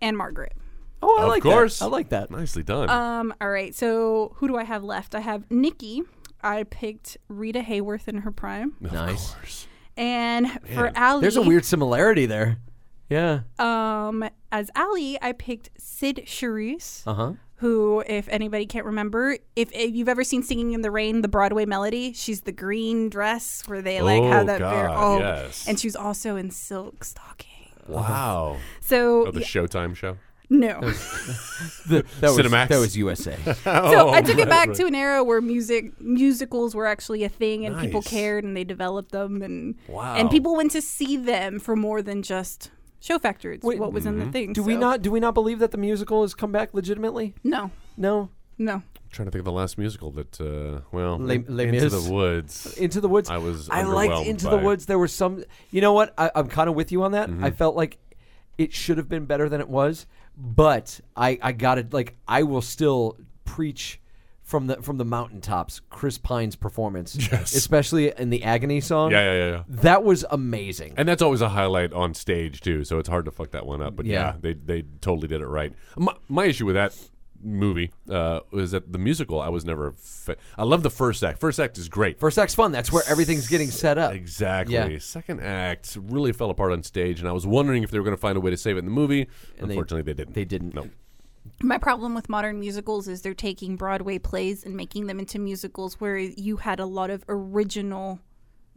[SPEAKER 6] and Margaret.
[SPEAKER 4] Oh, I
[SPEAKER 3] Of
[SPEAKER 4] like
[SPEAKER 3] course.
[SPEAKER 4] that. I like that.
[SPEAKER 3] Nicely done.
[SPEAKER 6] Um, all right, so who do I have left? I have Nikki. I picked Rita Hayworth in her prime,
[SPEAKER 4] Nice.
[SPEAKER 6] and for Allie,
[SPEAKER 4] There's a weird similarity there. Yeah.
[SPEAKER 6] Um, as Ali, I picked Sid Charisse,
[SPEAKER 4] Uh
[SPEAKER 3] Uh-huh.
[SPEAKER 4] huh.
[SPEAKER 6] who, if anybody can't remember, if, if you've ever seen Singing in the Rain, the Broadway melody, she's the green dress where they like
[SPEAKER 3] Oh,
[SPEAKER 6] have that very
[SPEAKER 3] God,
[SPEAKER 6] oh,
[SPEAKER 3] yes.
[SPEAKER 6] and she's also in silk stocking.
[SPEAKER 3] wow.
[SPEAKER 6] So
[SPEAKER 3] Oh, the
[SPEAKER 6] yeah,
[SPEAKER 3] Showtime show.
[SPEAKER 6] no,
[SPEAKER 4] that was
[SPEAKER 3] Cinemax.
[SPEAKER 4] that was USA.
[SPEAKER 6] so
[SPEAKER 3] Oh,
[SPEAKER 6] I took it back to an era where music musicals were actually a thing, and people
[SPEAKER 3] Nice.
[SPEAKER 6] cared, and they developed them, and
[SPEAKER 3] Wow.
[SPEAKER 6] and people went to see them for more than just show factor. It's
[SPEAKER 4] Wait,
[SPEAKER 6] what was
[SPEAKER 3] Mm-hmm.
[SPEAKER 6] in the thing?
[SPEAKER 4] do we
[SPEAKER 6] so-
[SPEAKER 4] not do we not believe that the musical has come back legitimately?
[SPEAKER 6] No,
[SPEAKER 4] No.
[SPEAKER 6] no.
[SPEAKER 3] trying to think of the last musical that. Uh, well,
[SPEAKER 4] Les- Les
[SPEAKER 3] Into
[SPEAKER 4] Mis?
[SPEAKER 3] the Woods.
[SPEAKER 4] Into the Woods.
[SPEAKER 3] I was
[SPEAKER 4] I liked
[SPEAKER 3] underwhelmed
[SPEAKER 4] Into
[SPEAKER 3] by Mm-hmm.
[SPEAKER 4] the
[SPEAKER 3] it.
[SPEAKER 4] Woods. There were some. You know what? I, I'm kind of with you on that. I felt like it should have been better than it was, but I I got it. Like I will still preach from the from the mountaintops. Chris Pine's performance,
[SPEAKER 3] Yes.
[SPEAKER 4] especially in the Agony song.
[SPEAKER 3] Yeah, yeah, yeah, yeah.
[SPEAKER 4] That was amazing.
[SPEAKER 3] And that's always a highlight on stage too, so it's hard to fuck that one up. But yeah,
[SPEAKER 4] Yeah.
[SPEAKER 3] they they totally did it right. My, my issue with that movie uh, was that the musical I was never. Fa- I love the first act. First act is great.
[SPEAKER 4] First act's fun. That's where everything's getting set up.
[SPEAKER 3] Exactly.
[SPEAKER 4] Yeah.
[SPEAKER 3] Second act really fell apart on stage, and I was wondering if they were going to find a way to save it in the movie.
[SPEAKER 4] they-
[SPEAKER 3] Unfortunately, they, didn't.
[SPEAKER 4] They didn't.
[SPEAKER 3] No.
[SPEAKER 6] My problem with modern musicals is they're taking Broadway plays and making them into musicals where you had a lot of original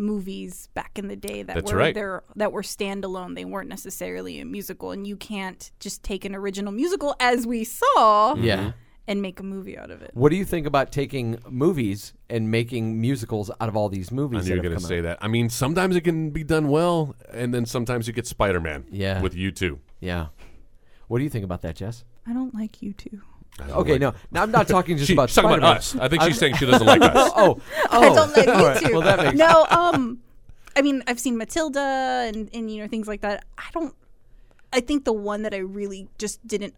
[SPEAKER 6] movies back in the day that
[SPEAKER 3] That's
[SPEAKER 6] were
[SPEAKER 3] right.
[SPEAKER 6] there that were standalone. They weren't necessarily a musical, and you can't just take an original musical as we saw
[SPEAKER 4] Yeah.
[SPEAKER 6] and make a movie out of it.
[SPEAKER 4] What do you think about taking movies and making musicals out of all these
[SPEAKER 3] I
[SPEAKER 4] movies?
[SPEAKER 3] knew you
[SPEAKER 4] that
[SPEAKER 3] were going
[SPEAKER 4] have
[SPEAKER 3] to
[SPEAKER 4] come
[SPEAKER 3] say
[SPEAKER 4] out?
[SPEAKER 3] that. I mean, sometimes it can be done well, and then sometimes you get Spider Man.
[SPEAKER 4] Yeah.
[SPEAKER 3] With you too.
[SPEAKER 4] Yeah. What do you think about that, Jess?
[SPEAKER 6] I don't like you two.
[SPEAKER 4] Okay, no, now I'm not talking just
[SPEAKER 3] She,
[SPEAKER 4] about
[SPEAKER 3] she's talking about us.
[SPEAKER 4] Spider-Man.
[SPEAKER 3] I think she's saying she doesn't like us.
[SPEAKER 4] Oh, oh,
[SPEAKER 6] I don't like you two.
[SPEAKER 4] Well, that makes
[SPEAKER 6] no, um, I mean, I've seen Matilda and and you know things like that. I don't. I think the one that I really just didn't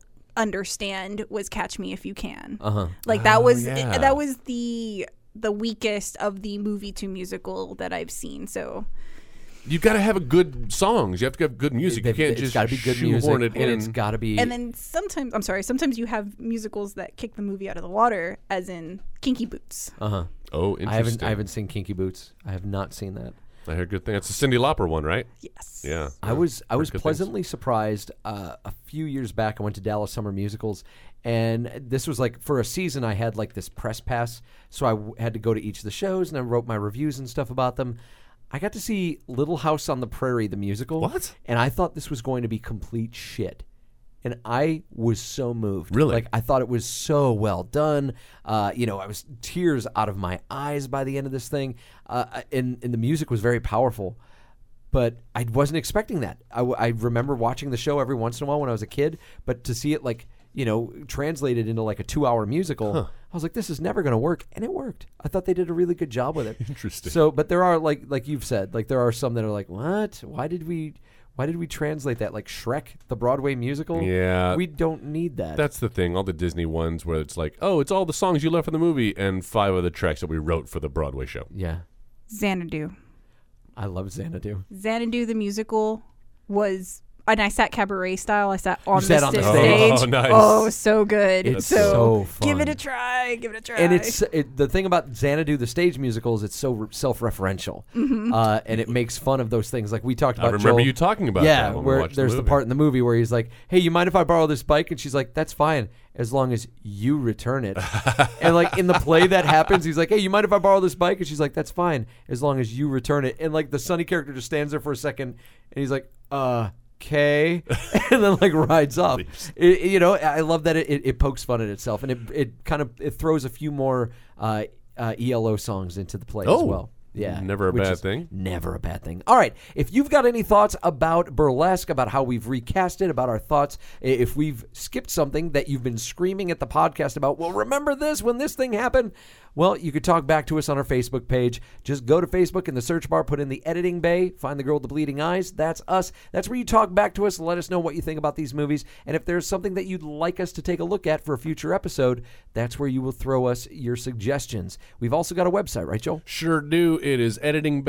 [SPEAKER 6] understand was Catch Me If You Can. Uh-huh. Like that was eh,
[SPEAKER 3] yeah.
[SPEAKER 6] that was the the weakest of the movie to musical that I've seen. So
[SPEAKER 3] You've got to have a good songs. You have to have good music. You
[SPEAKER 4] They've-
[SPEAKER 3] can't
[SPEAKER 4] it's
[SPEAKER 3] just
[SPEAKER 4] got to be good music,
[SPEAKER 3] shoehorn it in.
[SPEAKER 4] and it's got to be.
[SPEAKER 6] and then sometimes I'm sorry. Sometimes you have musicals that kick the movie out of the water, as in Kinky Boots.
[SPEAKER 4] Uh,
[SPEAKER 3] oh, interesting.
[SPEAKER 4] I haven't, I haven't seen Kinky Boots. I have not seen that.
[SPEAKER 3] I heard good thing. That's the Cindy Lauper one, right?
[SPEAKER 6] yes.
[SPEAKER 3] Yeah.
[SPEAKER 4] I was I was
[SPEAKER 3] good things.
[SPEAKER 4] pleasantly surprised uh, a few years back. I went to Dallas Summer Musicals, and this was like for a season. I had like this press pass, so I w- had to go to each of the shows, and I wrote my reviews and stuff about them. I got to see Little House on the Prairie, the musical.
[SPEAKER 3] What?
[SPEAKER 4] And I thought this was going to be complete shit. And I was so moved.
[SPEAKER 3] Really?
[SPEAKER 4] Like, I thought it was so well done. Uh, you know, I was tears out of my eyes by the end of this thing. Uh, I- and, and the music was very powerful but I wasn't expecting that. I, w- I remember watching the show every once in a while when I was a kid, but to see it like you know translated into like a two-hour musical, I was like, this is never going to work, and it worked. I thought they did a really good job with it.
[SPEAKER 3] Interesting.
[SPEAKER 4] So, but there are like like you've said, like there are some that are like, what? Why did we? Why did we translate that? Like Shrek, the Broadway musical.
[SPEAKER 3] Yeah.
[SPEAKER 4] we don't need that.
[SPEAKER 3] That's the thing. All the Disney ones where it's like, oh, it's all the songs you left from the movie and five of the tracks that we wrote for the Broadway show.
[SPEAKER 4] yeah.
[SPEAKER 6] Xanadu.
[SPEAKER 4] I love Xanadu.
[SPEAKER 6] Xanadu the musical was, and I sat cabaret style. I sat on,
[SPEAKER 4] sat
[SPEAKER 6] the,
[SPEAKER 4] on the
[SPEAKER 6] stage.
[SPEAKER 3] stage. Oh, nice.
[SPEAKER 6] Oh, so good.
[SPEAKER 4] It's so
[SPEAKER 6] so,
[SPEAKER 4] fun.
[SPEAKER 6] give it a try. Give it a try.
[SPEAKER 4] and it's it, the thing about Xanadu the stage musical is it's so re- self-referential, uh, and it makes fun of those things. Like we talked
[SPEAKER 3] I
[SPEAKER 4] about.
[SPEAKER 3] remember
[SPEAKER 4] Joel-
[SPEAKER 3] you talking about
[SPEAKER 4] yeah,
[SPEAKER 3] that when we
[SPEAKER 4] where
[SPEAKER 3] watched the
[SPEAKER 4] there's the,
[SPEAKER 3] movie.
[SPEAKER 4] part in the movie where he's like, "Hey, you mind if I borrow this bike?" And she's like, "That's fine, as long as you return it." and like in the play that happens, he's like, "Hey, you mind if I borrow this bike?" And she's like, "That's fine, as long as you return it." And like the Sunny character just stands there for a second, and he's like, "Uh." Okay, and then like rides off. It- it- you know, I love that it, it, it pokes fun at itself, and it, it kind of it throws a few more uh, uh, ELO songs into the play as
[SPEAKER 3] Oh.
[SPEAKER 4] well. Yeah,
[SPEAKER 3] Never a
[SPEAKER 4] which
[SPEAKER 3] bad
[SPEAKER 4] is
[SPEAKER 3] thing.
[SPEAKER 4] Never a bad thing. All right. If you've got any thoughts about burlesque, about how we've recast it, about our thoughts, i- if we've skipped something that you've been screaming at the podcast about, well, remember this when this thing happened. Well, you could talk back to us on our Facebook page. Just go to Facebook in the search bar, put in the editing bay, find the girl with the bleeding eyes. That's us. That's where you talk back to us. Let us know what you think about these movies. And if there's something that you'd like us to take a look at for a future episode, that's where you will throw us your suggestions. We've also got a website, right, Joel?
[SPEAKER 3] Sure do. It is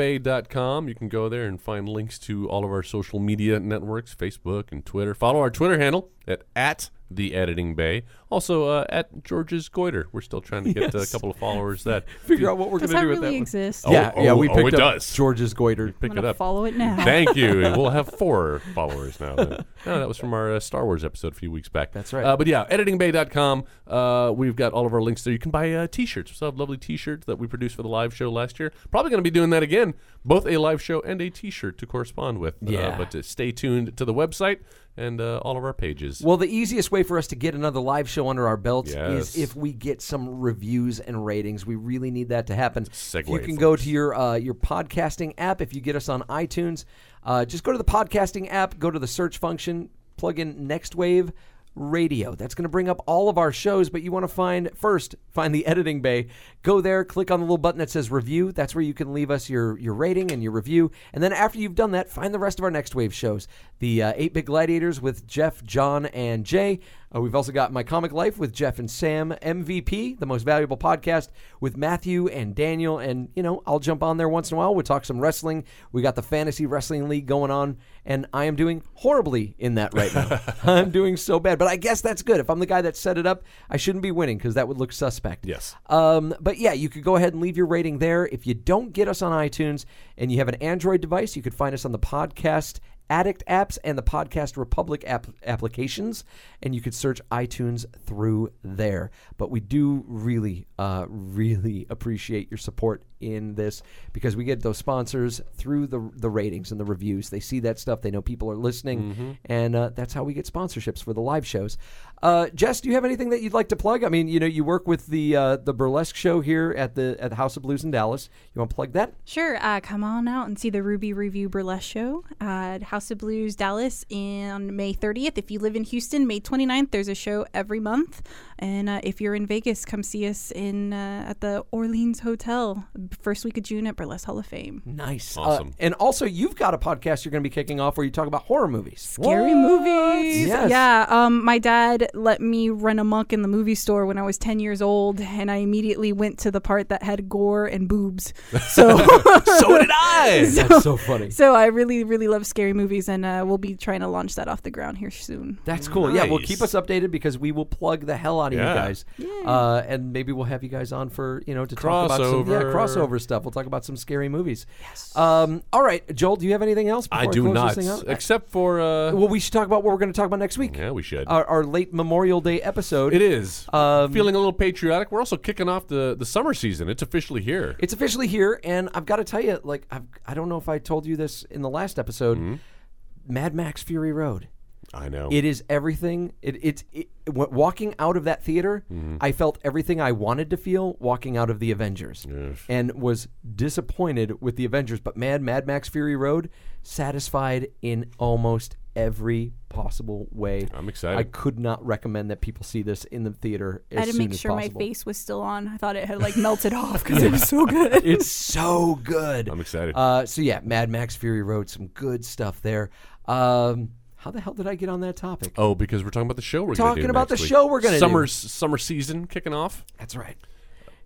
[SPEAKER 3] editingbay.com. You can go there and find links to all of our social media networks, Facebook and Twitter. Follow our Twitter handle at, at the editing bay. Also uh, at George's Goiter. We're still trying to get uh a couple of followers that
[SPEAKER 4] Figure out what we're
[SPEAKER 6] Does
[SPEAKER 4] going
[SPEAKER 6] that
[SPEAKER 4] to do with that
[SPEAKER 6] really
[SPEAKER 4] one.
[SPEAKER 6] exist?
[SPEAKER 3] Oh,
[SPEAKER 4] yeah, yeah, we
[SPEAKER 3] oh,
[SPEAKER 4] picked
[SPEAKER 3] it
[SPEAKER 4] up
[SPEAKER 3] does.
[SPEAKER 4] George's goiter.
[SPEAKER 3] pick
[SPEAKER 6] I'm
[SPEAKER 3] it
[SPEAKER 6] gonna
[SPEAKER 3] up.
[SPEAKER 6] follow it now.
[SPEAKER 3] Thank you. We'll have four followers now. Then. No, that was from our uh, Star Wars episode a few weeks back.
[SPEAKER 4] That's right.
[SPEAKER 3] Uh, but yeah, editingbay.com. Uh, we've got all of our links there. You can buy uh, t-shirts. We still have lovely t-shirts that we produced for the live show last year. Probably going to be doing that again, both a live show and a t-shirt to correspond with.
[SPEAKER 4] Yeah.
[SPEAKER 3] Uh, but uh, stay tuned to the website and uh, all of our pages.
[SPEAKER 4] Well, the easiest way for us to get another live show under our belts
[SPEAKER 3] Yes.
[SPEAKER 4] is if we get some reviews and ratings. We really need that to happen.
[SPEAKER 3] Segue,
[SPEAKER 4] you can
[SPEAKER 3] folks.
[SPEAKER 4] go to your uh, your podcasting app if you get us on iTunes. Uh, just go to the podcasting app, go to the search function, plug in Next Wave Radio. That's going to bring up all of our shows, but you want to find first find the editing bay. Go there, click on the little button that says review. That's where you can leave us your your rating and your review. And then after you've done that, find the rest of our Next Wave shows. The uh, 8 Bit Gladiators with Jeff, John, and Jay. Uh, we've also got My Comic Life with Jeff and Sam, MVP, the most valuable podcast with Matthew and Daniel. And, you know, I'll jump on there once in a while. We'll talk some wrestling. We got the Fantasy Wrestling League going on, and I am doing horribly in that right now. I'm doing so bad, but I guess that's good. If I'm the guy that set it up, I shouldn't be winning because that would look suspect.
[SPEAKER 3] Yes.
[SPEAKER 4] Um, but yeah, you could go ahead and leave your rating there. If you don't get us on iTunes and you have an Android device, you could find us on the podcast Addict apps and the Podcast Republic app- applications, and you could search iTunes through there. But we do really, uh, really appreciate your support in this because we get those sponsors through the the ratings and the reviews. They see that stuff. They know people are listening, and uh, that's how we get sponsorships for the live shows. Uh, Jess, do you have anything that you'd like to plug? I mean, you know, you work with the uh, the burlesque show here at the at the House of Blues in Dallas. You want to plug that?
[SPEAKER 6] Sure, uh, come on out and see the Ruby Review Burlesque Show at House of Blues Dallas on May 30th. If you live in Houston, May 29th, there's a show every month. And uh, if you're in Vegas, come see us in uh, at the Orleans Hotel first week of June at Burlesque Hall of Fame.
[SPEAKER 4] Nice,
[SPEAKER 3] Awesome.
[SPEAKER 4] and also, you've got a podcast you're going to be kicking off where you talk about horror movies.
[SPEAKER 6] Scary movies.
[SPEAKER 4] Yes.
[SPEAKER 6] Yeah. Um, my dad let me run amok in the movie store when I was 10 years old, and I immediately went to the part that had gore and boobs. So.
[SPEAKER 3] so did I.
[SPEAKER 4] That's so funny.
[SPEAKER 6] So I really, really love scary movies, and uh, we'll be trying to launch that off the ground here soon.
[SPEAKER 4] That's cool. Yeah, well, keep us
[SPEAKER 3] Nice.
[SPEAKER 4] updated because we will plug the hell out of you
[SPEAKER 3] Yeah.
[SPEAKER 4] guys, uh, and maybe we'll have you guys on for you know to talk about some yeah,
[SPEAKER 3] Crossover.
[SPEAKER 4] crossover stuff. We'll talk about some scary movies. Yes. Um, all right, Joel, do you have anything else? Before
[SPEAKER 3] I do
[SPEAKER 4] close
[SPEAKER 3] not,
[SPEAKER 4] This thing out?
[SPEAKER 3] except for uh,
[SPEAKER 4] well, we should talk about what we're going to talk about next week.
[SPEAKER 3] yeah, we should.
[SPEAKER 4] Our, our late Memorial Day episode.
[SPEAKER 3] It is.
[SPEAKER 4] Um,
[SPEAKER 3] Feeling a little patriotic. We're also kicking off the, the summer season. It's officially here.
[SPEAKER 4] It's officially here, and I've got to tell you, like I've, I don't know if I told you this in the last episode.
[SPEAKER 3] Mm-hmm.
[SPEAKER 4] Mad Max Fury Road.
[SPEAKER 3] I know.
[SPEAKER 4] It is everything. It it's it, wa- walking out of that theater.
[SPEAKER 3] Mm-hmm.
[SPEAKER 4] I felt everything I wanted to feel walking out of the Avengers, and was disappointed with the Avengers. But man, Mad Max Fury Road satisfied in almost every possible way.
[SPEAKER 3] I'm excited.
[SPEAKER 4] I could not recommend that people see this in the theater. As
[SPEAKER 6] I had to
[SPEAKER 4] soon
[SPEAKER 6] make
[SPEAKER 4] as
[SPEAKER 6] sure
[SPEAKER 4] possible.
[SPEAKER 6] my face was still on. I thought it had like melted off because it was so good.
[SPEAKER 4] It's so good.
[SPEAKER 3] I'm excited.
[SPEAKER 4] Uh, so yeah, Mad Max Fury Road, some good stuff there. Um, how the hell did I get on that topic?
[SPEAKER 3] oh, because we're talking about the show we're
[SPEAKER 4] Talking
[SPEAKER 3] gonna do
[SPEAKER 4] about
[SPEAKER 3] next
[SPEAKER 4] the
[SPEAKER 3] week.
[SPEAKER 4] show we're gonna do.
[SPEAKER 3] summer summer season kicking off.
[SPEAKER 4] That's right.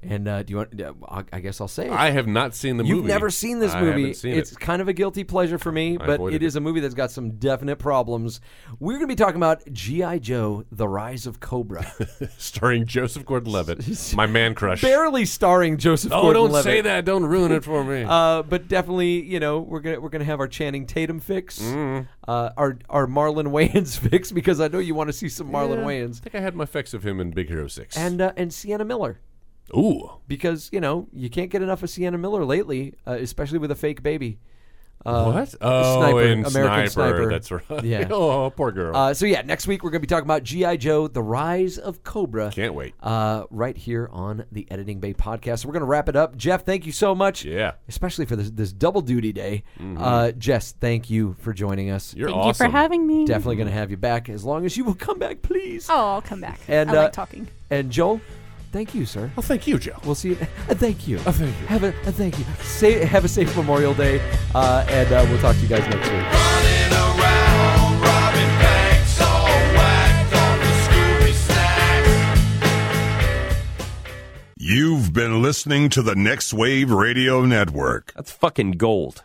[SPEAKER 4] And uh, do you want? Uh, I- I guess I'll say it.
[SPEAKER 3] I have not seen the
[SPEAKER 4] You've
[SPEAKER 3] movie.
[SPEAKER 4] never seen this
[SPEAKER 3] I
[SPEAKER 4] movie.
[SPEAKER 3] haven't seen
[SPEAKER 4] it's
[SPEAKER 3] it.
[SPEAKER 4] kind of a guilty pleasure for me, but
[SPEAKER 3] avoided
[SPEAKER 4] it is a movie that's got some definite problems. We're going to be talking about G.I. Joe: The Rise of Cobra,
[SPEAKER 3] starring Joseph Gordon-Levitt, my man crush.
[SPEAKER 4] barely starring Joseph.
[SPEAKER 3] oh, don't
[SPEAKER 4] Gordon-Levitt.
[SPEAKER 3] say that. Don't ruin it for me.
[SPEAKER 4] Uh, but definitely, you know, we're gonna we're gonna have our Channing Tatum fix,
[SPEAKER 3] Mm-hmm.
[SPEAKER 4] uh, our our Marlon Wayans fix, because I know you want to see some Marlon Wayans,
[SPEAKER 3] I think I had my fix of him in Big Hero Six.
[SPEAKER 4] and uh, and Sienna Miller,
[SPEAKER 3] ooh,
[SPEAKER 4] because you know you can't get enough of Sienna Miller lately, uh, especially with a fake baby. Uh,
[SPEAKER 3] what? Oh,
[SPEAKER 4] Sniper,
[SPEAKER 3] in Sniper.
[SPEAKER 4] American Sniper.
[SPEAKER 3] That's right.
[SPEAKER 4] Yeah.
[SPEAKER 3] oh, poor girl.
[SPEAKER 4] Uh, so yeah, next week we're going to be talking about GI Joe: The Rise of Cobra.
[SPEAKER 3] Can't wait.
[SPEAKER 4] Uh, right here on the Editing Bay podcast. So we're going to wrap it up. Jeff, thank you so much.
[SPEAKER 3] Yeah. Mm-hmm.
[SPEAKER 4] Especially for this this double duty day. Uh, Jess, thank you for joining us.
[SPEAKER 3] You're
[SPEAKER 6] Thank
[SPEAKER 3] awesome.
[SPEAKER 6] you for having me.
[SPEAKER 4] Definitely going to have you back as long as you will come back, please.
[SPEAKER 6] Oh, I'll come back.
[SPEAKER 4] And,
[SPEAKER 6] I
[SPEAKER 4] uh,
[SPEAKER 6] like talking.
[SPEAKER 4] And Joel, thank you, sir.
[SPEAKER 3] Well, thank you, Joe.
[SPEAKER 4] We'll see you. Uh, thank you.
[SPEAKER 3] thank you.
[SPEAKER 4] Have a uh, thank you. Say, have a safe Memorial Day, uh, and uh, we'll talk to you guys next week.
[SPEAKER 8] Running around, robbing banks, all whacked on the Scooby Snacks.
[SPEAKER 1] You've been listening to the Next Wave Radio Network.
[SPEAKER 9] That's fucking gold.